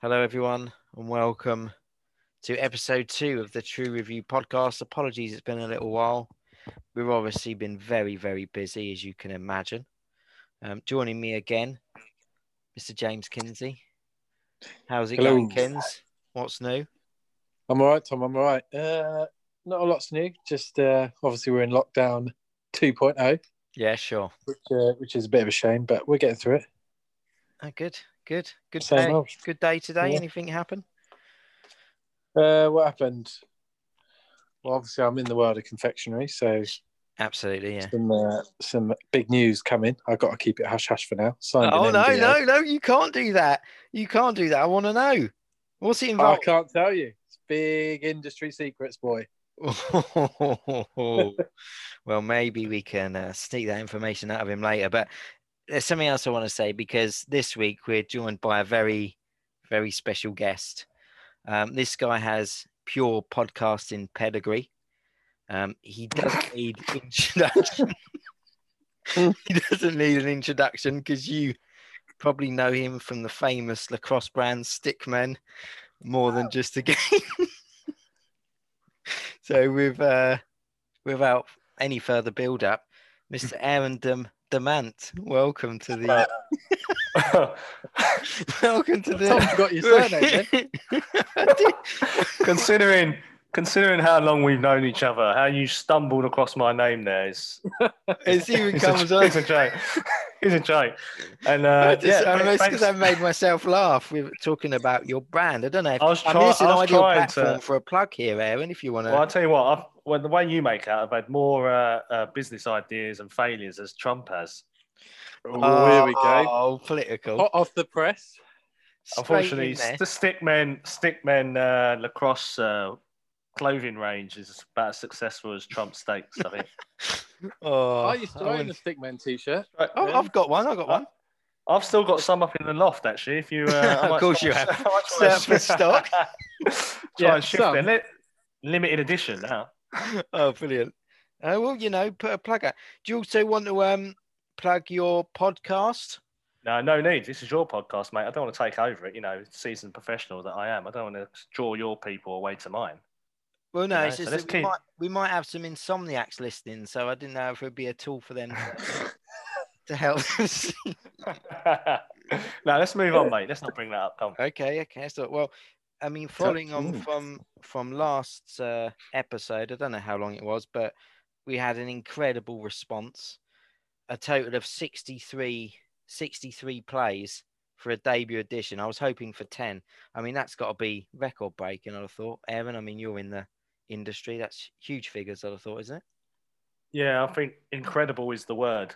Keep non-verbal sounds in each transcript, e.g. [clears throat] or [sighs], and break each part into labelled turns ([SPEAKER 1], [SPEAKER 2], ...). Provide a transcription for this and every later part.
[SPEAKER 1] Hello, everyone, and welcome to episode two of the True Review podcast. Apologies, it's been a little while. We've obviously been very, very busy, as you can imagine. Um, joining me again, Mr. James Kinsey. How's it
[SPEAKER 2] Hello.
[SPEAKER 1] going, Kins? What's new?
[SPEAKER 2] I'm all right, Tom. I'm all right. Uh, not a lot's new. Just uh, obviously we're in lockdown 2.0,
[SPEAKER 1] Yeah, sure.
[SPEAKER 2] which uh, which is a bit of a shame, but we're getting through it.
[SPEAKER 1] Oh, good, good, good
[SPEAKER 2] Same
[SPEAKER 1] day.
[SPEAKER 2] old.
[SPEAKER 1] Good day today.
[SPEAKER 2] Yeah.
[SPEAKER 1] Anything happen?
[SPEAKER 2] Uh, what happened? Well, obviously I'm in the world of confectionery, so
[SPEAKER 1] Absolutely, yeah.
[SPEAKER 2] some uh, some big news coming. I got to keep it hush hush for now. Signed
[SPEAKER 1] Oh
[SPEAKER 2] an
[SPEAKER 1] no,
[SPEAKER 2] NDA.
[SPEAKER 1] no, no! You can't do that. You can't do that. I want to know. What's it
[SPEAKER 2] I
[SPEAKER 1] involved?
[SPEAKER 2] can't tell you. It's big industry secrets, boy.
[SPEAKER 1] [laughs] well, maybe we can uh, sneak that information out of him later. But there's something else I want to say because this week we're joined by a very, very special guest. Um, this guy has pure podcasting pedigree. Um, he doesn't need introduction. [laughs] he doesn't need an introduction because you probably know him from the famous lacrosse brand Stickmen more than just a game. so with uh, without any further build up,
[SPEAKER 3] [laughs]
[SPEAKER 1] Mr. Aaron Dem- Demant, welcome to the [laughs] welcome to
[SPEAKER 2] Tom
[SPEAKER 1] the
[SPEAKER 2] forgot your surname. then.
[SPEAKER 1] I did.
[SPEAKER 3] [laughs] considering considering how long we've known each other, how you stumbled across my name there is
[SPEAKER 1] It's even
[SPEAKER 3] is
[SPEAKER 1] comes
[SPEAKER 3] a,
[SPEAKER 1] up.
[SPEAKER 3] is a joke. It's a joke. And
[SPEAKER 1] I
[SPEAKER 3] uh,
[SPEAKER 1] just-
[SPEAKER 3] yeah,
[SPEAKER 1] I mean, [laughs] it's
[SPEAKER 3] thanks-
[SPEAKER 1] because I made myself laugh. We were talking about your brand. I don't know. If,
[SPEAKER 3] I was
[SPEAKER 1] I
[SPEAKER 3] try-
[SPEAKER 1] mean, it's an
[SPEAKER 3] I was
[SPEAKER 1] ideal
[SPEAKER 3] trying to-
[SPEAKER 1] platform for a plug here, Aaron. If you want to,
[SPEAKER 3] well, I'll tell you what. I've, well, the way you make out, I've had more uh, uh, business ideas and failures as Trump has.
[SPEAKER 2] Oh, here we go.
[SPEAKER 1] [laughs] Oh, political.
[SPEAKER 2] Hot off the press.
[SPEAKER 1] Straight
[SPEAKER 3] Unfortunately,
[SPEAKER 1] in there.
[SPEAKER 3] the Stickmen Stickmen uh, lacrosse uh, clothing range is about as successful as Trump steaks.
[SPEAKER 1] [laughs]
[SPEAKER 3] I think.
[SPEAKER 1] Oh,
[SPEAKER 2] I used to
[SPEAKER 1] I
[SPEAKER 2] own a
[SPEAKER 1] wouldn't-
[SPEAKER 2] Stickman t-shirt.
[SPEAKER 1] Oh, I've got one. I've got one.
[SPEAKER 3] I've still got some up in the loft, actually. If you, uh,
[SPEAKER 1] [laughs]
[SPEAKER 3] I
[SPEAKER 1] Of
[SPEAKER 3] might
[SPEAKER 1] course
[SPEAKER 3] try-
[SPEAKER 1] you have.
[SPEAKER 3] I might try and- [laughs]
[SPEAKER 1] Surplus stock.
[SPEAKER 3] Try
[SPEAKER 2] Yeah,
[SPEAKER 3] and shift
[SPEAKER 2] some.
[SPEAKER 3] them. Li- limited edition now.
[SPEAKER 1] [laughs] Oh, brilliant. Oh, well, you know, put a plug out. Do you also want to um plug your podcast?
[SPEAKER 3] No, no need. This is your podcast, mate. I don't want to take over it. You know, seasoned professional that I am. I don't want to draw your people away
[SPEAKER 1] [laughs]
[SPEAKER 3] to mine. [laughs]
[SPEAKER 1] Well, no,
[SPEAKER 3] No,
[SPEAKER 1] it's
[SPEAKER 3] so
[SPEAKER 1] just
[SPEAKER 3] let's
[SPEAKER 1] that we
[SPEAKER 3] keep-
[SPEAKER 1] might, we might have some insomniacs listening, so I didn't know if it would be a tool for them to, to
[SPEAKER 3] [laughs]
[SPEAKER 1] help. us.
[SPEAKER 3] no, let's move on, mate. Let's not bring that up. Come.
[SPEAKER 1] okay, okay. So, well, I mean, following on
[SPEAKER 2] Mm.
[SPEAKER 1] from from last uh, episode, I don't know how long it was, but we had an incredible response. A total of 63, 63 plays for a debut edition. I was hoping for 10. I mean, that's got to be record breaking, I'd have thought. Aaron, I mean, you're in the industry. That's huge figures, I'd have thought, isn't it?
[SPEAKER 3] Yeah, I think incredible is the word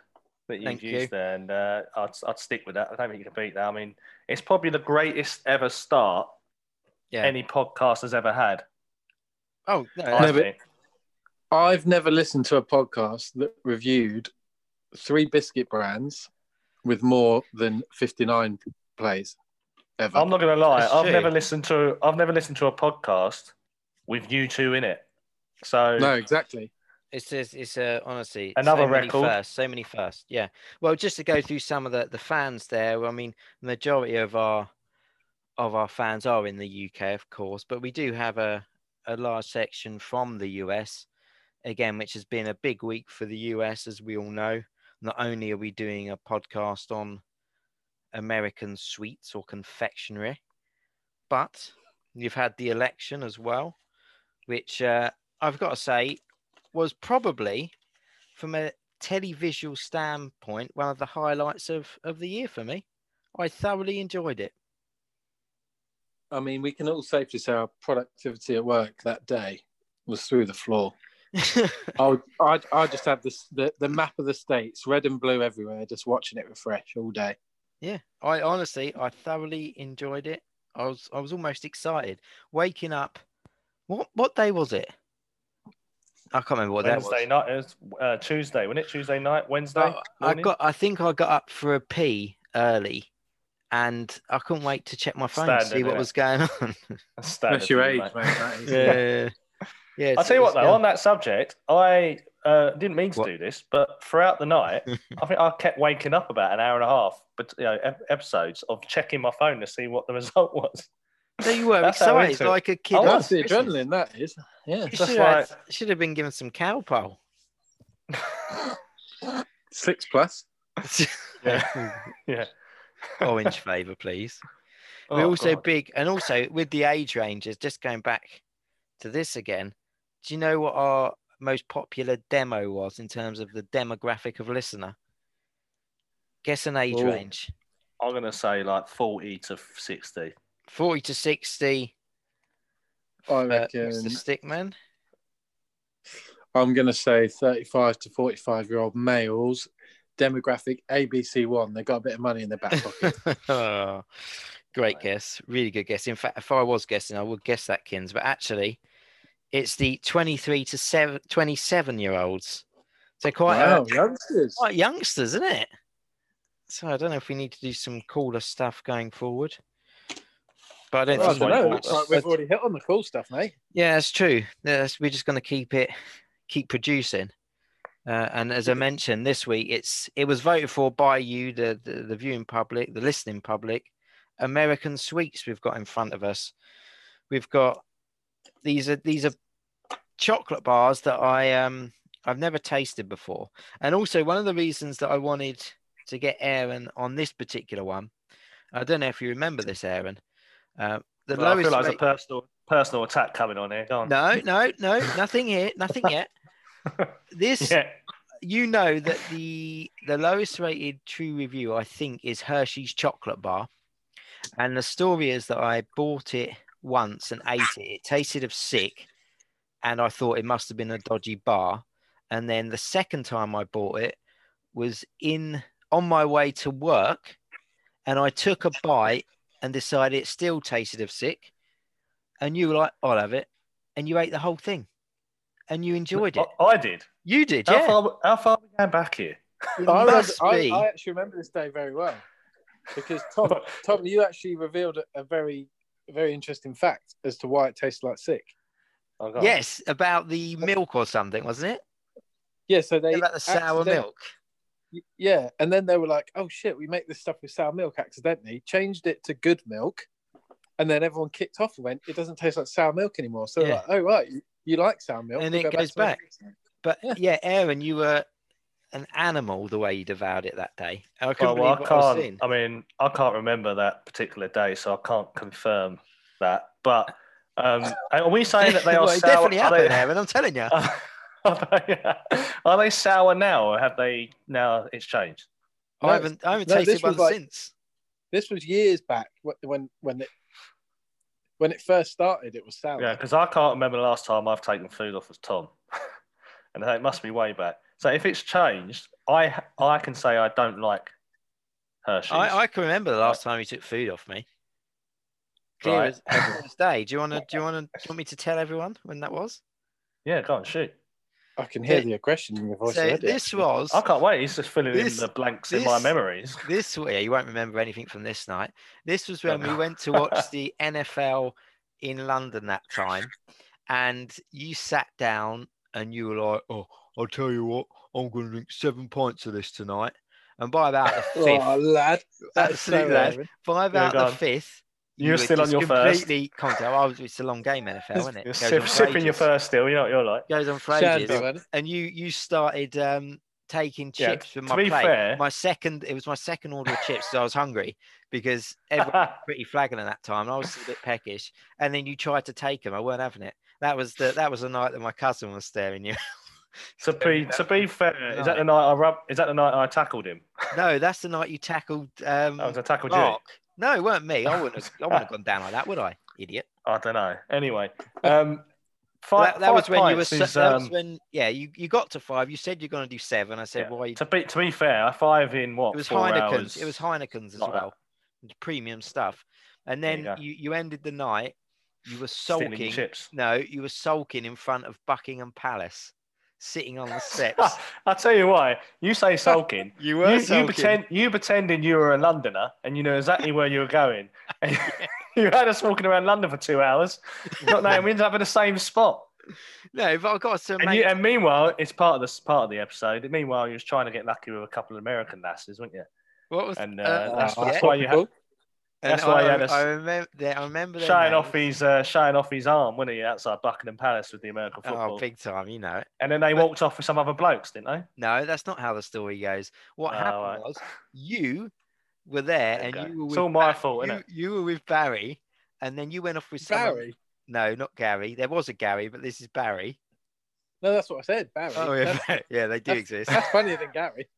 [SPEAKER 3] that you've
[SPEAKER 1] Thank you.
[SPEAKER 3] used there, and uh, I'd, I'd stick with that. I don't think you can beat that. I mean, it's probably the greatest ever start
[SPEAKER 1] Yeah.
[SPEAKER 3] any podcast has ever had.
[SPEAKER 1] oh, no,
[SPEAKER 3] I
[SPEAKER 2] No, but-
[SPEAKER 3] think.
[SPEAKER 2] I've never listened to a podcast that reviewed three biscuit brands with more than 59 plays ever.
[SPEAKER 3] I'm not gonna lie.
[SPEAKER 1] That's
[SPEAKER 3] I've
[SPEAKER 1] true.
[SPEAKER 3] never listened to I've never listened to a podcast with you two in it. So
[SPEAKER 2] no, exactly.
[SPEAKER 1] It's just, it's uh, honestly
[SPEAKER 3] Another
[SPEAKER 1] so many
[SPEAKER 3] record.
[SPEAKER 1] firsts, so many firsts. Yeah. Well, just to go through some of the the fans there. I mean, majority of our of our fans are in the UK, of course, but we do have a a large section from the US again, which has been a big week for the US, as we all know. Not only are we doing a podcast on American sweets or confectionery, but you've had the election as well, which uh, I've got to say was probably, from a televisual standpoint, one of the highlights of, of the year for me. I thoroughly enjoyed
[SPEAKER 3] [laughs]
[SPEAKER 1] it.
[SPEAKER 2] I mean, we can all safely say our productivity at work that day was through the floor. I, would, I, I just had this, the, the map of the states, red and blue everywhere, just watching it refresh all day.
[SPEAKER 1] yeah, I honestly, I thoroughly enjoyed it. I was, I was almost excited waking up. What, what day was it? I can't remember what that was.
[SPEAKER 3] Wednesday night is uh, Tuesday, wasn't it? Tuesday night, Wednesday.
[SPEAKER 1] Well, I
[SPEAKER 3] morning?
[SPEAKER 1] got. I think I got up for a pee early, and I couldn't wait to check my phone to
[SPEAKER 3] Standard,
[SPEAKER 1] see what
[SPEAKER 3] innit?
[SPEAKER 1] was going on.
[SPEAKER 3] That's standard
[SPEAKER 2] That's your
[SPEAKER 3] for you,
[SPEAKER 2] age,
[SPEAKER 3] mate.
[SPEAKER 2] mate. That
[SPEAKER 1] [laughs]
[SPEAKER 2] is.
[SPEAKER 1] yeah, yeah.
[SPEAKER 3] I'll
[SPEAKER 1] it's-
[SPEAKER 3] tell you what
[SPEAKER 1] it's
[SPEAKER 3] though,
[SPEAKER 1] gone.
[SPEAKER 3] on that subject, I uh, didn't mean to
[SPEAKER 1] What?
[SPEAKER 3] do this, but throughout the night, I think I kept waking up about an hour and a half, but you know, ep- episodes of checking my phone to see what the [laughs] result was.
[SPEAKER 1] So you were
[SPEAKER 3] That's how
[SPEAKER 1] excited
[SPEAKER 3] into it-
[SPEAKER 1] like a kid.
[SPEAKER 3] I
[SPEAKER 1] at
[SPEAKER 2] That's the
[SPEAKER 1] Christmas.
[SPEAKER 2] adrenaline, that is.
[SPEAKER 1] [laughs]
[SPEAKER 2] Yeah.
[SPEAKER 1] You
[SPEAKER 3] That's
[SPEAKER 1] should,
[SPEAKER 3] why-
[SPEAKER 1] have, should have been given some
[SPEAKER 3] [laughs]
[SPEAKER 1] cowpole.
[SPEAKER 2] Six plus.
[SPEAKER 3] [laughs] Yeah. Yeah.
[SPEAKER 1] Orange flavour, please. [laughs] We're
[SPEAKER 3] Oh,
[SPEAKER 1] also
[SPEAKER 3] God.
[SPEAKER 1] big, and also with the age ranges, just going back to this again, do you know what our most popular demo was in terms of the demographic of listener? Guess an age
[SPEAKER 2] Oh.
[SPEAKER 1] range
[SPEAKER 3] I'm gonna say like 40 to 60.
[SPEAKER 1] 40 to 60.
[SPEAKER 2] I
[SPEAKER 1] uh,
[SPEAKER 2] reckon.
[SPEAKER 1] Mr. Stickman.
[SPEAKER 2] I'm going to say 35 to 45 year old males, demographic ABC1. They've got a bit of money in their back pocket.
[SPEAKER 1] Oh, great
[SPEAKER 3] Right.
[SPEAKER 1] guess. Really good guess. In fact, if I was guessing, I would guess that Kins, but actually, it's the 23 to 7, 27 year olds. So [laughs] quite a,
[SPEAKER 2] wow, youngsters.
[SPEAKER 1] quite youngsters, isn't it? So I don't know if we need to do some cooler stuff going forward. But I
[SPEAKER 2] Well,
[SPEAKER 1] don't
[SPEAKER 2] I
[SPEAKER 1] think
[SPEAKER 2] don't
[SPEAKER 1] we
[SPEAKER 2] know.
[SPEAKER 1] will.
[SPEAKER 2] Looks like we've already hit on the cool stuff, mate.
[SPEAKER 1] Yeah, that's true. That's, we're just going to keep it, keep producing. Uh, and as I mentioned this week, it's it was voted for by you, the, the the viewing public, the listening public. American sweets we've got in front of us. We've got these are these are chocolate bars that I um I've never tasted before. And also one of the reasons that I wanted to get Aaron on this particular one, I don't know if you remember this, Aaron. Uh, the
[SPEAKER 3] Well, I
[SPEAKER 1] lowest
[SPEAKER 3] feel like
[SPEAKER 1] rate-
[SPEAKER 3] there's a personal personal attack coming on here. Go on.
[SPEAKER 1] no, no, no, nothing here, nothing yet. This,
[SPEAKER 3] [laughs] Yeah.
[SPEAKER 1] you know, that the the lowest rated true review I think is Hershey's chocolate bar, and the story is that I bought it once and ate it. It tasted of sick, and I thought it must have been a dodgy bar. And then the second time I bought it was in on my way to work, and I took a bite and decided it still tasted of sick. And you were like, "I'll have it," and you ate the whole thing, and you enjoyed it.
[SPEAKER 3] I, I did.
[SPEAKER 1] You did,
[SPEAKER 3] How
[SPEAKER 1] yeah.
[SPEAKER 3] far how far are we going back here?
[SPEAKER 1] It
[SPEAKER 2] I, remember,
[SPEAKER 1] must
[SPEAKER 2] I,
[SPEAKER 1] be.
[SPEAKER 2] I actually remember this day very well because Tom,
[SPEAKER 1] [laughs]
[SPEAKER 2] Tom, you actually revealed a- a very, very interesting fact as to why it tasted like sick.
[SPEAKER 3] Oh, God.
[SPEAKER 1] Yes, about the milk or something, wasn't it?
[SPEAKER 2] Yeah, so they
[SPEAKER 1] about the sour
[SPEAKER 2] accident-
[SPEAKER 1] milk.
[SPEAKER 2] Yeah, and then they were like, "Oh shit, we make this stuff with sour milk accidentally." Changed it to good milk, and then everyone kicked off and went, "It doesn't taste like sour milk anymore." So
[SPEAKER 1] Yeah.
[SPEAKER 2] they're like, "Oh right, you, you like sour milk?"
[SPEAKER 1] And
[SPEAKER 2] we'll
[SPEAKER 1] it
[SPEAKER 2] go
[SPEAKER 1] goes
[SPEAKER 2] to making
[SPEAKER 1] back.
[SPEAKER 2] it sour."
[SPEAKER 1] But
[SPEAKER 2] Yeah.
[SPEAKER 1] yeah, Aaron, you were an animal the way you devoured it that day. I couldn't
[SPEAKER 3] Well, well, I
[SPEAKER 1] believe what I was
[SPEAKER 3] can't.
[SPEAKER 1] seeing.
[SPEAKER 3] I mean, I can't remember that particular day, so I can't confirm that. But
[SPEAKER 1] [laughs]
[SPEAKER 3] um, are we saying that they are
[SPEAKER 1] Well, it
[SPEAKER 3] sour?
[SPEAKER 1] definitely
[SPEAKER 3] are
[SPEAKER 1] happened,
[SPEAKER 3] they-
[SPEAKER 1] Aaron. I'm telling you.
[SPEAKER 3] [laughs] are, they, are they sour now, or have they now? It's changed.
[SPEAKER 2] No,
[SPEAKER 1] I haven't, I haven't
[SPEAKER 2] no,
[SPEAKER 1] tasted
[SPEAKER 2] this
[SPEAKER 1] one
[SPEAKER 2] was like-
[SPEAKER 1] since.
[SPEAKER 2] This was years back wh- when when it when it first started. It was sour.
[SPEAKER 3] Yeah, because I can't remember the last time I've taken food off of Tom, [laughs] and it must be way back. So if it's changed, I I can say I don't like Hershey's.
[SPEAKER 1] I, I can remember the last time you took food off me. Clear
[SPEAKER 3] Right.
[SPEAKER 1] as clear as day. Do you want to? Do you want to? Do you want me to tell everyone when that was?
[SPEAKER 3] yeah, go on, shoot.
[SPEAKER 2] I can hear
[SPEAKER 1] So-
[SPEAKER 2] the aggression in your voice.
[SPEAKER 1] So
[SPEAKER 2] already,
[SPEAKER 1] this
[SPEAKER 2] actually.
[SPEAKER 1] was
[SPEAKER 3] I can't wait. He's just filling
[SPEAKER 1] This-
[SPEAKER 3] in the blanks in
[SPEAKER 1] this-
[SPEAKER 3] my memories.
[SPEAKER 1] this yeah, you won't remember anything from this night. This was when we
[SPEAKER 3] no.
[SPEAKER 1] went to
[SPEAKER 3] [laughs]
[SPEAKER 1] watch the NFL in London that time, and you sat down and you were like, "Oh, I'll tell you what, I'm going to drink seven pints of this tonight." And by about
[SPEAKER 3] [laughs]
[SPEAKER 1] the fifth,
[SPEAKER 2] Oh, lad, that's
[SPEAKER 1] absolute
[SPEAKER 2] so
[SPEAKER 1] lad.
[SPEAKER 2] Aaron.
[SPEAKER 1] by about
[SPEAKER 3] go
[SPEAKER 1] the
[SPEAKER 3] on.
[SPEAKER 1] fifth,
[SPEAKER 3] You were still on
[SPEAKER 1] just
[SPEAKER 3] your first.
[SPEAKER 1] completely content. I was. It's a long game, NFL, isn't
[SPEAKER 3] [laughs]
[SPEAKER 1] it?
[SPEAKER 3] You're
[SPEAKER 1] Goes
[SPEAKER 3] sip-
[SPEAKER 1] on for
[SPEAKER 3] sipping your
[SPEAKER 1] ages.
[SPEAKER 3] first still. You know what you're like.
[SPEAKER 1] Goes on for
[SPEAKER 2] Shandy,
[SPEAKER 1] ages.
[SPEAKER 2] wasn't it?
[SPEAKER 1] And you you started um, taking
[SPEAKER 3] Yeah,
[SPEAKER 1] chips from
[SPEAKER 3] to
[SPEAKER 1] my
[SPEAKER 3] be
[SPEAKER 1] plate.
[SPEAKER 3] fair-
[SPEAKER 1] My second, it was my second order of chips. So I was hungry because everyone pretty flagging at that time. and I was a bit peckish, and then you tried to take him. I weren't having it. That was the that was the night that my cousin was staring you.
[SPEAKER 3] [laughs]
[SPEAKER 1] [laughs]
[SPEAKER 3] to be to be fair, is that the night I rub? Is that the night I tackled him?
[SPEAKER 1] No, that's the night you tackled um,
[SPEAKER 3] I was I tackled you.
[SPEAKER 1] Mark. No, it weren't me. I wouldn't have, I wouldn't
[SPEAKER 3] [laughs]
[SPEAKER 1] have gone down like that, would I? Idiot.
[SPEAKER 3] I don't know. Anyway, um, five,
[SPEAKER 1] That, that was
[SPEAKER 3] five
[SPEAKER 1] when you were.
[SPEAKER 3] pints
[SPEAKER 1] so-
[SPEAKER 3] is,
[SPEAKER 1] that was
[SPEAKER 3] um,
[SPEAKER 1] when yeah, you, you got to five. You said you're going to do seven. I said,
[SPEAKER 3] Yeah,
[SPEAKER 1] why? You,
[SPEAKER 3] to be to be fair, five in what?
[SPEAKER 1] it was
[SPEAKER 3] four
[SPEAKER 1] Heineken's.
[SPEAKER 3] Hours.
[SPEAKER 1] It was Heineken's as
[SPEAKER 3] Like that.
[SPEAKER 1] well, It's premium stuff. And
[SPEAKER 3] There you
[SPEAKER 1] then
[SPEAKER 3] go.
[SPEAKER 1] you, you, ended the night. You were
[SPEAKER 3] stealing
[SPEAKER 1] sulking.
[SPEAKER 3] chips.
[SPEAKER 1] No, you were sulking in front of Buckingham Palace, sitting
[SPEAKER 3] [laughs]
[SPEAKER 1] on the steps.
[SPEAKER 3] I tell you why. You say sulking.
[SPEAKER 1] [laughs] You
[SPEAKER 3] you, you pretend you pretending you were a Londoner and you knew exactly where you
[SPEAKER 1] [laughs]
[SPEAKER 3] were going. And [laughs] you had us walking around London for two hours, not knowing we ended up in the same spot.
[SPEAKER 1] no, but I've got some.
[SPEAKER 3] And, you, and meanwhile, it's part of this part of the episode. Meanwhile, you was trying to get lucky with a couple of American lasses, weren't you?
[SPEAKER 1] what was
[SPEAKER 3] And uh,
[SPEAKER 1] Uh,
[SPEAKER 3] that's,
[SPEAKER 1] uh,
[SPEAKER 3] that's
[SPEAKER 2] Ah,
[SPEAKER 1] yeah.
[SPEAKER 3] why you had
[SPEAKER 1] and
[SPEAKER 3] that's why
[SPEAKER 1] I,
[SPEAKER 3] he had us
[SPEAKER 1] I remember. They, I remember their
[SPEAKER 3] showing
[SPEAKER 1] names.
[SPEAKER 3] off his uh, showing off his arm, wasn't he, outside Buckingham Palace with the American football?
[SPEAKER 1] Oh, big time! You know it.
[SPEAKER 3] and then they
[SPEAKER 1] But-
[SPEAKER 3] walked off with some other blokes, didn't they?
[SPEAKER 1] No, that's not how the story goes. What
[SPEAKER 3] Oh,
[SPEAKER 1] happened
[SPEAKER 3] right.
[SPEAKER 1] was you were there,
[SPEAKER 3] There
[SPEAKER 1] and
[SPEAKER 3] we go.
[SPEAKER 1] you were
[SPEAKER 3] It's
[SPEAKER 1] with
[SPEAKER 3] all my
[SPEAKER 1] Ba-
[SPEAKER 3] fault,
[SPEAKER 1] you,
[SPEAKER 3] innit?
[SPEAKER 1] you were with Barry, and then you went off with someone-
[SPEAKER 2] Barry.
[SPEAKER 1] No, not Gary. There was a Gary, but this is Barry.
[SPEAKER 2] No, that's what I said. Barry.
[SPEAKER 1] Oh,
[SPEAKER 2] [laughs]
[SPEAKER 1] yeah,
[SPEAKER 2] That's-
[SPEAKER 1] Barry. yeah, they do exist.
[SPEAKER 2] That's funnier than Gary.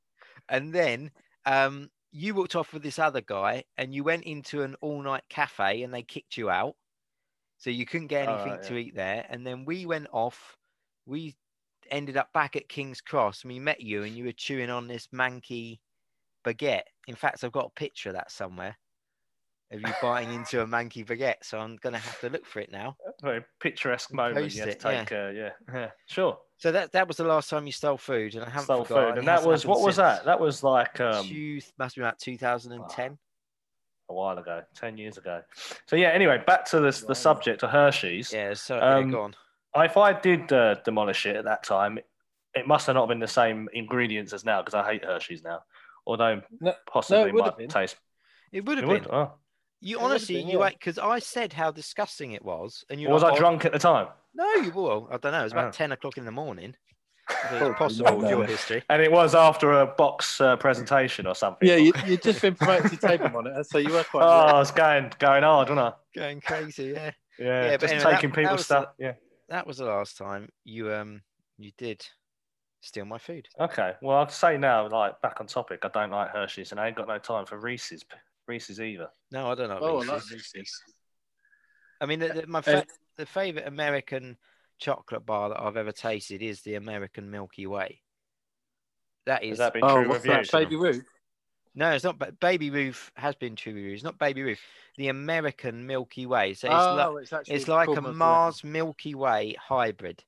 [SPEAKER 1] And then um, you walked off with this other guy, and you went into an all-night cafe, and they kicked you out, so you couldn't get
[SPEAKER 2] Oh,
[SPEAKER 3] All right,
[SPEAKER 1] anything to eat there. And then we went off. We ended up back at King's Cross, and we met you, and you were chewing on this manky baguette. In fact, I've got a picture of that somewhere of you biting into a manky baguette, so I'm gonna have to look for it now.
[SPEAKER 3] Very picturesque moment.
[SPEAKER 1] Post
[SPEAKER 3] You had
[SPEAKER 1] it,
[SPEAKER 3] to take, yeah, uh, yeah. yeah, sure.
[SPEAKER 1] So that that was the last time you stole food, and I haven't
[SPEAKER 3] Stole
[SPEAKER 1] forgotten.
[SPEAKER 3] food,
[SPEAKER 1] It
[SPEAKER 3] and that
[SPEAKER 1] hasn't
[SPEAKER 3] was what
[SPEAKER 1] happened
[SPEAKER 3] was
[SPEAKER 1] since.
[SPEAKER 3] that? That was like um,
[SPEAKER 1] Two, must be about 2010.
[SPEAKER 3] a while ago, ten years ago. So yeah. Anyway, back to this the subject of Hershey's.
[SPEAKER 1] Yeah, so
[SPEAKER 3] Um,
[SPEAKER 1] yeah, go on.
[SPEAKER 3] If I did uh, demolish it at that time, it must have not been the same ingredients as now because I hate Hershey's now. Although
[SPEAKER 2] No-
[SPEAKER 3] possibly
[SPEAKER 2] would have
[SPEAKER 3] might
[SPEAKER 2] been.
[SPEAKER 3] taste.
[SPEAKER 1] It would
[SPEAKER 3] It
[SPEAKER 1] have
[SPEAKER 3] would.
[SPEAKER 1] been.
[SPEAKER 3] Oh.
[SPEAKER 1] You
[SPEAKER 2] It would have
[SPEAKER 1] honestly,
[SPEAKER 2] been,
[SPEAKER 1] you
[SPEAKER 2] yeah.
[SPEAKER 1] ate because I said how disgusting it was, and you
[SPEAKER 3] Or was
[SPEAKER 1] like,
[SPEAKER 3] I
[SPEAKER 1] "Oh,
[SPEAKER 3] drunk at the time?
[SPEAKER 1] No, you were. I don't know. It was about
[SPEAKER 3] Oh.
[SPEAKER 1] ten o'clock in the
[SPEAKER 3] [laughs]
[SPEAKER 1] morning. So
[SPEAKER 2] Probably
[SPEAKER 1] It's possible
[SPEAKER 2] not,
[SPEAKER 1] with your
[SPEAKER 2] no.
[SPEAKER 1] history.
[SPEAKER 3] And it was after a box uh, presentation or something.
[SPEAKER 2] Yeah, you, [laughs] you'd just been promoted to table monitor, so you were
[SPEAKER 3] oh,
[SPEAKER 2] quite.
[SPEAKER 3] I was going going hard, wasn't
[SPEAKER 1] Going crazy. Yeah,
[SPEAKER 3] I? Yeah,
[SPEAKER 1] Yeah, but
[SPEAKER 3] just
[SPEAKER 1] anyway, that-
[SPEAKER 3] taking
[SPEAKER 1] that
[SPEAKER 3] people's
[SPEAKER 1] was
[SPEAKER 3] stuff. Yeah.
[SPEAKER 1] that was the last time you um you did steal my food.
[SPEAKER 3] Okay. Well, I'd say now, like back on topic, I don't like Hershey's, and I ain't got no time for Reese's. Reese's either.
[SPEAKER 1] No, I don't know.
[SPEAKER 2] Oh, I
[SPEAKER 1] Reese's.
[SPEAKER 2] like Reese's.
[SPEAKER 1] I mean, the, the,
[SPEAKER 2] Uh,
[SPEAKER 1] my fa- the favorite American chocolate bar that I've ever tasted is the American Milky Way. That is
[SPEAKER 3] Has that been
[SPEAKER 2] Oh,
[SPEAKER 3] true
[SPEAKER 2] what's
[SPEAKER 3] reviews?
[SPEAKER 2] that? Baby Ruth.
[SPEAKER 1] No, it's not. But Baby Ruth has been True Ruth. It's not Baby Ruth. The American Milky Way. So it's, like,
[SPEAKER 2] Oh, it's actually
[SPEAKER 1] it's like a
[SPEAKER 2] called Milky Way.
[SPEAKER 1] Mars Milky Way hybrid.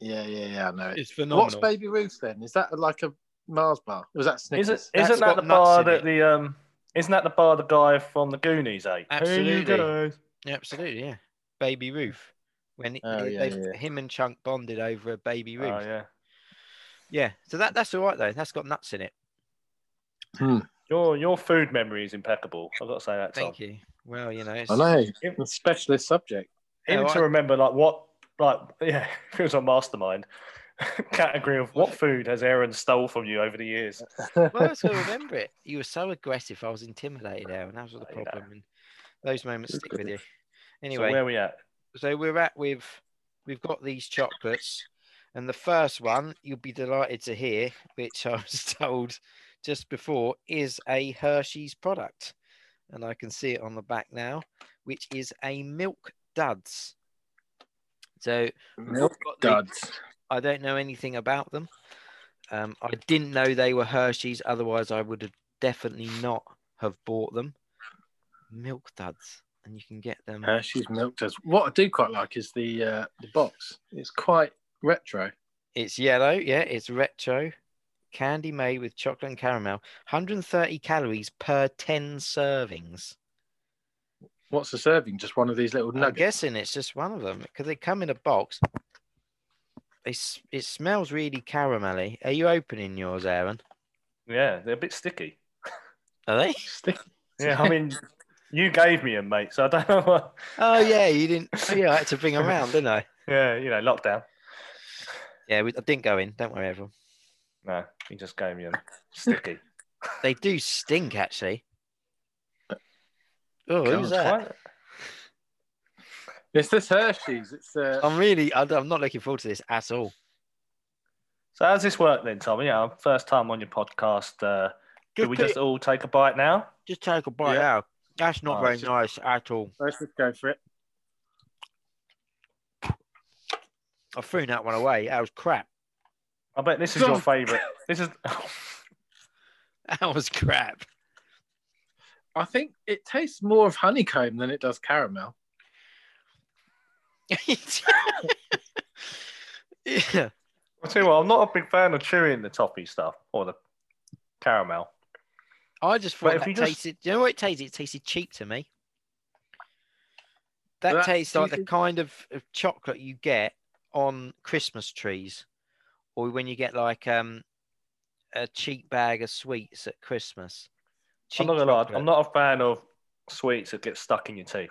[SPEAKER 2] Yeah, yeah, yeah. I know it.
[SPEAKER 1] It's
[SPEAKER 2] What's Baby Ruth then? Is that like a Mars bar? Was that Snickers?
[SPEAKER 3] Isn't
[SPEAKER 1] That's
[SPEAKER 3] isn't
[SPEAKER 1] got
[SPEAKER 3] that the
[SPEAKER 1] nuts
[SPEAKER 3] bar
[SPEAKER 1] in it.
[SPEAKER 3] that the um? Isn't that the bar the guy from the Goonies ate? Hey, you
[SPEAKER 1] Absolutely.
[SPEAKER 3] guys.
[SPEAKER 1] Absolutely, yeah. Baby Ruth. When it-
[SPEAKER 2] Oh,
[SPEAKER 1] they-
[SPEAKER 2] yeah,
[SPEAKER 1] they've-
[SPEAKER 2] yeah.
[SPEAKER 1] him and Chunk bonded over a Baby
[SPEAKER 3] Oh
[SPEAKER 1] Ruth. yeah.
[SPEAKER 3] yeah.
[SPEAKER 1] So that that's all right though. That's got nuts in it.
[SPEAKER 3] Your your food memory is impeccable. I've got to say that. Tom.
[SPEAKER 1] Thank you. Well, you know, it's,
[SPEAKER 2] I
[SPEAKER 1] I
[SPEAKER 2] know. A specialist subject. [laughs]
[SPEAKER 3] Even
[SPEAKER 1] No,
[SPEAKER 3] to
[SPEAKER 1] I-
[SPEAKER 3] remember, like what, like yeah, [laughs] if it was on Mastermind [laughs] category of what food has Aaron stole from you over the years?
[SPEAKER 1] well, I still remember it. You were so aggressive. I was intimidated there, and that was the
[SPEAKER 3] Oh, yeah.
[SPEAKER 1] problem. And those moments stick with you. Anyway,
[SPEAKER 3] So where we at?
[SPEAKER 1] so we're at with we've got these chocolates and the first one you'll be delighted to hear which i was [laughs] told just before is a hershey's product and i can see it on the back now which is a milk duds so
[SPEAKER 2] Milk
[SPEAKER 1] got the-
[SPEAKER 2] duds.
[SPEAKER 1] i don't know anything about them um, i didn't know they were hershey's otherwise i would have definitely not have bought them milk duds and you can get them
[SPEAKER 2] Hershey's milk duds. What I do quite like is the uh, the box. It's quite retro.
[SPEAKER 1] It's yellow, yeah. It's retro candy made with chocolate and caramel. 130 calories per 10 servings.
[SPEAKER 2] What's the serving? Just one of these little
[SPEAKER 1] I'm
[SPEAKER 2] nuggets.
[SPEAKER 1] guessing it's just one of them because they come in a box. They, s- it smells really caramelly. Are you opening yours, Aaron?
[SPEAKER 3] Yeah, they're a
[SPEAKER 1] [laughs]
[SPEAKER 3] bit sticky.
[SPEAKER 1] Are they?
[SPEAKER 2] Sticky.
[SPEAKER 3] Yeah, I mean, you gave me them, mate. So I don't know. What,
[SPEAKER 1] Oh yeah, you didn't. oh, Yeah, I had to bring 'em round, didn't I?
[SPEAKER 3] yeah, you know, lockdown.
[SPEAKER 1] Yeah, we, I didn't go in. Don't worry, everyone.
[SPEAKER 3] No, you just gave me them. Sticky.
[SPEAKER 1] They do stink, actually. Oh,
[SPEAKER 2] God,
[SPEAKER 1] who's that?
[SPEAKER 3] Why-
[SPEAKER 2] [laughs] It's this Hershey's. It's uh,
[SPEAKER 1] I'm really. I, I'm not looking forward to this at all.
[SPEAKER 3] So how's this work then, Tom? Yeah, first time on your podcast. Uh, do we
[SPEAKER 1] put
[SPEAKER 3] just
[SPEAKER 1] it-
[SPEAKER 3] all take a bite now?
[SPEAKER 1] just take a bite
[SPEAKER 2] Yeah.
[SPEAKER 1] out. That's not
[SPEAKER 3] Oh,
[SPEAKER 1] very
[SPEAKER 3] it's
[SPEAKER 1] nice at all.
[SPEAKER 2] let's just go for it.
[SPEAKER 1] I threw that one away. That was crap.
[SPEAKER 3] I bet this is your
[SPEAKER 2] Tom.
[SPEAKER 3] favourite. This is.
[SPEAKER 1] [laughs]
[SPEAKER 3] [laughs]
[SPEAKER 1] That was crap.
[SPEAKER 2] I think it tastes more of honeycomb than it does caramel.
[SPEAKER 1] [laughs] yeah.
[SPEAKER 3] I tell you what, I'm not a big fan of chewing the toffee stuff or the caramel.
[SPEAKER 1] I just thought
[SPEAKER 3] if
[SPEAKER 1] that
[SPEAKER 3] you just-
[SPEAKER 1] tasted. You know what it tasted? It tasted cheap to me. That
[SPEAKER 2] That-
[SPEAKER 1] tastes
[SPEAKER 2] you
[SPEAKER 1] like the
[SPEAKER 2] think-
[SPEAKER 1] kind of, of chocolate you get on Christmas trees, or when you get like um a cheap bag of sweets at Christmas.
[SPEAKER 3] I'm
[SPEAKER 1] Cheap
[SPEAKER 3] not gonna lie,
[SPEAKER 1] chocolate.
[SPEAKER 3] I'm not a fan of sweets that get stuck in your teeth.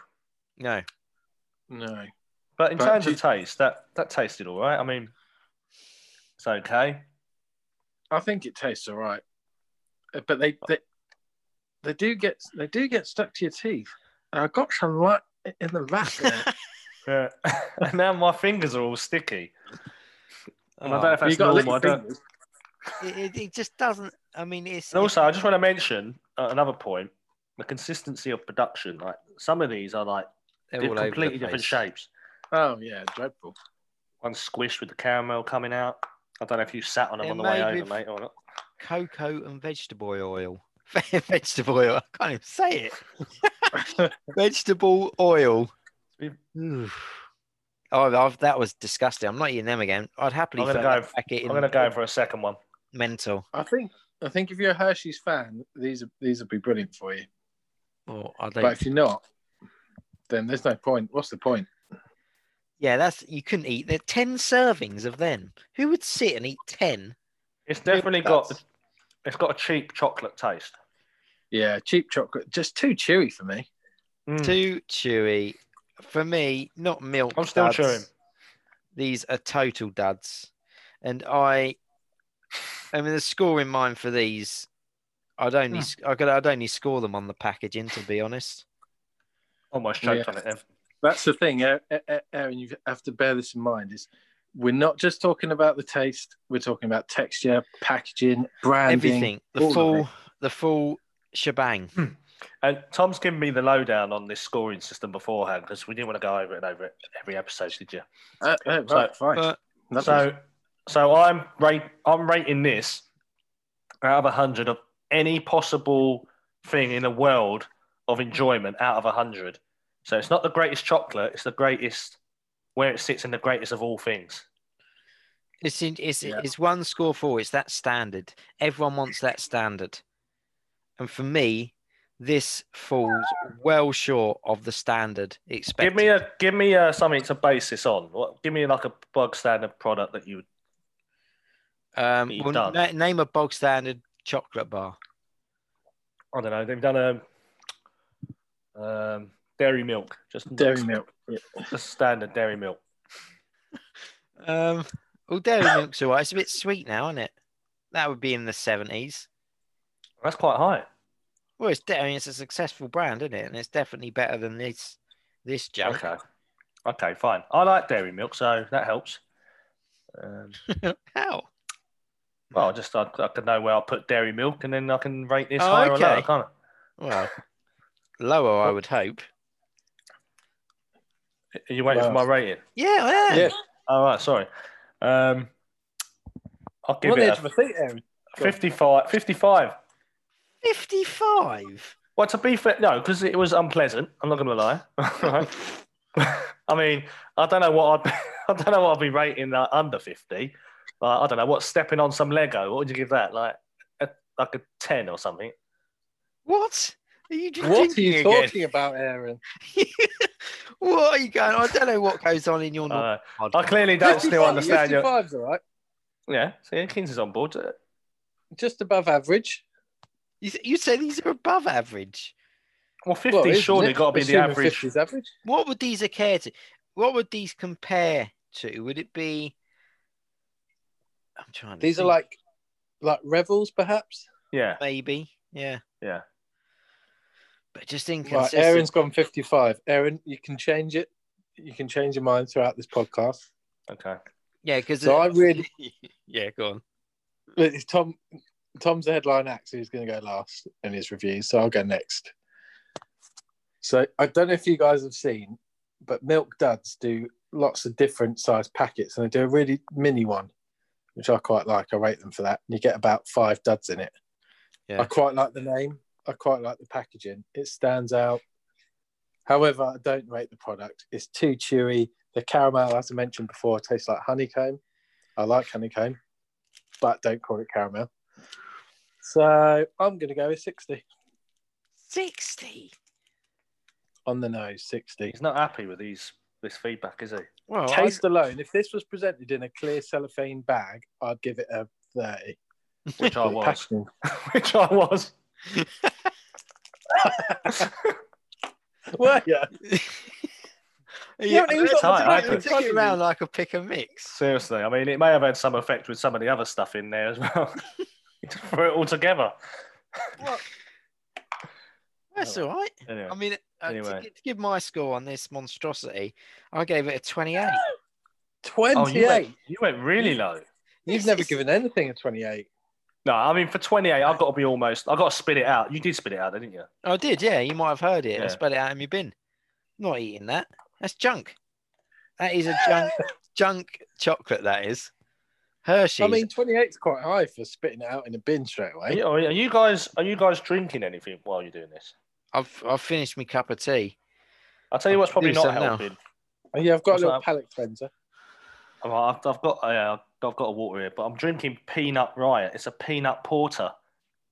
[SPEAKER 1] No,
[SPEAKER 2] No.
[SPEAKER 3] But in
[SPEAKER 2] But
[SPEAKER 3] terms
[SPEAKER 2] do-
[SPEAKER 3] of taste, that that tasted all right. I mean, it's okay.
[SPEAKER 2] I think it tastes all right, Uh, but they they, they do get they do get stuck to your teeth. And I got some right in the vat there.
[SPEAKER 3] Yeah. and now my fingers are all sticky. And I don't know if
[SPEAKER 2] You
[SPEAKER 3] [laughs] that's
[SPEAKER 2] gotta lick
[SPEAKER 3] normal. I
[SPEAKER 2] your
[SPEAKER 3] don't-
[SPEAKER 2] fingers.
[SPEAKER 1] Oh. it, it, it just doesn't. I mean, it's
[SPEAKER 3] And also, I just want to mention uh, another point: the consistency of production. Like some of these are like
[SPEAKER 1] they're
[SPEAKER 3] di-
[SPEAKER 1] all over the
[SPEAKER 3] completely different
[SPEAKER 1] place.
[SPEAKER 3] shapes.
[SPEAKER 2] Oh yeah, dreadful. [laughs]
[SPEAKER 3] One squished with the caramel coming out. I don't know if you sat on them
[SPEAKER 1] They're
[SPEAKER 3] on the way
[SPEAKER 1] made
[SPEAKER 3] over,
[SPEAKER 1] with-
[SPEAKER 3] mate, or not.
[SPEAKER 1] Cocoa and vegetable oil. [laughs] vegetable oil. I can't even say it. vegetable oil.
[SPEAKER 3] We've-
[SPEAKER 1] Oof. Oh, I've, that was disgusting. I'm not eating them again. I'd happily
[SPEAKER 3] I'm gonna
[SPEAKER 1] throw
[SPEAKER 3] go
[SPEAKER 1] that
[SPEAKER 3] f-
[SPEAKER 1] packet
[SPEAKER 3] I'm
[SPEAKER 1] in
[SPEAKER 3] going to go in for a second one.
[SPEAKER 1] mental.
[SPEAKER 2] I think I think if you're a Hershey's fan, these are, these would be brilliant for you.
[SPEAKER 3] Oh,
[SPEAKER 1] Or I'd
[SPEAKER 2] But if you're not, then there's no point. What's the point?
[SPEAKER 1] yeah, that's you couldn't eat. There are ten servings of them. Who would sit and eat ten?
[SPEAKER 3] It's definitely got
[SPEAKER 2] that's-
[SPEAKER 3] it's got a cheap chocolate taste.
[SPEAKER 2] Yeah, cheap chocolate, just too chewy for me.
[SPEAKER 3] Mm.
[SPEAKER 1] Too chewy. For me, not milk.
[SPEAKER 3] I'm still
[SPEAKER 1] duds.
[SPEAKER 3] chewing.
[SPEAKER 1] These are total duds. And I I mean the score in mind for these, I'd
[SPEAKER 3] Hmm.
[SPEAKER 1] only sc- I could I'd only score them on the packaging, to be honest.
[SPEAKER 3] Almost choked
[SPEAKER 2] Yeah.
[SPEAKER 3] on it. Then.
[SPEAKER 2] That's the thing, Er- Er- Er- Aaron. You have to bear this in mind: is we're not just talking about the taste; we're talking about texture, packaging, branding,
[SPEAKER 1] Everything. The
[SPEAKER 2] all of
[SPEAKER 1] full the full shebang.
[SPEAKER 3] And Tom's given me the lowdown on this scoring system beforehand because we didn't want to go over it and over it every episode, did you?
[SPEAKER 2] Uh, oh, right, fine.
[SPEAKER 1] But
[SPEAKER 2] Lovely.
[SPEAKER 3] So, so I'm rate, I'm rating this out of hundred of any possible thing in the world of enjoyment out of hundred. So it's not the greatest chocolate; it's the greatest where it sits in the greatest of all things.
[SPEAKER 1] It's in, it's
[SPEAKER 2] Yeah.
[SPEAKER 1] it's one score four. It's that standard. Everyone wants that standard, and for me, this falls well short of the standard expected.
[SPEAKER 3] Give me a give me a, something to base this on. What, give me like a bog standard product that you would.
[SPEAKER 1] um,
[SPEAKER 3] you've
[SPEAKER 1] well,
[SPEAKER 3] done.
[SPEAKER 1] na- name a bog standard chocolate bar.
[SPEAKER 3] I don't know. They've done a um, dairy milk, just
[SPEAKER 2] dairy milk. Yeah.
[SPEAKER 3] just standard dairy milk.
[SPEAKER 1] Um, well, dairy milk's alright. It's a bit sweet now, isn't it? That would be in the seventies.
[SPEAKER 3] That's quite high.
[SPEAKER 1] Well, it's de- I mean, it's a successful brand, isn't it? And it's definitely better than this this junk.
[SPEAKER 3] Okay. Okay, fine. I like dairy milk, so that helps. Um,
[SPEAKER 1] How?
[SPEAKER 3] well, just I, I can know where I put dairy milk, and then I can rate this
[SPEAKER 1] Oh,
[SPEAKER 3] higher
[SPEAKER 1] okay.
[SPEAKER 3] or lower, can't
[SPEAKER 1] Well, lower, I would hope.
[SPEAKER 3] I? Are you waiting for my
[SPEAKER 2] Well-
[SPEAKER 3] rating?
[SPEAKER 1] Yeah, I am.
[SPEAKER 2] Yeah.
[SPEAKER 3] All right, sorry. Um, I'll give
[SPEAKER 2] Well,
[SPEAKER 3] it
[SPEAKER 2] the
[SPEAKER 3] a
[SPEAKER 2] edge of a seat,
[SPEAKER 3] [laughs]
[SPEAKER 2] Aaron.
[SPEAKER 3] 55. 55.
[SPEAKER 1] Fifty-five.
[SPEAKER 3] Well, to be fair, no, because it was unpleasant. I'm not going to lie. [laughs] Right? I mean, I don't know what I'd, I don't know what I'd be [laughs] rating uh, under 50. Like, I don't know what stepping on some Lego. What would you give that? Like, a, like a 10 or something.
[SPEAKER 1] What? Are you just
[SPEAKER 2] What are you
[SPEAKER 1] drinking again?
[SPEAKER 2] talking about, Aaron?
[SPEAKER 1] [laughs] what are you going? I don't know what goes on in your
[SPEAKER 3] Uh,
[SPEAKER 1] pod.
[SPEAKER 3] I clearly don't still
[SPEAKER 2] 55
[SPEAKER 3] understand your.
[SPEAKER 2] 55's all right.
[SPEAKER 3] Yeah, see, Kings is on board. Uh,
[SPEAKER 2] Just above average.
[SPEAKER 1] You, you say these are above average.
[SPEAKER 3] Well, 50
[SPEAKER 2] Well, isn't
[SPEAKER 3] surely
[SPEAKER 2] it?
[SPEAKER 3] got to be the
[SPEAKER 2] Assuming
[SPEAKER 3] average.
[SPEAKER 2] 50's average.
[SPEAKER 1] What would these occur to? What would these compare to? Would it be? I'm trying. To
[SPEAKER 2] These are
[SPEAKER 1] think.
[SPEAKER 2] like like revels, perhaps.
[SPEAKER 3] Yeah,
[SPEAKER 1] maybe, yeah,
[SPEAKER 3] yeah.
[SPEAKER 1] but just
[SPEAKER 2] Right,
[SPEAKER 1] inconsistent.
[SPEAKER 2] Aaron's gone 55. Aaron, you can change it. You can change your mind throughout this podcast.
[SPEAKER 3] Okay.
[SPEAKER 1] yeah, because
[SPEAKER 2] So I really,
[SPEAKER 1] [laughs] yeah, go on.
[SPEAKER 2] but it's Tom. Tom's the headline act, so he's going to go last in his review. So I'll go next. So I don't know if you guys have seen, but Milk Duds do lots of different size packets, and they do a really mini one, which I quite like. I rate them for that. You get about five duds in it.
[SPEAKER 1] Yeah.
[SPEAKER 2] I quite like the name. I quite like the packaging. It stands out. However, I don't rate the product. It's too chewy. The caramel, as I mentioned before, tastes like honeycomb. I like honeycomb, but don't call it caramel. So I'm going to go with 60
[SPEAKER 1] Sixty.
[SPEAKER 2] on the nose, 60.
[SPEAKER 3] He's not happy with these this feedback, is he?
[SPEAKER 1] [laughs] Well, I-
[SPEAKER 2] Taste alone, if this was presented in a clear cellophane bag, I'd give it a 30.
[SPEAKER 3] Which
[SPEAKER 2] [laughs]
[SPEAKER 3] I was.
[SPEAKER 2] Packaging.
[SPEAKER 3] Which I was.
[SPEAKER 2] Well,
[SPEAKER 3] Oh,
[SPEAKER 2] yeah.
[SPEAKER 1] [laughs] yeah,
[SPEAKER 2] but it
[SPEAKER 3] was
[SPEAKER 1] it's
[SPEAKER 3] on the
[SPEAKER 1] hard.
[SPEAKER 3] table.
[SPEAKER 1] I took it around like a pick and mix.
[SPEAKER 3] Seriously, I mean, it may have had some effect with some of the other stuff in there as well. [laughs] For it all together.
[SPEAKER 1] That's
[SPEAKER 3] Oh,
[SPEAKER 1] all right.
[SPEAKER 3] Anyway.
[SPEAKER 1] I mean, uh, to
[SPEAKER 3] Anyway.
[SPEAKER 1] gi- to give my score on this monstrosity, I gave it a 28.
[SPEAKER 2] 28.
[SPEAKER 3] Oh, you went, you went really low.
[SPEAKER 2] You've
[SPEAKER 1] It's-
[SPEAKER 2] never
[SPEAKER 1] it's-
[SPEAKER 2] given anything a 28.
[SPEAKER 3] No, I mean, for 28, I've got to be almost, I've got to spit it out. You did spit it out, didn't you?
[SPEAKER 1] I did, yeah. You might have heard it.
[SPEAKER 3] Yeah.
[SPEAKER 1] I spelled it out in my bin. Not eating that. That's junk. That is a junk, junk chocolate. That is Hershey's.
[SPEAKER 2] I mean, 28 is quite high for spitting it out in a bin straight
[SPEAKER 3] Are
[SPEAKER 2] away.
[SPEAKER 3] you, are you guys are you guys drinking anything while you're doing this?
[SPEAKER 1] I've I've finished my cup of tea.
[SPEAKER 3] I'll tell you what's probably
[SPEAKER 1] Do
[SPEAKER 3] not
[SPEAKER 1] something now.
[SPEAKER 3] helping.
[SPEAKER 2] Oh, yeah, I've got
[SPEAKER 3] What's
[SPEAKER 2] a little
[SPEAKER 3] that?
[SPEAKER 2] palate cleanser.
[SPEAKER 3] I've, I've I've got uh, I've got a water here, but I'm drinking peanut riot. It's a peanut porter,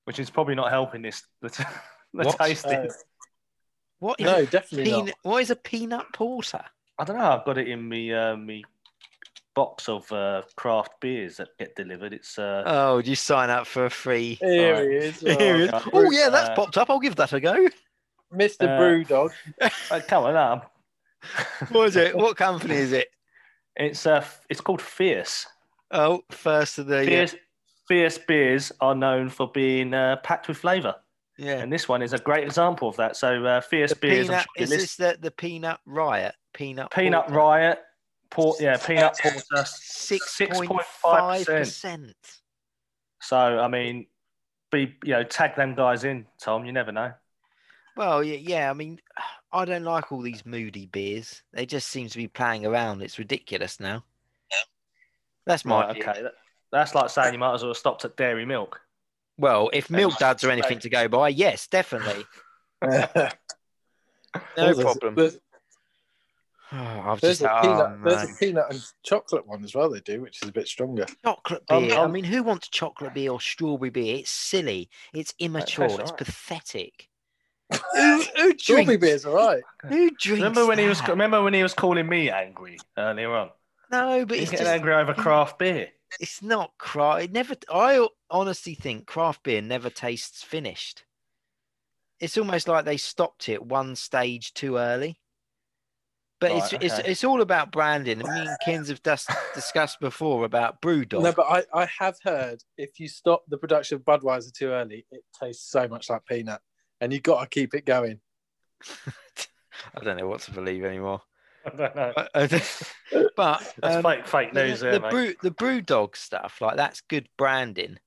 [SPEAKER 3] which is probably not helping this [laughs] the, t- the
[SPEAKER 1] What? Oh.
[SPEAKER 3] tasting.
[SPEAKER 2] Uh,
[SPEAKER 1] What is
[SPEAKER 2] No,
[SPEAKER 1] a
[SPEAKER 2] definitely not.
[SPEAKER 1] peanut? What is a peanut porter?
[SPEAKER 3] I don't know. I've got it in me uh, me box of uh, craft beers that get delivered.
[SPEAKER 1] [laughs]
[SPEAKER 3] It's uh,
[SPEAKER 1] Oh, you sign up for a free?
[SPEAKER 2] Here
[SPEAKER 3] Alright.
[SPEAKER 2] he is.
[SPEAKER 3] [laughs]
[SPEAKER 1] Oh,
[SPEAKER 2] Oh,
[SPEAKER 3] God.
[SPEAKER 1] oh yeah, that's
[SPEAKER 3] Uh,
[SPEAKER 1] popped up. I'll give that a go.
[SPEAKER 2] Mr.
[SPEAKER 3] Uh, [laughs]
[SPEAKER 2] Brewdog.
[SPEAKER 3] uh, come on, um,
[SPEAKER 1] What is it? What company is it?
[SPEAKER 3] it's uh, f- it's called Fierce.
[SPEAKER 1] Oh, first of the
[SPEAKER 3] Fierce, Fierce beers are known for being uh, packed with flavour,
[SPEAKER 1] yeah.
[SPEAKER 3] and this one is a great example of that. So uh, Fierce
[SPEAKER 1] The
[SPEAKER 3] beers, I'm
[SPEAKER 1] peanut,
[SPEAKER 3] sure you
[SPEAKER 1] is
[SPEAKER 3] listen-
[SPEAKER 1] this the, the peanut riot? Peanut
[SPEAKER 3] peanut
[SPEAKER 1] porter?
[SPEAKER 3] riot, port, yeah, peanut porter.
[SPEAKER 1] Six
[SPEAKER 3] 6.5%.
[SPEAKER 1] point five percent.
[SPEAKER 3] So I mean, be you know, tag them guys in, Tom. You never know.
[SPEAKER 1] Well, yeah, yeah. I mean, I don't like all these moody beers. They just seem to be playing around. It's ridiculous now. That's my
[SPEAKER 3] Right,
[SPEAKER 1] okay.
[SPEAKER 3] okay. that- That's like saying you might as well have stopped at Dairy Milk.
[SPEAKER 1] Well, if milk
[SPEAKER 3] Right.
[SPEAKER 1] duds are anything to go by, yes, definitely, [sighs] no
[SPEAKER 2] There's a-
[SPEAKER 1] problem.
[SPEAKER 2] There's,
[SPEAKER 1] Oh, I've
[SPEAKER 2] there's
[SPEAKER 1] just
[SPEAKER 2] a
[SPEAKER 1] oh,
[SPEAKER 2] peanut, there's a
[SPEAKER 1] no.
[SPEAKER 2] peanut and chocolate one as well, they do, which is a bit stronger.
[SPEAKER 1] chocolate
[SPEAKER 3] Um,
[SPEAKER 1] beer. I
[SPEAKER 3] um,
[SPEAKER 1] mean, who wants chocolate beer or strawberry beer? It's silly. It's immature. It's
[SPEAKER 3] alright.
[SPEAKER 1] pathetic. [laughs] who, who
[SPEAKER 2] Strawberry
[SPEAKER 1] drinks?
[SPEAKER 2] beer's all right.
[SPEAKER 1] Who drinks?
[SPEAKER 3] Remember when he was
[SPEAKER 1] that?
[SPEAKER 3] remember when he was calling me angry earlier on?
[SPEAKER 1] No, but
[SPEAKER 3] He's
[SPEAKER 1] it's
[SPEAKER 3] getting
[SPEAKER 1] just
[SPEAKER 3] angry over craft beer. [laughs]
[SPEAKER 1] It's not craft. It never. I honestly think craft beer never tastes finished. It's almost like they stopped it one stage too early. But it's,
[SPEAKER 3] Right,
[SPEAKER 1] it's
[SPEAKER 3] okay.
[SPEAKER 1] it's all about branding. Me and Kins have just discussed before about BrewDog.
[SPEAKER 2] No, but I, I have heard if you stop the production of Budweiser too early, it tastes so much like peanut, and you got to keep it going.
[SPEAKER 1] I don't know what to believe
[SPEAKER 3] [laughs]
[SPEAKER 1] anymore.
[SPEAKER 3] I don't know.
[SPEAKER 1] but but,
[SPEAKER 3] That's
[SPEAKER 1] um,
[SPEAKER 3] fake fake
[SPEAKER 1] the-
[SPEAKER 3] news
[SPEAKER 1] the,
[SPEAKER 3] there, mate.
[SPEAKER 1] brew the brew dog stuff like that's good branding,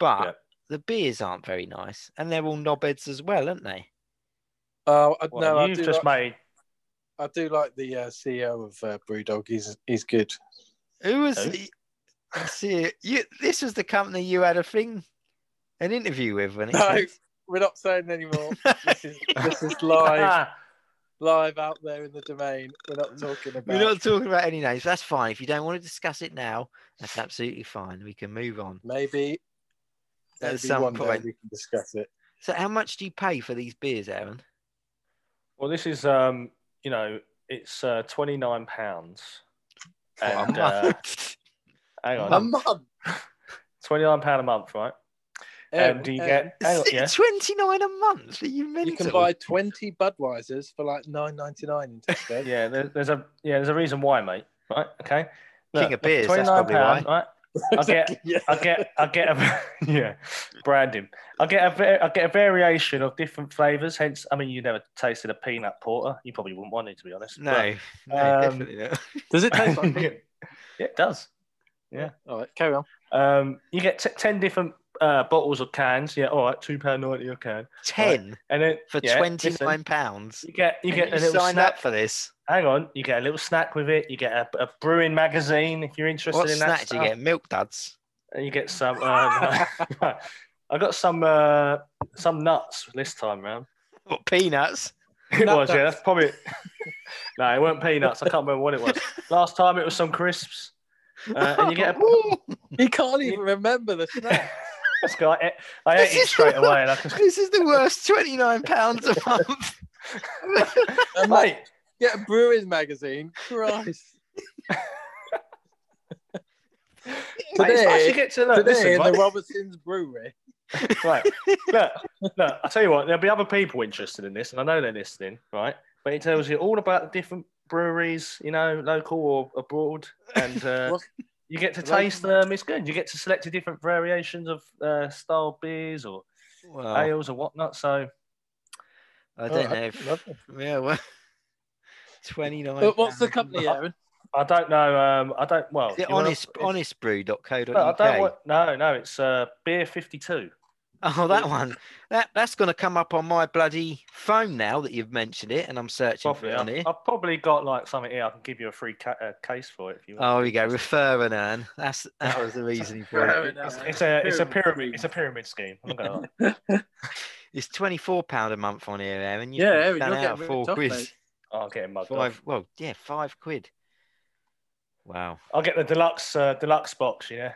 [SPEAKER 1] but
[SPEAKER 3] Yeah.
[SPEAKER 1] the beers aren't very nice, and they're all knobheads as well, aren't they?
[SPEAKER 2] Oh I,
[SPEAKER 3] Well,
[SPEAKER 2] no, I
[SPEAKER 3] you've
[SPEAKER 2] do,
[SPEAKER 3] just
[SPEAKER 2] like,
[SPEAKER 3] made [laughs]
[SPEAKER 2] I do like the uh, CEO of uh, Brewdog. He's he's good.
[SPEAKER 1] Who was
[SPEAKER 3] Who?
[SPEAKER 1] the- I see you? This was the company you had a thing, an interview with, when it
[SPEAKER 2] No.
[SPEAKER 1] said-
[SPEAKER 2] We're not saying anymore.
[SPEAKER 1] [laughs]
[SPEAKER 2] this is this is live live out there in the domain. We're not talking about.
[SPEAKER 1] we're not talking about any names. That's fine. If you don't want to discuss it now, [laughs] that's absolutely fine. We can move on.
[SPEAKER 2] Maybe
[SPEAKER 1] At
[SPEAKER 2] maybe
[SPEAKER 1] some
[SPEAKER 2] one day
[SPEAKER 1] point.
[SPEAKER 2] we can discuss it.
[SPEAKER 1] So, how much do you pay for these beers, Aaron?
[SPEAKER 3] Well, this is um, you know, it's uh, twenty nine pounds.
[SPEAKER 1] For a
[SPEAKER 3] And
[SPEAKER 1] [laughs]
[SPEAKER 3] uh,
[SPEAKER 1] month?
[SPEAKER 3] hang
[SPEAKER 2] A
[SPEAKER 3] on,
[SPEAKER 2] month.
[SPEAKER 3] twenty nine pound a month, right?
[SPEAKER 2] Aaron,
[SPEAKER 3] And do you
[SPEAKER 2] Aaron, [laughs]
[SPEAKER 3] get hang on,
[SPEAKER 1] Is it
[SPEAKER 3] yeah?
[SPEAKER 1] 29 a month? Are you mental?
[SPEAKER 2] You can buy twenty Budweisers for like nine ninety nine in Tesco.
[SPEAKER 3] Yeah, there, there's a yeah, there's a reason why, mate. Right? Okay.
[SPEAKER 1] King of beers, that's
[SPEAKER 3] £29,
[SPEAKER 1] probably why.
[SPEAKER 3] Right? I get,
[SPEAKER 2] [laughs] yeah.
[SPEAKER 3] I get, I get a [laughs] yeah, branding. I get a, va- I get a variation of different flavors. Hence, I mean, you never tasted a peanut porter. You probably wouldn't want it to be honest.
[SPEAKER 1] No, no,
[SPEAKER 3] um,
[SPEAKER 1] definitely not.
[SPEAKER 2] Does it
[SPEAKER 3] but-
[SPEAKER 2] taste
[SPEAKER 3] [laughs]
[SPEAKER 2] like peanut?
[SPEAKER 3] yeah, it does.
[SPEAKER 2] All right, carry on.
[SPEAKER 3] Um, you get t- ten different uh, bottles or cans. Yeah, all right, two pound ninety a can,
[SPEAKER 1] 10
[SPEAKER 3] and then
[SPEAKER 1] for
[SPEAKER 3] yeah, listen,
[SPEAKER 1] 29 pounds.
[SPEAKER 3] You get, you
[SPEAKER 1] And
[SPEAKER 3] get a
[SPEAKER 1] you
[SPEAKER 3] little
[SPEAKER 1] sign
[SPEAKER 3] snack.
[SPEAKER 1] up for this.
[SPEAKER 3] Hang on, you get a little snack with it. You get a, a brewing magazine if you're interested
[SPEAKER 1] What
[SPEAKER 3] in that.
[SPEAKER 1] snack do you
[SPEAKER 3] stuff.
[SPEAKER 1] get? Milk duds.
[SPEAKER 3] And you get some. Um, [laughs] I got some uh, some nuts this time round.
[SPEAKER 1] What peanuts?
[SPEAKER 2] [laughs]
[SPEAKER 3] It
[SPEAKER 2] Nut
[SPEAKER 3] was yeah,
[SPEAKER 2] nuts.
[SPEAKER 3] that's probably. [laughs] no, it weren't peanuts. I can't remember what it was. Last time it was some crisps, uh, and
[SPEAKER 1] [laughs]
[SPEAKER 3] you get. A...
[SPEAKER 2] You can't even remember the snack.
[SPEAKER 3] That's good. I ate, I
[SPEAKER 1] This
[SPEAKER 3] ate it
[SPEAKER 1] is [laughs]
[SPEAKER 3] straight
[SPEAKER 1] the
[SPEAKER 3] away, and I [laughs]
[SPEAKER 1] this is the worst 29 pounds a month.
[SPEAKER 3] mate.
[SPEAKER 2] Get a brewing magazine. Christ. [laughs]
[SPEAKER 3] Mate, it's nice to
[SPEAKER 2] Today-
[SPEAKER 3] get to look,
[SPEAKER 2] Today
[SPEAKER 3] listen,
[SPEAKER 2] in
[SPEAKER 3] right?
[SPEAKER 2] the Robertson's Brewery.
[SPEAKER 3] right. Look, look, I tell you what, there'll be other people interested in this, and I know they're listening, right? But it tells you all about the different breweries, you know, local or abroad, and uh,
[SPEAKER 2] What?
[SPEAKER 3] you get to
[SPEAKER 2] Local?
[SPEAKER 3] taste them. It's good. You get to select the different variations of uh, style beers or
[SPEAKER 1] Well,
[SPEAKER 3] ales or whatnot. So
[SPEAKER 1] I don't
[SPEAKER 2] Oh,
[SPEAKER 1] know. If,
[SPEAKER 2] love it.
[SPEAKER 1] [laughs] yeah, well, twenty nine.
[SPEAKER 2] But what's the company, Aaron?
[SPEAKER 3] I don't know. Um, I don't. Well,
[SPEAKER 1] The
[SPEAKER 3] you wanna-
[SPEAKER 1] honest,
[SPEAKER 3] if-
[SPEAKER 1] honestbrew.co.uk.
[SPEAKER 3] No, I don't want, no, no, it's uh, beer 52.
[SPEAKER 1] Oh, that one. That that's going to come up on my bloody phone now that you've mentioned it, and I'm searching
[SPEAKER 3] Probably.
[SPEAKER 1] for it on here.
[SPEAKER 3] I've, I've probably got like something here. I can give you a free ca- uh, case for it if you want.
[SPEAKER 1] Oh, here we go. Refer and earn. That's that was the reasoning
[SPEAKER 3] [laughs]
[SPEAKER 1] for it.
[SPEAKER 2] Fair
[SPEAKER 3] It's,
[SPEAKER 2] enough.
[SPEAKER 3] it's a it's a pyramid
[SPEAKER 2] Pyramid
[SPEAKER 3] it's a pyramid scheme. I'm not gonna lie.
[SPEAKER 1] It's twenty four pound a month on here, Aaron.
[SPEAKER 2] Yeah,
[SPEAKER 1] can
[SPEAKER 2] Aaron,
[SPEAKER 1] stand
[SPEAKER 2] you're
[SPEAKER 1] out
[SPEAKER 2] getting
[SPEAKER 1] four
[SPEAKER 2] ripped off,
[SPEAKER 1] quid.
[SPEAKER 2] mate.
[SPEAKER 3] I'll get him mugged
[SPEAKER 1] Five.
[SPEAKER 3] off.
[SPEAKER 1] Well, yeah, five quid. Wow.
[SPEAKER 3] I'll get the deluxe uh, deluxe box. You know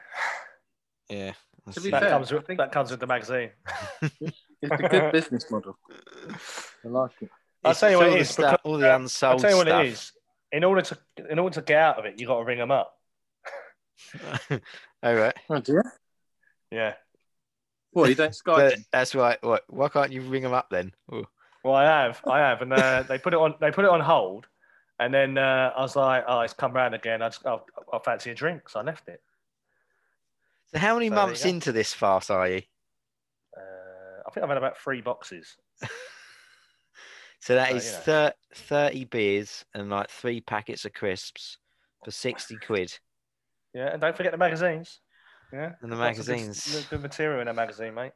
[SPEAKER 1] Yeah. that's
[SPEAKER 2] To be
[SPEAKER 1] it.
[SPEAKER 3] that
[SPEAKER 2] fair,
[SPEAKER 3] comes
[SPEAKER 2] I
[SPEAKER 3] with
[SPEAKER 2] think-
[SPEAKER 3] that comes with the magazine.
[SPEAKER 2] It's a good business model. I like it.
[SPEAKER 3] I'll
[SPEAKER 1] It's-
[SPEAKER 3] tell you
[SPEAKER 1] it's
[SPEAKER 3] what
[SPEAKER 1] all
[SPEAKER 3] it
[SPEAKER 1] the
[SPEAKER 3] is,
[SPEAKER 1] stu- all the
[SPEAKER 3] I'll
[SPEAKER 1] unsold
[SPEAKER 3] tell you what
[SPEAKER 1] stuff.
[SPEAKER 3] it is. In order to in order to get out of it, you got to ring them up.
[SPEAKER 1] [laughs] all right.
[SPEAKER 2] Oh, dear.
[SPEAKER 3] Yeah.
[SPEAKER 2] Well, you don't Skype.
[SPEAKER 1] But that's why. What, why can't you ring them up then? Ooh.
[SPEAKER 3] Well, I have, I have,
[SPEAKER 2] [laughs]
[SPEAKER 3] and uh, they put it on they put it on hold, and then uh, I was like, oh, it's come round again. I just I, I fancy a drink, so I left it.
[SPEAKER 1] So how many
[SPEAKER 3] So there you
[SPEAKER 1] months
[SPEAKER 3] go.
[SPEAKER 1] into this farce are you?
[SPEAKER 3] Uh, I think I've had about three boxes.
[SPEAKER 1] So that
[SPEAKER 3] So,
[SPEAKER 1] is
[SPEAKER 3] you know.
[SPEAKER 1] thir- 30 beers and like three packets of crisps for 60 quid.
[SPEAKER 3] Yeah, and don't forget the magazines. Yeah,
[SPEAKER 1] And the
[SPEAKER 3] Lots of good-
[SPEAKER 1] magazines.
[SPEAKER 3] Good, good material in that magazine, mate.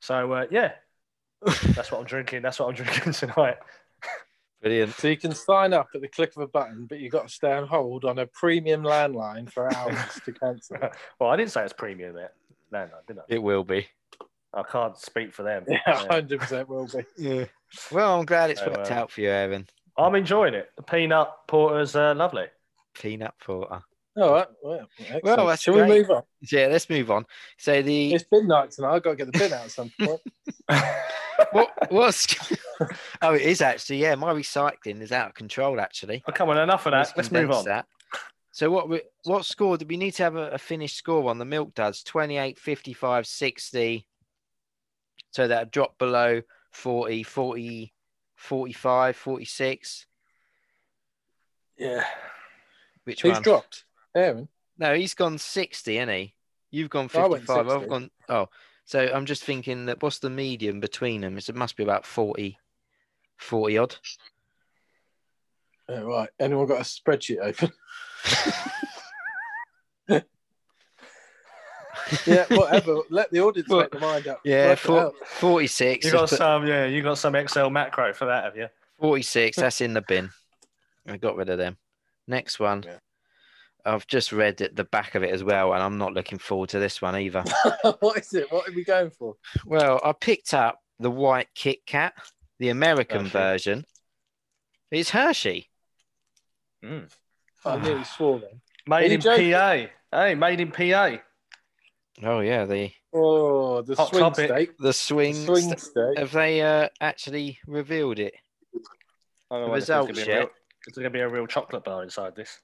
[SPEAKER 3] So uh, yeah,
[SPEAKER 2] [laughs]
[SPEAKER 3] that's what I'm drinking. That's what I'm drinking [laughs] tonight.
[SPEAKER 1] Brilliant.
[SPEAKER 2] So you can sign up at the click of a button, but you've got to stay on hold on a premium landline for hours to cancel.
[SPEAKER 3] Well, I didn't say it's premium there. No, no, did
[SPEAKER 1] It will be.
[SPEAKER 3] I? I can't speak for them.
[SPEAKER 2] [laughs] Yeah, hundred percent will be.
[SPEAKER 1] Yeah. Well, I'm glad it's
[SPEAKER 3] So,
[SPEAKER 1] worked
[SPEAKER 3] uh,
[SPEAKER 1] out for you, Evan.
[SPEAKER 3] I'm enjoying it. The peanut porter's uh,
[SPEAKER 2] [laughs]
[SPEAKER 3] lovely.
[SPEAKER 1] Peanut porter.
[SPEAKER 2] All right. Well, excellent.
[SPEAKER 1] Well, that's
[SPEAKER 2] shall
[SPEAKER 1] great.
[SPEAKER 2] we move on?
[SPEAKER 1] Yeah, let's move on. So the
[SPEAKER 2] It's midnight tonight. I've got to get the bin out at some
[SPEAKER 1] [laughs]
[SPEAKER 2] point.
[SPEAKER 3] [laughs]
[SPEAKER 1] what was [laughs] oh it is actually yeah my recycling is out of control actually.
[SPEAKER 3] Oh, come on, enough of that. Let's move
[SPEAKER 1] condense
[SPEAKER 3] on.
[SPEAKER 1] That. So what we, what score do we need to have a, a finished score on the milk duds 28 55 60 so that drop below 40 40 45 46
[SPEAKER 2] yeah.
[SPEAKER 1] which
[SPEAKER 2] Who's
[SPEAKER 1] one
[SPEAKER 2] dropped? Aaron.
[SPEAKER 1] No he's gone 60 isn't he? You've gone
[SPEAKER 2] I went
[SPEAKER 1] 55 I've
[SPEAKER 2] 60.
[SPEAKER 1] gone oh so I'm just thinking that what's the medium between them it must be about 40 40 odd
[SPEAKER 2] Oh, right. Anyone got a spreadsheet
[SPEAKER 1] [laughs]
[SPEAKER 2] open? yeah, whatever. Let the audience make their mind up.
[SPEAKER 1] Yeah,
[SPEAKER 2] Work it
[SPEAKER 1] four-
[SPEAKER 2] out.
[SPEAKER 1] 46
[SPEAKER 3] You
[SPEAKER 1] I've
[SPEAKER 3] got
[SPEAKER 1] put
[SPEAKER 3] some, yeah. You got some Excel macro for that, have you? [laughs]
[SPEAKER 1] 46 that's in the bin i got rid of them next one
[SPEAKER 2] Yeah.
[SPEAKER 1] i've just read it, the back of it as well and i'm not looking forward to this one
[SPEAKER 2] [laughs]
[SPEAKER 1] either
[SPEAKER 2] what is it? What are we going for?
[SPEAKER 1] well i picked up the white kit kat the american
[SPEAKER 3] Hershey.
[SPEAKER 1] version it's hershey
[SPEAKER 3] Mm.
[SPEAKER 1] Ah.
[SPEAKER 2] I nearly swore then.
[SPEAKER 3] Made
[SPEAKER 2] you
[SPEAKER 3] in
[SPEAKER 2] joking?
[SPEAKER 3] PA. Hey, made in PA.
[SPEAKER 1] oh yeah the
[SPEAKER 2] Oh, the
[SPEAKER 3] Hot
[SPEAKER 2] swing
[SPEAKER 3] topic.
[SPEAKER 2] steak.
[SPEAKER 1] the
[SPEAKER 2] The
[SPEAKER 1] swing,
[SPEAKER 2] swing
[SPEAKER 1] st-
[SPEAKER 2] steak.
[SPEAKER 1] have they uh, actually revealed it
[SPEAKER 3] I
[SPEAKER 1] The
[SPEAKER 3] don't know why this is gonna
[SPEAKER 1] results
[SPEAKER 3] be a
[SPEAKER 1] yet.
[SPEAKER 3] real- There's going to be a real chocolate bar inside this.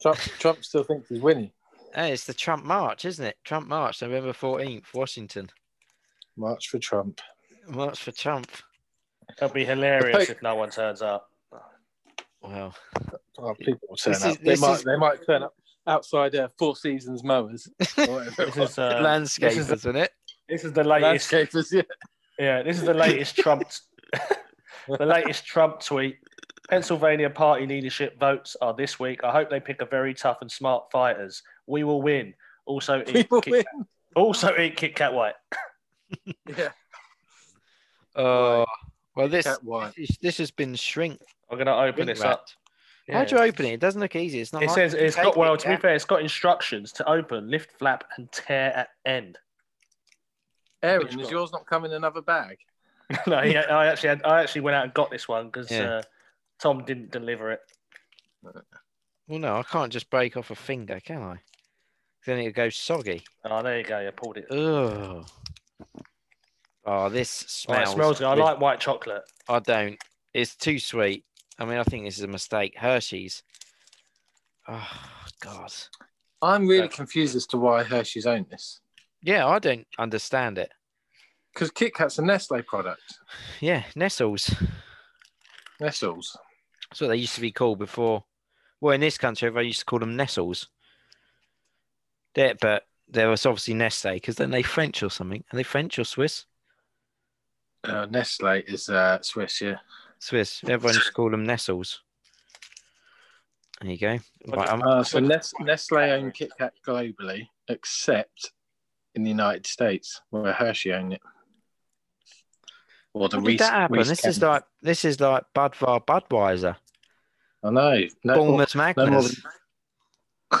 [SPEAKER 2] Trump, Trump still thinks he's winning.
[SPEAKER 1] Hey, it's the trump march isn't it trump march november 14th washington
[SPEAKER 2] March for Trump.
[SPEAKER 1] march for trump
[SPEAKER 3] That'd be hilarious
[SPEAKER 2] Hey.
[SPEAKER 3] if no one turns up.
[SPEAKER 1] well
[SPEAKER 2] Oh, people will turn
[SPEAKER 1] This
[SPEAKER 2] up.
[SPEAKER 1] is-
[SPEAKER 2] they
[SPEAKER 1] this
[SPEAKER 2] might.
[SPEAKER 1] is-
[SPEAKER 2] They might turn up outside uh, Four Seasons [laughs] mowers. or whatever it [laughs]
[SPEAKER 3] This
[SPEAKER 2] was.
[SPEAKER 3] is, uh,
[SPEAKER 1] landscapers
[SPEAKER 3] is the-
[SPEAKER 1] isn't it
[SPEAKER 3] this is the latest.
[SPEAKER 2] Landscapers. Yeah.
[SPEAKER 3] Yeah, this is the latest Trump.
[SPEAKER 1] [laughs]
[SPEAKER 3] the latest Trump tweet. Pennsylvania party leadership votes are this week. I hope they pick a very tough and smart fighters. We will win. Also eat,
[SPEAKER 2] People
[SPEAKER 3] Kit,
[SPEAKER 2] win.
[SPEAKER 3] also eat Kit Kat White.
[SPEAKER 2] [laughs] Yeah.
[SPEAKER 1] oh well this
[SPEAKER 2] Cat White.
[SPEAKER 1] This, this has been shrink.
[SPEAKER 3] I'm gonna open
[SPEAKER 1] shrink
[SPEAKER 3] this
[SPEAKER 1] wrapped.
[SPEAKER 3] up.
[SPEAKER 1] How
[SPEAKER 3] Yeah.
[SPEAKER 1] do you open it? It doesn't look easy. It's not.
[SPEAKER 3] It
[SPEAKER 1] like-
[SPEAKER 3] says
[SPEAKER 1] you can
[SPEAKER 3] it's
[SPEAKER 1] take
[SPEAKER 3] got well.
[SPEAKER 1] it
[SPEAKER 3] To be
[SPEAKER 1] out.
[SPEAKER 3] fair, it's got instructions to open, lift flap, and tear at
[SPEAKER 1] [laughs]
[SPEAKER 3] end.
[SPEAKER 2] Aaron,
[SPEAKER 3] Which
[SPEAKER 2] is
[SPEAKER 3] one?
[SPEAKER 2] yours not coming in another bag?
[SPEAKER 3] no, yeah, I actually had, I actually went out and got this one because
[SPEAKER 1] Yeah.
[SPEAKER 3] uh, Tom didn't deliver it.
[SPEAKER 1] Well, no, I can't just break off a finger, can I? Then it goes soggy.
[SPEAKER 3] Oh, there you go. I pulled it.
[SPEAKER 1] Ugh. Oh, this
[SPEAKER 3] Oh, it
[SPEAKER 1] smells.
[SPEAKER 3] smells good. I
[SPEAKER 1] this-
[SPEAKER 3] like white chocolate.
[SPEAKER 1] I don't. It's too sweet. I mean, I think this is a mistake. Hershey's. Oh God.
[SPEAKER 2] I'm really
[SPEAKER 1] Okay.
[SPEAKER 2] confused as to why Hershey's own this
[SPEAKER 1] Yeah, I don't understand it.
[SPEAKER 2] because Kit Kat's a Nestle product.
[SPEAKER 1] Yeah, Nestles.
[SPEAKER 2] Nestles.
[SPEAKER 1] That's what they used to be called before. Well, in this country, everyone used to call them Nestles. There, but there was obviously Nestle because then they French or something. Are they French or Swiss?
[SPEAKER 2] Uh, Nestle is uh, Swiss, yeah.
[SPEAKER 1] Swiss. Everyone used to call them Nestles. There you go. Right, I'm-
[SPEAKER 2] Uh, so Nes- Nestle own Kit Kat globally, except in the United States, where Hershey own it. Or the
[SPEAKER 1] How did
[SPEAKER 2] Reese.
[SPEAKER 1] that happen?
[SPEAKER 2] Reese
[SPEAKER 1] this is
[SPEAKER 2] Kevin.
[SPEAKER 1] like this is like Budvar Budweiser,
[SPEAKER 2] I know. No,
[SPEAKER 1] Bournemouth
[SPEAKER 2] no more
[SPEAKER 1] Magnus.
[SPEAKER 2] than-
[SPEAKER 1] [laughs]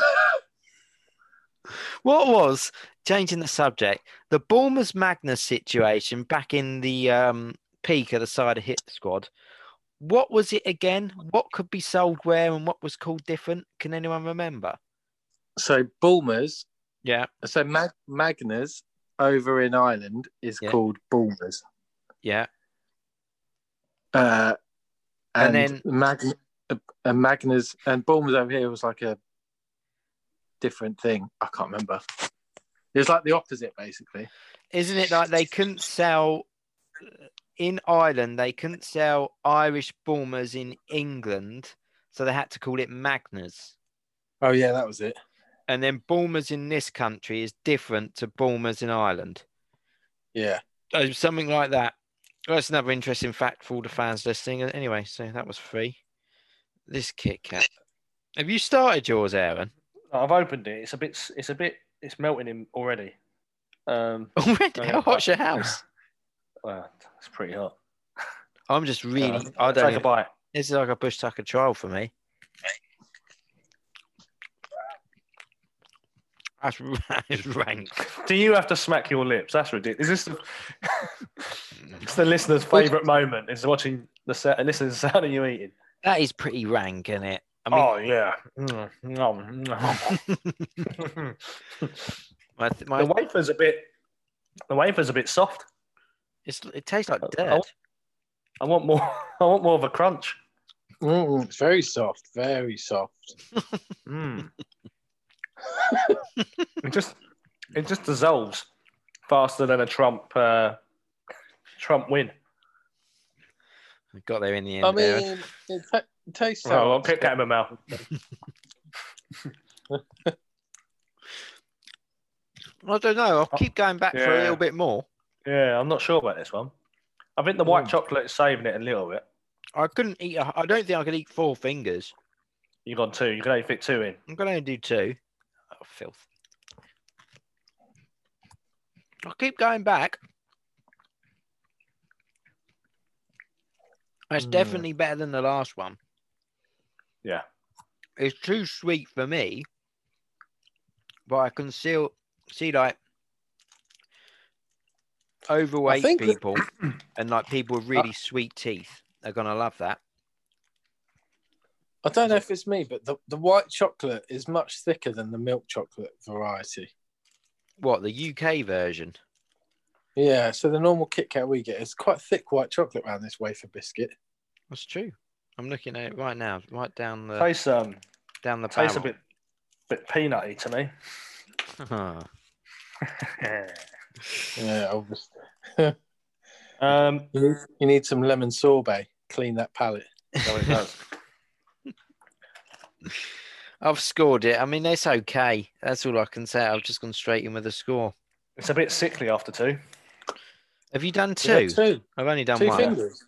[SPEAKER 1] What was changing the subject? The Bournemouth Magnus situation back in the um, peak of the side of hit squad. What was it again? What could be sold where and what was called different? Can anyone remember?
[SPEAKER 2] so Bulmers,
[SPEAKER 1] Yeah,
[SPEAKER 2] so Mag- Magners over in Ireland is
[SPEAKER 1] Yeah.
[SPEAKER 2] called Bulmers.
[SPEAKER 1] yeah,
[SPEAKER 2] Uh,
[SPEAKER 1] And
[SPEAKER 2] and, then Magn- uh, and Magners and Bulmers over here was like a different thing. I can't remember. It was like the opposite, basically.
[SPEAKER 1] isn't it like they couldn't sell uh, in Ireland? They couldn't sell Irish Bournemouths in England, so they had to call it Magnus.
[SPEAKER 2] Oh yeah, that was it.
[SPEAKER 1] And then Bournemouths in this country is different to Bournemouths in Ireland.
[SPEAKER 2] Yeah.
[SPEAKER 1] Oh, something like that. Well, that's another interesting fact for all the fans listening. Anyway, so that was free. This Kit Kat. Have you started yours, Aaron? [laughs]
[SPEAKER 3] No, I've opened it. It's a bit. It's a bit. It's melting in already. Um,
[SPEAKER 1] Already?
[SPEAKER 3] No,
[SPEAKER 1] How hot's your house?
[SPEAKER 3] well, it's pretty hot.
[SPEAKER 1] I'm just really.
[SPEAKER 3] Uh,
[SPEAKER 1] I don't.
[SPEAKER 3] Take a bite.
[SPEAKER 1] This is like a bush tucker trial for me. That's, [laughs] that is rank.
[SPEAKER 3] Do you have to smack your lips? That's ridiculous.
[SPEAKER 1] [laughs]
[SPEAKER 3] Is this the, it's the listener's favourite moment? Is watching the set and listening to the sound of you eating.
[SPEAKER 1] That is pretty rank, isn't it? I mean,
[SPEAKER 3] oh yeah. Mm,
[SPEAKER 1] [laughs]
[SPEAKER 3] nom, nom.
[SPEAKER 1] my, th-
[SPEAKER 3] the
[SPEAKER 1] my,
[SPEAKER 3] wafer's a bit. The wafer's a bit soft.
[SPEAKER 1] it's, it tastes like
[SPEAKER 3] I- I
[SPEAKER 1] dirt.
[SPEAKER 3] want- I want more. [laughs] I want more of a crunch.
[SPEAKER 2] Mm, it's very soft, very soft.
[SPEAKER 3] Mm. [laughs] it just it just dissolves faster than a Trump uh, Trump win.
[SPEAKER 1] I got there in the end.
[SPEAKER 2] I
[SPEAKER 1] Aaron.
[SPEAKER 2] mean, it ta- tastes
[SPEAKER 3] So Oh, I'll
[SPEAKER 2] soft.
[SPEAKER 3] pick that in my mouth.
[SPEAKER 1] I don't know. I'll keep going back for a
[SPEAKER 3] Yeah.
[SPEAKER 1] little bit more.
[SPEAKER 3] Yeah, I'm not sure about this one. I think the white
[SPEAKER 2] Mm.
[SPEAKER 3] chocolate's saving it a little bit.
[SPEAKER 1] I couldn't eat. a- I don't think I could eat four fingers.
[SPEAKER 3] You've gone two. You can only fit two in.
[SPEAKER 1] I'm gonna do two. Oh, filth. I'll keep going back. That's
[SPEAKER 2] Mm.
[SPEAKER 1] definitely better than the last one.
[SPEAKER 3] Yeah.
[SPEAKER 1] It's too sweet for me, but I can still see like overweight
[SPEAKER 2] think that- [clears throat]
[SPEAKER 1] people and like people with really sweet teeth are gonna love that.
[SPEAKER 2] I don't know if it's me, but the, the white chocolate is much thicker than the milk chocolate variety.
[SPEAKER 1] What the UK version?
[SPEAKER 2] Yeah, so the normal Kit Kat we get is quite thick white chocolate around this wafer biscuit.
[SPEAKER 1] That's true. I'm looking at it right now, right down the
[SPEAKER 3] Tastes um
[SPEAKER 1] down the
[SPEAKER 3] tastes a
[SPEAKER 1] barrel.
[SPEAKER 3] bit bit peanutty to [laughs]
[SPEAKER 1] [laughs]
[SPEAKER 3] me.
[SPEAKER 2] Yeah, obviously.
[SPEAKER 3] um,
[SPEAKER 2] You need,
[SPEAKER 1] Mm-hmm.
[SPEAKER 2] you need some lemon sorbet. Clean that palate.
[SPEAKER 3] so it does.
[SPEAKER 1] I've scored it. I mean, that's okay. That's all I can say. I've just gone straight in with a score.
[SPEAKER 3] [laughs] It's a bit sickly after two.
[SPEAKER 1] Have you done two?
[SPEAKER 2] Yeah, two.
[SPEAKER 1] I've only done
[SPEAKER 2] Two
[SPEAKER 1] one.
[SPEAKER 2] fingers.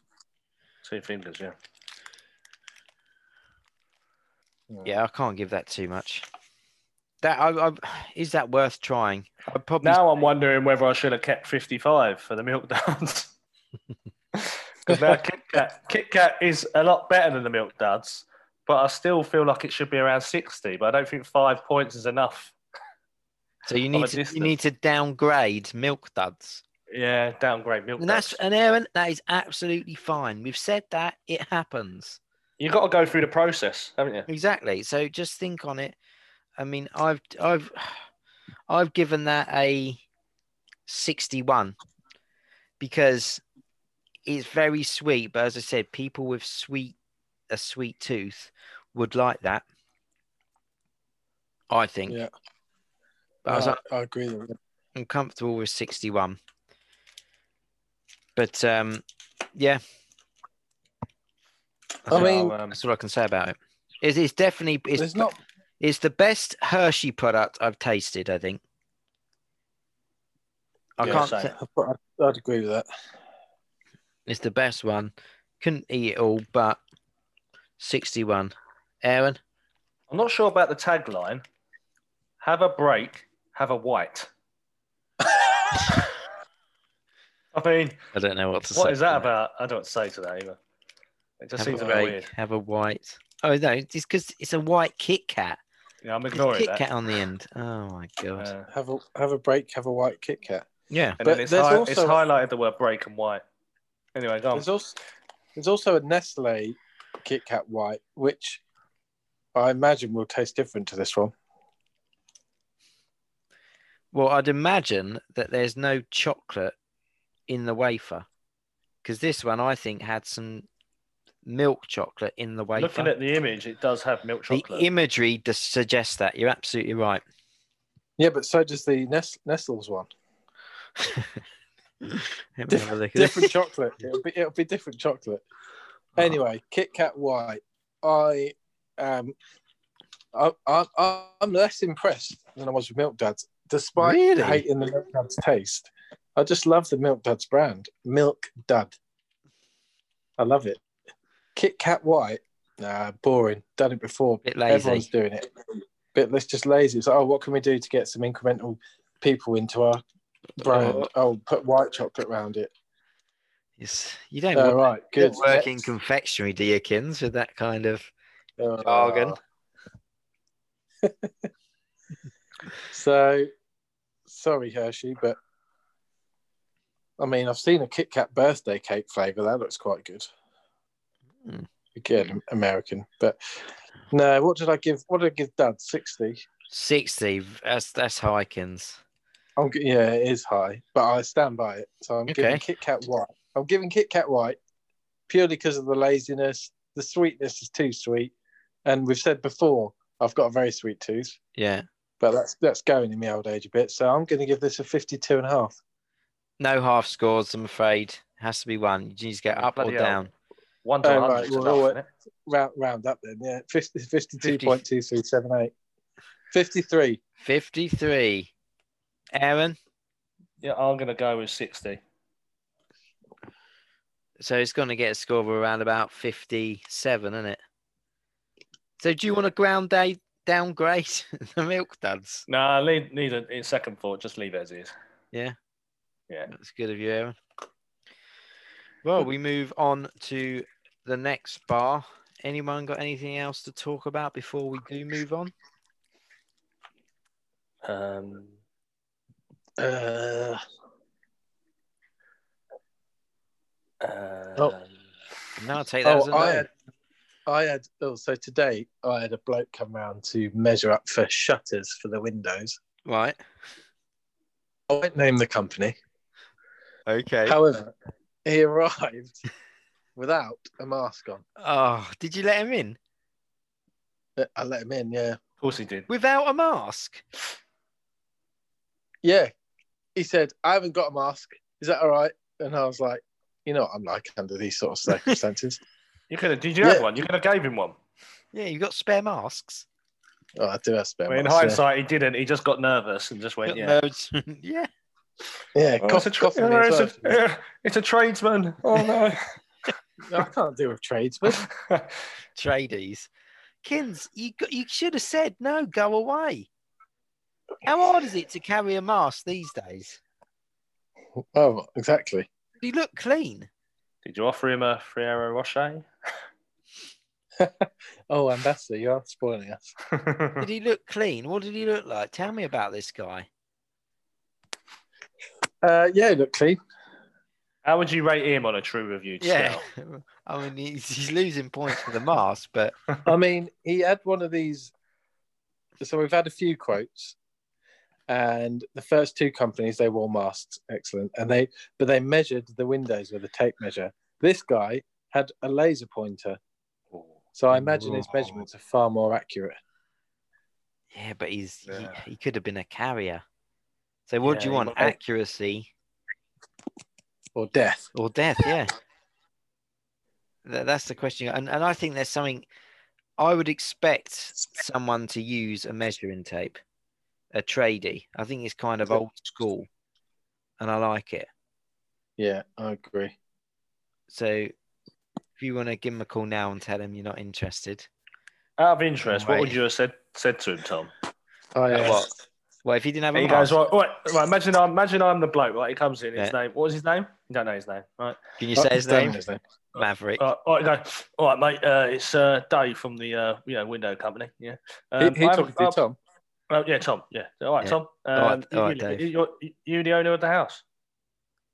[SPEAKER 3] Two fingers, yeah.
[SPEAKER 1] Yeah, I can't give that too much. That I, I is that worth trying? I probably
[SPEAKER 3] Now I'm wondering whether I should have kept 55 for the milk [laughs] duds. Because now Kit Kat, Kit Kat is a lot better than the milk duds, but I still feel like it should be around 60. But I don't think five points is enough.
[SPEAKER 1] so you
[SPEAKER 3] of
[SPEAKER 1] need
[SPEAKER 3] a
[SPEAKER 1] to you
[SPEAKER 3] distance.
[SPEAKER 1] need to downgrade milk duds.
[SPEAKER 3] Yeah, downgrade milk
[SPEAKER 1] And
[SPEAKER 3] duds.
[SPEAKER 1] that's and Aaron, that is absolutely fine. We've said that it happens.
[SPEAKER 3] You've got to go through the process, haven't you?
[SPEAKER 1] Exactly. So just think on it. I mean, I've I've [sighs] I've given that a 61 because it's very sweet, but as I said, people with sweet a sweet tooth would like that. I think
[SPEAKER 2] Yeah. Uh,
[SPEAKER 1] But I was
[SPEAKER 2] I, I agree with you.
[SPEAKER 1] I'm comfortable with 61. But um, yeah,
[SPEAKER 2] I mean,
[SPEAKER 3] um,
[SPEAKER 1] that's all I can say about it. It's, it's definitely it's,
[SPEAKER 2] there's not
[SPEAKER 1] it's the best Hershey product I've tasted. I think. I
[SPEAKER 3] Yeah,
[SPEAKER 1] can't.
[SPEAKER 3] same.
[SPEAKER 1] say-
[SPEAKER 2] I'd, I'd agree with that. [laughs]
[SPEAKER 1] it's the best one. Couldn't eat it all, but 61. Aaron,
[SPEAKER 3] I'm not sure about the tagline. Have a break, have a white. I mean,
[SPEAKER 1] I don't know what to say.
[SPEAKER 3] what is that about? I don't say to that either. It just
[SPEAKER 1] Have a
[SPEAKER 3] seems a bit
[SPEAKER 1] break.
[SPEAKER 3] weird.
[SPEAKER 1] Have a white. Oh no, it's because it's a white Kit Kat.
[SPEAKER 3] Yeah, I'm
[SPEAKER 1] There's
[SPEAKER 3] ignoring
[SPEAKER 1] Kit
[SPEAKER 3] that.
[SPEAKER 1] Kat on the end. Oh my god.
[SPEAKER 3] Uh,
[SPEAKER 2] Have a have a break. Have a white Kit Kat.
[SPEAKER 1] yeah.
[SPEAKER 3] and
[SPEAKER 2] But
[SPEAKER 3] then it's,
[SPEAKER 2] there's
[SPEAKER 3] hi- it's
[SPEAKER 2] also-
[SPEAKER 3] highlighted the word break and white. Anyway, go on.
[SPEAKER 2] There's also there's also a Nestle Kit Kat White, which I imagine will taste different to this one.
[SPEAKER 1] Well, I'd imagine that there's no chocolate in the wafer because this one I think had some milk chocolate in the wafer.
[SPEAKER 3] Looking at the image, it does have milk
[SPEAKER 1] the
[SPEAKER 3] chocolate.
[SPEAKER 1] imagery does suggest that. You're absolutely right.
[SPEAKER 2] Yeah, but so does the Nes- Nestle's one.
[SPEAKER 1] Let me have a look at
[SPEAKER 2] Different, [laughs]
[SPEAKER 1] [laughs]
[SPEAKER 2] different
[SPEAKER 1] this.
[SPEAKER 2] chocolate. It'll be it'll be different chocolate.
[SPEAKER 1] Oh.
[SPEAKER 2] Anyway, Kit Kat White. I am. I, I, I'm less impressed than I was with Milk Duds, despite
[SPEAKER 1] Really?
[SPEAKER 2] hating the Milk Duds taste. I just love the Milk Duds brand. Milk Dud. I love it. Kit Kat White. Nah, boring. Done it before.
[SPEAKER 1] Bit lazy.
[SPEAKER 2] Everyone's doing it. But let's just lazy. It's like, oh, what can we do to get some incremental people into our
[SPEAKER 1] Uh,
[SPEAKER 2] brand? Oh, put white chocolate around it.
[SPEAKER 1] Yes. You don't
[SPEAKER 2] All
[SPEAKER 1] work,
[SPEAKER 2] Oh, right, good.
[SPEAKER 1] work in
[SPEAKER 2] Next.
[SPEAKER 1] confectionery, do you, Kins, with that kind of
[SPEAKER 2] Uh,
[SPEAKER 1] jargon?
[SPEAKER 2] [laughs] So, sorry, Hershey, but I mean, I've seen a Kit Kat birthday cake flavour. That looks quite good.
[SPEAKER 1] Hmm.
[SPEAKER 2] Again, American, but no. What did I give? What did I give Dad? Sixty.
[SPEAKER 1] 60. That's, that's high, Kins.
[SPEAKER 2] I'm g- yeah, it is high, but I stand by it. So I'm
[SPEAKER 1] Okay.
[SPEAKER 2] giving Kit Kat White. I'm giving Kit Kat White purely because of the laziness. The sweetness is too sweet, and we've said before I've got a very sweet tooth.
[SPEAKER 1] Yeah.
[SPEAKER 2] but that's that's going in my old age a bit. So I'm going to give this a 52 and a half.
[SPEAKER 1] No half scores, I'm afraid. Has to be one. You just get up or
[SPEAKER 3] Bloody hell.
[SPEAKER 1] down.
[SPEAKER 3] One to
[SPEAKER 2] Oh,
[SPEAKER 3] 100
[SPEAKER 2] right,
[SPEAKER 3] is enough,
[SPEAKER 2] well,
[SPEAKER 3] isn't it?
[SPEAKER 2] Round, round up then, yeah, 50, 52.2378.
[SPEAKER 1] 50.
[SPEAKER 2] 53.
[SPEAKER 1] 53. Aaron,
[SPEAKER 3] Yeah, I'm going to go with 60.
[SPEAKER 1] so it's going to get a score of around about 57, isn't it? So do you want to ground day downgrade [laughs] the milk duds?
[SPEAKER 3] No, I leave, need a in second thought. Just leave it as is.
[SPEAKER 1] That's good of you, Aaron. Well, we move on to the next bar. Anyone got anything else to talk about before we do move on?
[SPEAKER 3] Um,
[SPEAKER 2] Uh,
[SPEAKER 3] um,
[SPEAKER 1] No, I'll take that as a
[SPEAKER 2] oh,
[SPEAKER 1] no.
[SPEAKER 2] I had, I had, oh, so today I had a bloke come round to measure up for shutters for the windows.
[SPEAKER 1] Right.
[SPEAKER 2] I won't name the company.
[SPEAKER 1] Okay.
[SPEAKER 2] However, he arrived without a mask on.
[SPEAKER 1] Oh, did you let him in
[SPEAKER 2] I let him in, yeah.
[SPEAKER 3] Of course he did.
[SPEAKER 1] without a mask?
[SPEAKER 2] yeah, he said, I haven't got a mask. Is that all right? And I was like, you know what I'm like under these sort of circumstances.
[SPEAKER 3] You could have. Did you
[SPEAKER 2] Yeah.
[SPEAKER 3] have one? You could have gave him one.
[SPEAKER 1] Yeah, you got spare masks.
[SPEAKER 2] oh, I do have spare
[SPEAKER 3] I mean, in
[SPEAKER 2] masks, yeah.
[SPEAKER 3] hindsight, he didn't. He just got nervous and just went,
[SPEAKER 1] Got
[SPEAKER 3] "Yeah,
[SPEAKER 1] loads. [laughs] yeah.
[SPEAKER 2] Yeah,
[SPEAKER 3] Oh,
[SPEAKER 2] cough,
[SPEAKER 3] it's, a tra-
[SPEAKER 2] cough on me
[SPEAKER 3] oh,
[SPEAKER 2] as
[SPEAKER 3] [laughs] it's,
[SPEAKER 2] well.
[SPEAKER 3] a, yeah, it's a tradesman." Oh no!
[SPEAKER 2] No, I can't deal with tradesmen. [laughs]
[SPEAKER 1] tradies. Kins, you got, you should have said no, go away. How hard is it to carry a mask these days?
[SPEAKER 2] Oh, exactly.
[SPEAKER 1] You look clean.
[SPEAKER 3] [laughs] did you offer him a Friero Rocher? [laughs]
[SPEAKER 2] Oh, ambassador, you are spoiling us.
[SPEAKER 1] Did he look clean? What did he look like? Tell me about this guy.
[SPEAKER 2] Uh, yeah, look clean.
[SPEAKER 3] How would you rate him on a true review
[SPEAKER 1] Yeah.
[SPEAKER 3] scale?
[SPEAKER 1] I mean, he's, he's losing points for the mask, but
[SPEAKER 2] I mean, he had one of these. So we've had a few quotes, and the first two companies they wore masks, excellent, and they but they measured the windows with a tape measure. This guy had a laser pointer. So I imagine his
[SPEAKER 1] Whoa.
[SPEAKER 2] measurements are far more accurate.
[SPEAKER 1] Yeah, but he's he-
[SPEAKER 3] Yeah.
[SPEAKER 1] He, could have been a carrier. So what do
[SPEAKER 3] Yeah,
[SPEAKER 1] you
[SPEAKER 3] he
[SPEAKER 1] want?
[SPEAKER 3] was.
[SPEAKER 1] Accuracy
[SPEAKER 2] Or death.
[SPEAKER 1] or death? Yeah. Tha- that's the question, and and I think there's something I would expect someone to use a measuring tape, a tradie. I think it's kind of
[SPEAKER 2] Yeah.
[SPEAKER 1] old school, and I like it.
[SPEAKER 2] Yeah, I agree.
[SPEAKER 1] So if you want to give him a call now and tell him you're not interested,
[SPEAKER 3] Out of interest, what
[SPEAKER 1] Right.
[SPEAKER 3] would you have said said to him, Tom?
[SPEAKER 2] I,
[SPEAKER 1] Yeah,
[SPEAKER 2] uh,
[SPEAKER 1] what? well, if you didn't have a
[SPEAKER 3] He
[SPEAKER 1] mask,
[SPEAKER 3] goes, right, right, right, imagine I'm imagine I'm the bloke, right? He comes in, his
[SPEAKER 1] Yeah.
[SPEAKER 3] name. What was his name? You don't know his name, right?
[SPEAKER 1] can you say his name?
[SPEAKER 2] His name.
[SPEAKER 1] Maverick.
[SPEAKER 3] All right, all right, no. all right mate, uh, it's uh, Dave from the uh, you know, window company. Yeah. Um,
[SPEAKER 2] Who- who
[SPEAKER 3] I'm-
[SPEAKER 2] talking to
[SPEAKER 3] I'm-
[SPEAKER 2] Tom?
[SPEAKER 3] oh, yeah, Tom. Yeah. All right,
[SPEAKER 1] Yeah.
[SPEAKER 3] Tom. Um,
[SPEAKER 1] right, all right,
[SPEAKER 3] you,
[SPEAKER 1] Dave.
[SPEAKER 3] you, you're, you the owner of the house.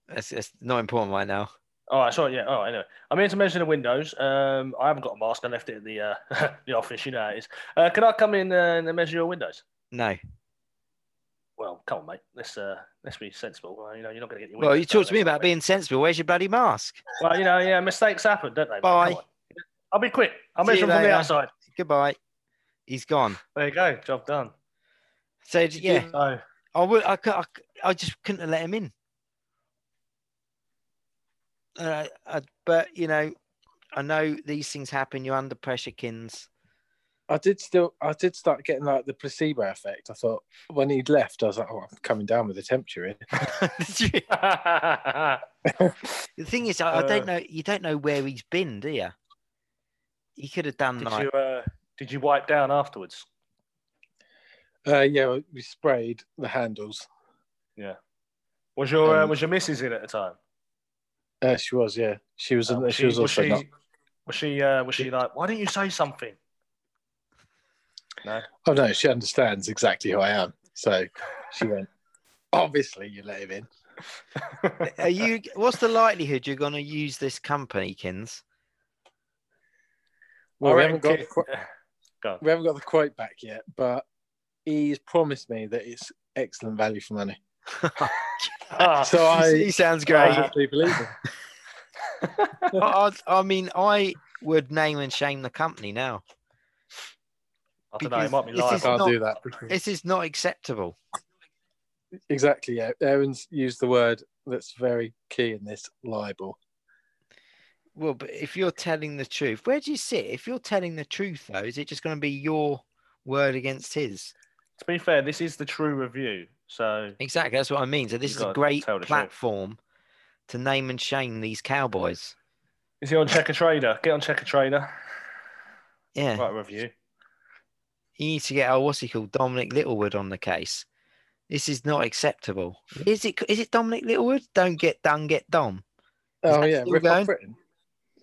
[SPEAKER 1] That's, that's not important right now.
[SPEAKER 3] All right, sorry, yeah. All right, anyway, I'm here to measure the windows. Um, I haven't got a mask. I left it at the uh, [laughs] the office. You know how it is. Uh, can I come in uh, and measure your windows?
[SPEAKER 1] No.
[SPEAKER 3] Well, come on, mate. Let's uh, let's be sensible. Well, you know, you're not going to get your.
[SPEAKER 1] Well, you
[SPEAKER 3] windows done
[SPEAKER 1] talked to me
[SPEAKER 3] next
[SPEAKER 1] about
[SPEAKER 3] week.
[SPEAKER 1] being sensible. Where's your bloody mask?
[SPEAKER 3] Well, you know, yeah, mistakes happen, don't they? mate?
[SPEAKER 1] Bye.
[SPEAKER 3] Come on. I'll be quick. I'll
[SPEAKER 1] See you
[SPEAKER 3] measure them from the
[SPEAKER 1] later.
[SPEAKER 3] outside.
[SPEAKER 1] Goodbye. He's gone.
[SPEAKER 3] There you go. Job done.
[SPEAKER 1] So d- yeah,
[SPEAKER 3] So, [laughs]
[SPEAKER 1] I would. I, cou- I, cou- I just couldn't have let him in. Uh, I, but you know, I know these things happen. You're under pressure, Kins. [laughs]
[SPEAKER 2] I did still, I did start getting like the placebo effect. I thought when he'd left, I was like, oh, I'm coming down with the temperature here.
[SPEAKER 1] the thing is, I, I don't
[SPEAKER 3] Uh.
[SPEAKER 1] know. You don't know where he's been, do you? He could have done
[SPEAKER 3] did
[SPEAKER 1] like.
[SPEAKER 3] you uh, did you wipe down afterwards?
[SPEAKER 2] Uh, yeah, we sprayed the handles.
[SPEAKER 3] Was your uh,
[SPEAKER 2] Um,
[SPEAKER 3] was your missus in at the time?
[SPEAKER 2] Uh, she was, yeah, she was,
[SPEAKER 3] Uh,
[SPEAKER 2] she was also not.
[SPEAKER 3] was she uh, was she like? Why didn't you say something?
[SPEAKER 2] Oh no, she understands exactly who I am. So she went. Obviously, you let him in.
[SPEAKER 1] Are you? What's the likelihood you're going to use this company, Kins?
[SPEAKER 2] Well,
[SPEAKER 3] I
[SPEAKER 2] we haven't got
[SPEAKER 3] reckon-
[SPEAKER 2] the, qu-
[SPEAKER 3] [laughs]
[SPEAKER 2] [laughs]
[SPEAKER 3] Go on.
[SPEAKER 2] we haven't got the quote back yet, but he's promised me that it's excellent value for money.
[SPEAKER 3] Ah,
[SPEAKER 2] So
[SPEAKER 1] [laughs]
[SPEAKER 2] I, [laughs]
[SPEAKER 1] he sounds
[SPEAKER 2] I
[SPEAKER 1] great.
[SPEAKER 2] happily believe him.
[SPEAKER 1] I, I I mean, I would name and shame the company now.
[SPEAKER 3] I don't know. It might be
[SPEAKER 1] because
[SPEAKER 2] I
[SPEAKER 1] It's
[SPEAKER 3] live.
[SPEAKER 2] can't
[SPEAKER 1] not-
[SPEAKER 2] do that. because-
[SPEAKER 1] This is not acceptable.
[SPEAKER 2] Exactly. Yeah, Aaron's used the word that's very key in this libel.
[SPEAKER 1] Well, but if you're telling the truth, where do you sit? If you're telling the truth, though, is it just going to be your word against his?
[SPEAKER 3] To be fair, this is the true review. So
[SPEAKER 1] Exactly. That's what I mean. So this
[SPEAKER 3] You
[SPEAKER 1] is a
[SPEAKER 3] gotta
[SPEAKER 1] great
[SPEAKER 3] tell the truth.
[SPEAKER 1] platform to name and shame these cowboys.
[SPEAKER 3] is he on Checker Trader? Get on Checker Trader.
[SPEAKER 1] Yeah.
[SPEAKER 3] Right review.
[SPEAKER 1] You need to get, oh, what's he called? Dominic Littlewood on the case. This is not acceptable. Is it? Is it Dominic Littlewood? Don't get done, get Dom. Is
[SPEAKER 2] Oh
[SPEAKER 1] that
[SPEAKER 2] yeah,
[SPEAKER 1] still
[SPEAKER 2] rip off
[SPEAKER 1] going?
[SPEAKER 2] Britain.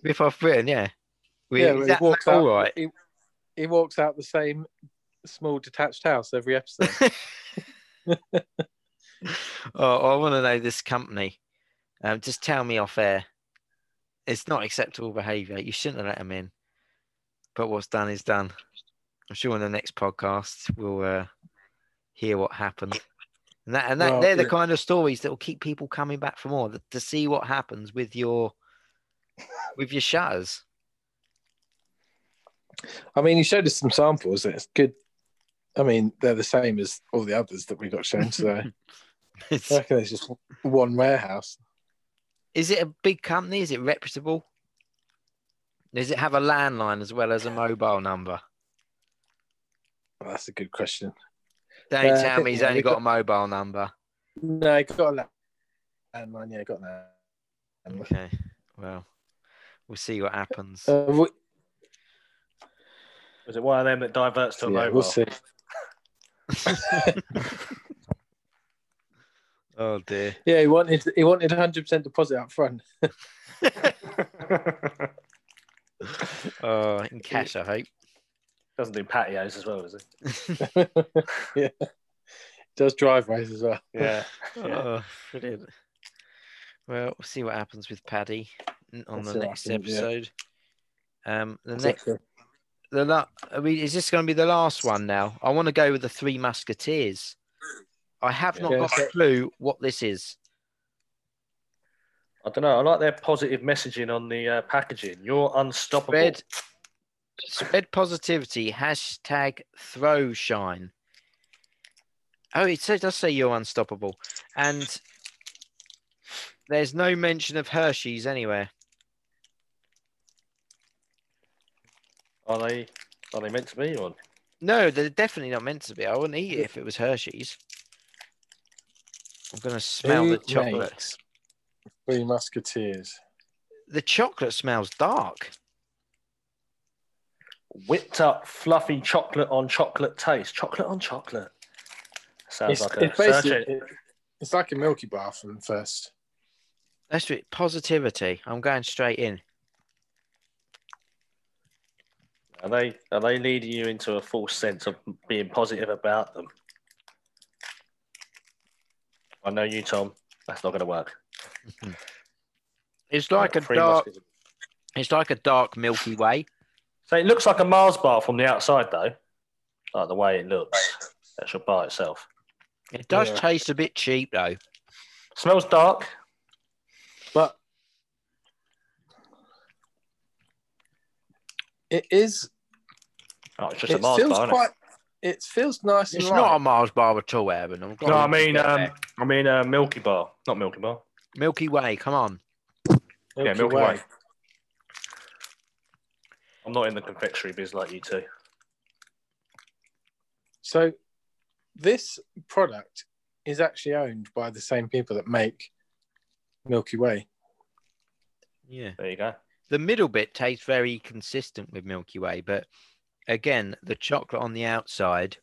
[SPEAKER 1] Riff off Britain, yeah. We,
[SPEAKER 2] yeah,
[SPEAKER 1] is
[SPEAKER 2] where
[SPEAKER 1] that
[SPEAKER 2] he walks out.
[SPEAKER 1] all right?
[SPEAKER 2] He, he walks out the same small detached house every episode.
[SPEAKER 1] Oh, I want to know this company. Um, just tell me off air. It's not acceptable behaviour. You shouldn't have let them in. But what's done is done. I'm sure in the next podcast we'll uh, hear what happened. And that, and that
[SPEAKER 2] Well,
[SPEAKER 1] they're the
[SPEAKER 2] yeah.
[SPEAKER 1] kind of stories that will keep people coming back for more th- to see what happens with your with your shutters.
[SPEAKER 2] I mean, he showed us some samples. and It's good. I mean, they're the same as all the others that we got shown.
[SPEAKER 3] [laughs]
[SPEAKER 2] So I
[SPEAKER 1] [laughs] It's-
[SPEAKER 2] reckon there's just one warehouse.
[SPEAKER 1] is it a big company? Is it reputable? Does it have a landline as well as a mobile number?
[SPEAKER 2] Well, that's a good question.
[SPEAKER 1] Don't
[SPEAKER 2] Uh, I
[SPEAKER 1] tell
[SPEAKER 2] think-
[SPEAKER 1] me he's
[SPEAKER 2] yeah,
[SPEAKER 1] only
[SPEAKER 2] we've
[SPEAKER 1] got
[SPEAKER 2] got-
[SPEAKER 1] a mobile number.
[SPEAKER 2] No, I got that. And man, yeah, got that. Um,
[SPEAKER 1] Okay. Well, we'll see what happens.
[SPEAKER 2] Uh, we,
[SPEAKER 3] Is it one of them that diverts to a
[SPEAKER 2] yeah,
[SPEAKER 3] mobile?
[SPEAKER 2] we'll see.
[SPEAKER 1] oh dear.
[SPEAKER 2] Yeah, he wanted he wanted 100 percent deposit up front. [laughs]
[SPEAKER 1] Oh, in cash, I
[SPEAKER 2] [laughs]
[SPEAKER 1] hope.
[SPEAKER 3] [laughs] Doesn't do patios as well, does it?
[SPEAKER 2] yeah, does driveways as well.
[SPEAKER 3] Yeah. yeah.
[SPEAKER 1] Oh, brilliant. Well, we'll see what happens with Paddy n- on
[SPEAKER 2] Let's
[SPEAKER 1] the
[SPEAKER 2] see what
[SPEAKER 1] next
[SPEAKER 2] happens, yeah.
[SPEAKER 1] episode. Um, the next,
[SPEAKER 2] Exactly.
[SPEAKER 1] the la- I mean, is this going to be the last one now? I want to go with the Three Musketeers. I have not
[SPEAKER 2] Yeah,
[SPEAKER 1] got a
[SPEAKER 2] so-
[SPEAKER 1] clue what this is.
[SPEAKER 3] I don't know. I like their positive messaging on the uh, packaging. You're unstoppable.
[SPEAKER 1] Fred, Spread positivity. Hashtag throw shine. Oh, it says- does say you're unstoppable. And there's no mention of Hershey's anywhere.
[SPEAKER 3] Are they are they meant to be on?
[SPEAKER 1] No, they're definitely not meant to be. I wouldn't eat it if it was Hershey's. I'm going to smell the
[SPEAKER 2] Who
[SPEAKER 1] chocolate.
[SPEAKER 2] makes Three Musketeers.
[SPEAKER 1] The chocolate smells dark.
[SPEAKER 3] Whipped up fluffy chocolate on chocolate taste. Chocolate on chocolate.
[SPEAKER 2] It's,
[SPEAKER 3] Sounds like a
[SPEAKER 2] it's basically
[SPEAKER 3] search it.
[SPEAKER 2] it, it's like a Milky Bar from first.
[SPEAKER 1] Let's do it. Positivity. I'm going straight in.
[SPEAKER 3] Are they are they leading you into a false sense of being positive about them? I know you, Tom. That's not going to work.
[SPEAKER 1] It's like a
[SPEAKER 3] Three
[SPEAKER 1] dark.
[SPEAKER 3] Musketeers.
[SPEAKER 1] It's like a dark Milky Way.
[SPEAKER 3] So it looks like a Mars bar from the outside, though. Like the way it looks. That should by itself.
[SPEAKER 1] It does
[SPEAKER 2] Yeah.
[SPEAKER 1] taste a bit cheap though.
[SPEAKER 3] Smells dark.
[SPEAKER 2] But it is
[SPEAKER 3] Oh, it's just a
[SPEAKER 2] it
[SPEAKER 3] Mars
[SPEAKER 2] feels
[SPEAKER 3] bar,
[SPEAKER 2] quite it feels nice
[SPEAKER 1] It's
[SPEAKER 2] and
[SPEAKER 1] not a
[SPEAKER 2] light.
[SPEAKER 1] Mars bar at all, Evan. I'm glad
[SPEAKER 3] No, I
[SPEAKER 1] we
[SPEAKER 3] mean,
[SPEAKER 1] got
[SPEAKER 3] um,
[SPEAKER 1] there.
[SPEAKER 3] I mean, uh, Milky Bar, not Milky Bar.
[SPEAKER 1] Milky Way. Come on.
[SPEAKER 3] yeah, Milky Way. I'm not in the confectionery biz like you two.
[SPEAKER 2] So this product is actually owned by the same people that make Milky Way.
[SPEAKER 1] Yeah.
[SPEAKER 3] There you go.
[SPEAKER 1] The middle bit tastes very consistent with Milky Way, but again, the chocolate on the outside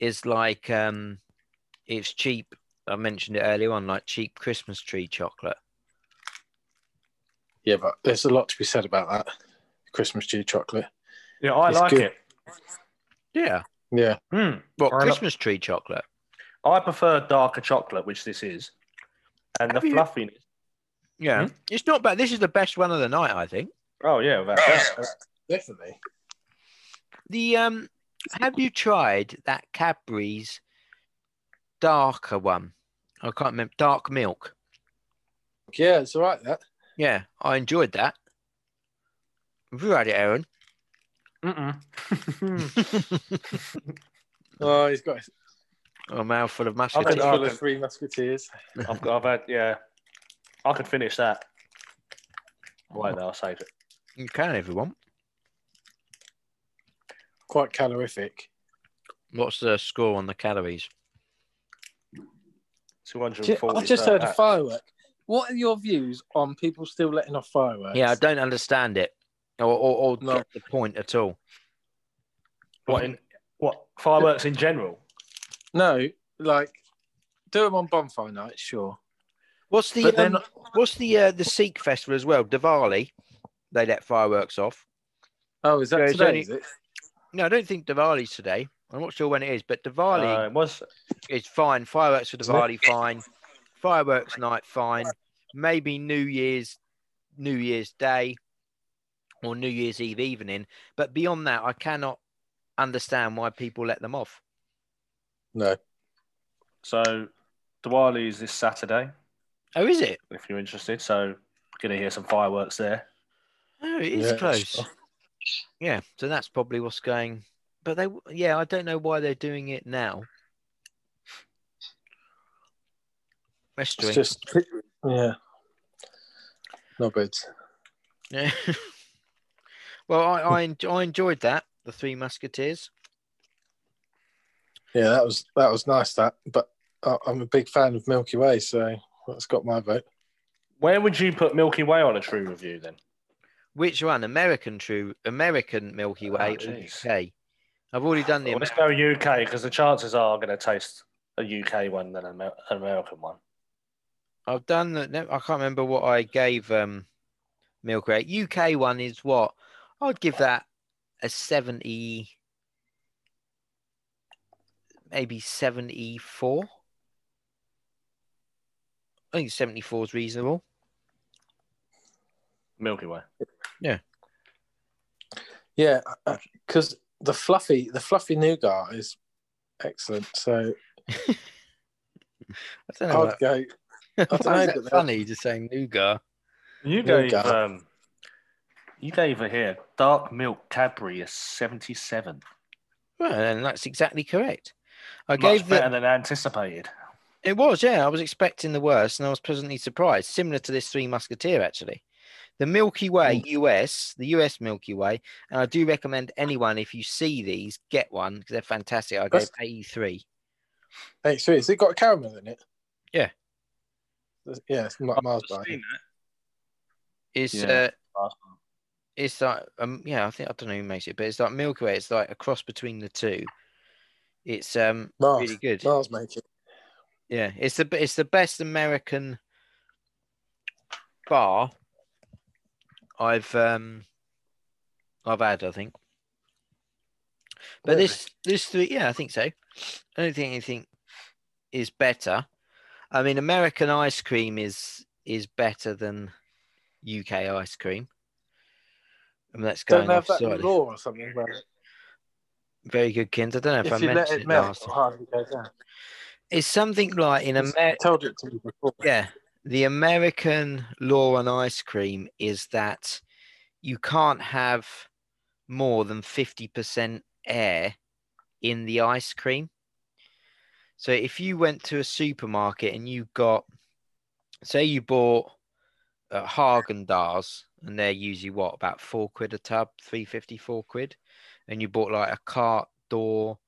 [SPEAKER 1] is like um, it's cheap. I mentioned it earlier on, like cheap Christmas tree chocolate.
[SPEAKER 2] Yeah, but there's a lot to be said about that. Christmas tree chocolate.
[SPEAKER 3] Yeah, I
[SPEAKER 2] It's
[SPEAKER 3] like
[SPEAKER 2] good.
[SPEAKER 3] it.
[SPEAKER 1] Yeah.
[SPEAKER 2] [laughs] Yeah.
[SPEAKER 3] Hmm.
[SPEAKER 1] What
[SPEAKER 3] I lo-
[SPEAKER 1] Christmas tree chocolate?
[SPEAKER 3] I prefer darker chocolate, which this is, and
[SPEAKER 1] Have
[SPEAKER 3] the
[SPEAKER 1] you-
[SPEAKER 3] fluffiness.
[SPEAKER 1] Yeah. It's not bad. This is the best one of the night, I think.
[SPEAKER 3] Oh yeah, without doubt.
[SPEAKER 2] Uh, Definitely.
[SPEAKER 1] The um, have you tried that Cadbury's darker one? I can't remember. Dark milk.
[SPEAKER 2] Yeah, it's all right that.
[SPEAKER 1] Yeah, I enjoyed that. Have you had it,
[SPEAKER 2] [laughs]
[SPEAKER 1] Aaron?
[SPEAKER 3] Uh, Mm-mm. [laughs]
[SPEAKER 2] Oh, he's got his
[SPEAKER 1] A mouthful of
[SPEAKER 3] I've
[SPEAKER 1] mustard.
[SPEAKER 3] had
[SPEAKER 2] head
[SPEAKER 3] Good
[SPEAKER 2] full
[SPEAKER 3] argument.
[SPEAKER 2] of three musketeers.
[SPEAKER 3] I've, got, I've had yeah. I could finish that. Wait, no, I'll save it.
[SPEAKER 1] You can, everyone.
[SPEAKER 2] Quite calorific.
[SPEAKER 1] What's the score on the calories?
[SPEAKER 3] Two hundred forty.
[SPEAKER 2] I just heard a firework. What are your views on people still letting off fireworks?
[SPEAKER 1] Yeah, I don't understand it, or or, or
[SPEAKER 2] No.
[SPEAKER 1] get the point at all.
[SPEAKER 3] What in what fireworks in general?
[SPEAKER 2] No, like do them on bonfire night, sure.
[SPEAKER 1] What's the
[SPEAKER 2] But they're
[SPEAKER 1] um,
[SPEAKER 2] not-
[SPEAKER 1] what's the uh, the Sikh festival as well? Diwali, they let fireworks off.
[SPEAKER 2] Oh, is that
[SPEAKER 1] Yeah, it's
[SPEAKER 2] today?
[SPEAKER 1] only-
[SPEAKER 2] Is it?
[SPEAKER 1] No, I don't think Diwali's today. I'm not sure when it is, but Diwali.
[SPEAKER 3] Uh, it was
[SPEAKER 1] it's fine. Fireworks for
[SPEAKER 2] Isn't it?
[SPEAKER 1] Diwali, fine. Fireworks night, fine. Maybe New Year's, New Year's Day, or New Year's Eve evening. But beyond that, I cannot understand why people let them off.
[SPEAKER 2] No.
[SPEAKER 3] so Diwali is this Saturday.
[SPEAKER 1] Oh, is it?
[SPEAKER 3] If you're interested, so gonna hear some fireworks there.
[SPEAKER 1] Oh, it is
[SPEAKER 2] Yeah,
[SPEAKER 1] close.
[SPEAKER 2] sure.
[SPEAKER 1] Yeah, so that's probably what's going. But they, yeah, I don't know why they're doing it now. Let's
[SPEAKER 2] It's
[SPEAKER 1] drink.
[SPEAKER 2] just yeah. No bids.
[SPEAKER 1] Yeah. [laughs] well, I I, en- I enjoyed that. The Three Musketeers.
[SPEAKER 2] Yeah, that was that was nice. That, but I, I'm a big fan of Milky Way, so that's got my vote.
[SPEAKER 3] Where would you put Milky Way on a true review then?
[SPEAKER 1] Which one? American True American Milky
[SPEAKER 3] Oh,
[SPEAKER 1] Way or
[SPEAKER 3] jeez. Oh,
[SPEAKER 1] UK? I've already done the
[SPEAKER 3] Well, let's
[SPEAKER 1] American.
[SPEAKER 3] go UK because the chances are I'm going to taste a UK one than an Amer- an American one.
[SPEAKER 1] I've done the. No, I can't remember what I gave um Milky Way. UK one is what? I'd give that a seventy, maybe seventy four. I think seventy four is reasonable.
[SPEAKER 3] Milky Way.
[SPEAKER 2] Yeah, because the fluffy the fluffy nougat is excellent. So
[SPEAKER 1] I don't know.
[SPEAKER 2] I'd
[SPEAKER 1] about- [laughs]
[SPEAKER 2] go. I
[SPEAKER 1] I
[SPEAKER 3] [laughs]
[SPEAKER 2] don't know,
[SPEAKER 1] find
[SPEAKER 2] but
[SPEAKER 1] it
[SPEAKER 2] they're-
[SPEAKER 1] funny just saying nougat.
[SPEAKER 3] You
[SPEAKER 2] There
[SPEAKER 3] gave
[SPEAKER 2] you go.
[SPEAKER 3] um, You gave her here dark milk Cadbury a seventy-seven.
[SPEAKER 1] Well, and that's exactly correct. I
[SPEAKER 3] Much
[SPEAKER 1] gave the,
[SPEAKER 3] better than anticipated.
[SPEAKER 1] It was, yeah. I was expecting the worst and I was pleasantly surprised, similar to this Three Musketeer, actually. The Milky Way US, the US Milky Way, and I do recommend anyone, if you see these, get one because they're fantastic. I gave
[SPEAKER 2] That's-
[SPEAKER 1] 83.
[SPEAKER 2] Hey, so has it got a caramel in it?
[SPEAKER 1] Yeah.
[SPEAKER 2] That's- Yeah, it's like Mars bar.
[SPEAKER 3] Seen that
[SPEAKER 1] It's,
[SPEAKER 3] Yeah.
[SPEAKER 1] uh,
[SPEAKER 3] last one.
[SPEAKER 1] it's like, um, yeah, I think, I don't know who makes it, but it's like Milky Way. It's like a cross between the two. It's um
[SPEAKER 2] Mars.
[SPEAKER 1] really good.
[SPEAKER 2] Mars make it.
[SPEAKER 1] Yeah, it's the it's the best American bar I've um I've had, I think. But
[SPEAKER 2] Really?
[SPEAKER 1] this this three, yeah, I think so. I don't think anything is better. I mean, American ice cream is is better than UK ice cream. I mean, that's
[SPEAKER 2] Don't
[SPEAKER 1] going
[SPEAKER 2] they have
[SPEAKER 1] off
[SPEAKER 2] that in
[SPEAKER 1] slightly.
[SPEAKER 2] law or something about it.
[SPEAKER 1] Very good, Kins. I don't know if,
[SPEAKER 2] If,
[SPEAKER 1] I
[SPEAKER 2] you let
[SPEAKER 1] mentioned
[SPEAKER 2] it
[SPEAKER 1] it
[SPEAKER 2] melt,
[SPEAKER 1] last.
[SPEAKER 2] it hardly goes down.
[SPEAKER 1] It's something like in
[SPEAKER 2] It's-
[SPEAKER 1] America.
[SPEAKER 2] I told you it to me before.
[SPEAKER 1] Yeah. The American law on ice cream is that you can't have more than 50% air in the ice cream. So if you went to a supermarket and you got, say, you bought uh, Haagen Dazs, and they're usually what about four quid a tub, three fifty, four quid, and you bought like a cart door,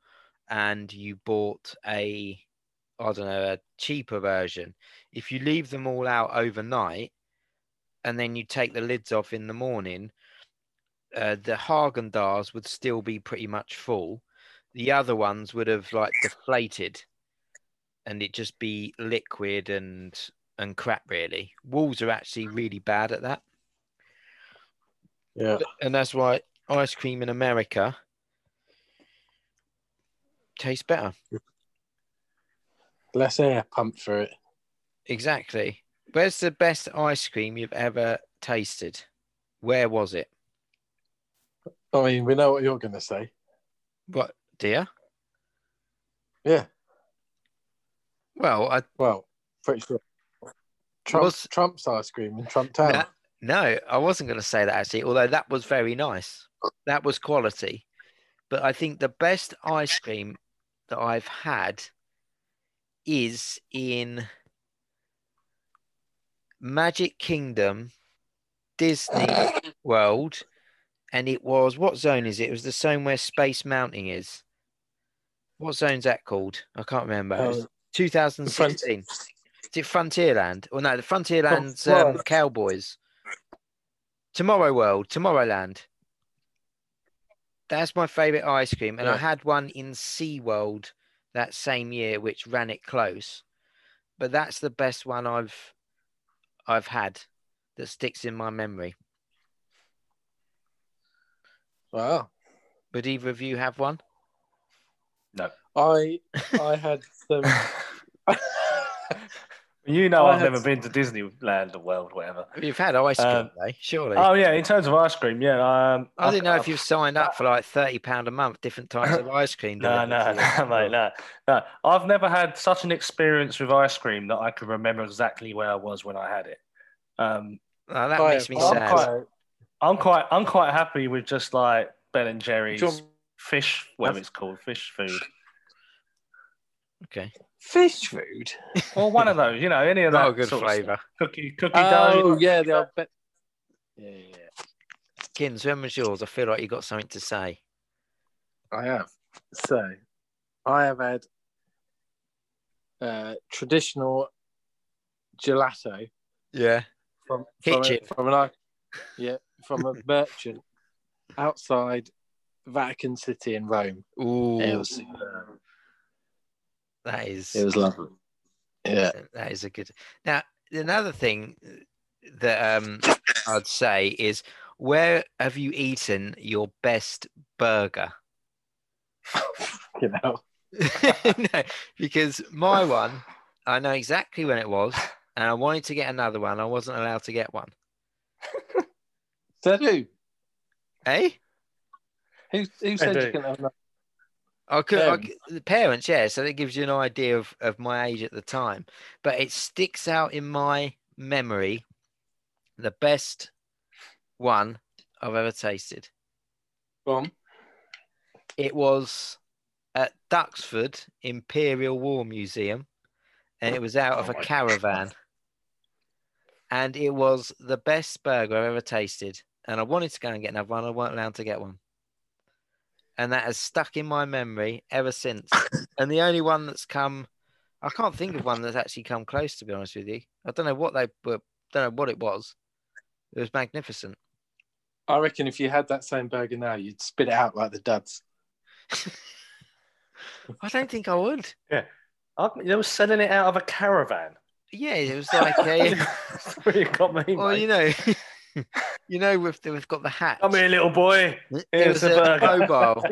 [SPEAKER 1] and you bought a, I don't know, a cheaper version if you leave them all out overnight and then you take the lids off in the morning, uh, the Haagen Dazs would still be pretty much full. The other ones would have like deflated, and it just be liquid and and crap. Really, walls are actually really bad at that
[SPEAKER 2] Yeah.
[SPEAKER 1] and that's why ice cream in America tastes better.
[SPEAKER 2] Less air pumped through it.
[SPEAKER 1] Exactly. Where's the best ice cream you've ever tasted? Where was it?
[SPEAKER 2] I mean, we know what you're going to say.
[SPEAKER 1] What, dear?
[SPEAKER 2] Yeah.
[SPEAKER 1] Well, I
[SPEAKER 2] Well, pretty sure. Trump's,
[SPEAKER 1] Was-
[SPEAKER 2] Trump's ice cream in Trump Town.
[SPEAKER 1] Nah. no, I wasn't going to say that actually. Although that was very nice, that was quality. But I think the best ice cream that I've had is in Magic Kingdom, Disney World, and it was what zone is it? It was the zone where Space Mountain is. What zone's that called? I can't remember. It was
[SPEAKER 2] Um,
[SPEAKER 1] 2016. Is it Frontierland? Or no, the Frontierland's
[SPEAKER 2] Fron-
[SPEAKER 1] um, Cowboys. Tomorrow World, Tomorrowland. That's my favorite ice cream. And I
[SPEAKER 2] Yeah.
[SPEAKER 1] had one in SeaWorld that same year, which ran it close. But that's the best one I've I've had that sticks in my memory.
[SPEAKER 2] Wow.
[SPEAKER 1] Would either of you have one? [laughs]
[SPEAKER 2] I I had some.
[SPEAKER 3] You know,
[SPEAKER 2] I
[SPEAKER 3] I've
[SPEAKER 2] had-
[SPEAKER 3] never been to Disneyland or World, whatever.
[SPEAKER 1] You've had ice cream,
[SPEAKER 3] Um,
[SPEAKER 1] though, surely.
[SPEAKER 3] Oh yeah, in terms of ice cream, yeah. Um,
[SPEAKER 1] I didn't know if
[SPEAKER 3] I've-
[SPEAKER 1] you've signed up for like thirty pound a month, different types
[SPEAKER 3] [laughs]
[SPEAKER 1] of ice cream.
[SPEAKER 3] No,
[SPEAKER 1] delivered
[SPEAKER 3] no,
[SPEAKER 1] to you.
[SPEAKER 3] no, [laughs] mate, no, no. I've never had such an experience with ice cream that I can remember exactly where I was when I had it. Um,
[SPEAKER 1] Oh,
[SPEAKER 2] [laughs]
[SPEAKER 1] that
[SPEAKER 2] I-
[SPEAKER 1] makes me
[SPEAKER 3] well, I'm
[SPEAKER 1] sad.
[SPEAKER 3] quite-
[SPEAKER 1] Oh.
[SPEAKER 3] I'm quite, I'm quite happy with just like Ben and Jerry's
[SPEAKER 2] Do you want
[SPEAKER 3] fish, whatever it's called, fish
[SPEAKER 1] [laughs]
[SPEAKER 3] food,
[SPEAKER 1] Okay,
[SPEAKER 2] fish food.
[SPEAKER 3] or one of those. You know, any of that
[SPEAKER 1] not a good
[SPEAKER 3] sort of
[SPEAKER 1] flavour.
[SPEAKER 3] cookie, cookie
[SPEAKER 2] Oh
[SPEAKER 3] dough.
[SPEAKER 2] yeah, the old bet. Yeah, yeah, yeah.
[SPEAKER 1] Kins, when was yours? I feel like you got something to say.
[SPEAKER 2] I have. So, I have had uh, traditional gelato
[SPEAKER 1] Yeah.
[SPEAKER 2] from
[SPEAKER 1] Kitchen.
[SPEAKER 2] from, a, from an i- yeah [laughs] from a merchant outside Vatican City in Rome.
[SPEAKER 1] Ooh,
[SPEAKER 2] It was superb.
[SPEAKER 1] that is
[SPEAKER 2] It was lovely. Yeah.
[SPEAKER 1] that is a good. Now another thing that um I'd say is, where have you eaten your best burger?
[SPEAKER 2] You know.
[SPEAKER 1] [laughs]
[SPEAKER 2] [laughs]
[SPEAKER 1] no, because my one, I know exactly when it was, and I wanted to get another one. I wasn't allowed to get one.
[SPEAKER 2] Said who?
[SPEAKER 1] Eh?
[SPEAKER 2] Who, who said
[SPEAKER 3] do.
[SPEAKER 2] you can have that?
[SPEAKER 1] I could, I
[SPEAKER 2] Parents.
[SPEAKER 1] could- the parents, yeah. So that gives you an idea of, of my age at the time. But it sticks out in my memory. The best one I've ever tasted.
[SPEAKER 2] Go on.
[SPEAKER 1] It was at Duxford Imperial War Museum, and it was out of
[SPEAKER 3] Oh
[SPEAKER 1] a
[SPEAKER 3] my
[SPEAKER 1] caravan. And it was the best burger I've ever tasted. And I wanted to go and get another one. I weren't allowed to get one. And that has stuck in my memory ever
[SPEAKER 3] [laughs]
[SPEAKER 1] since. and the only one that's come, I can't think of one that's actually come close. To be honest with you, I don't know what they were. Don't know what it was. It was magnificent.
[SPEAKER 2] I reckon if you had that same burger now, you'd spit it out like the duds.
[SPEAKER 1] I don't think I would.
[SPEAKER 3] I, they were selling it out of a caravan.
[SPEAKER 1] Yeah, it was like a.
[SPEAKER 3] [laughs] That's where you got
[SPEAKER 1] [laughs]
[SPEAKER 3] me,
[SPEAKER 1] Well,
[SPEAKER 3] mate.
[SPEAKER 1] you know, [laughs] you know, we've we've got the hat.
[SPEAKER 3] Come here, little boy.
[SPEAKER 1] it
[SPEAKER 3] here's
[SPEAKER 1] was
[SPEAKER 3] the
[SPEAKER 1] a
[SPEAKER 3] burger.
[SPEAKER 1] mobile.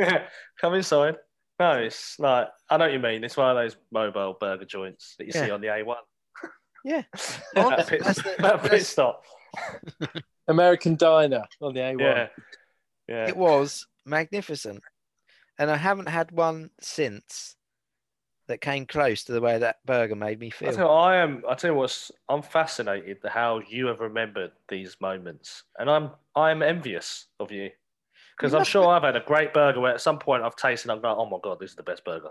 [SPEAKER 3] Come inside. No, it's like I know what you mean. It's one of those mobile burger joints that you see
[SPEAKER 1] Yeah.
[SPEAKER 3] on the A1.
[SPEAKER 1] Yeah.
[SPEAKER 3] [laughs] that pit,
[SPEAKER 1] That's the-
[SPEAKER 3] that pit
[SPEAKER 1] that's-
[SPEAKER 3] stop.
[SPEAKER 2] American diner on the A1.
[SPEAKER 3] Yeah, [laughs] yeah.
[SPEAKER 1] It was magnificent, and I haven't had one since that came close to the way that burger made me
[SPEAKER 3] I
[SPEAKER 1] feel.
[SPEAKER 3] tell you, what, I am. I tell you what, I'm fascinated at how you have remembered these moments, and I'm I'm envious of you because
[SPEAKER 1] You
[SPEAKER 3] I'm
[SPEAKER 1] must
[SPEAKER 3] sure I've had a great burger where at some point I've tasted and I'm going, oh my god, this is the best burger,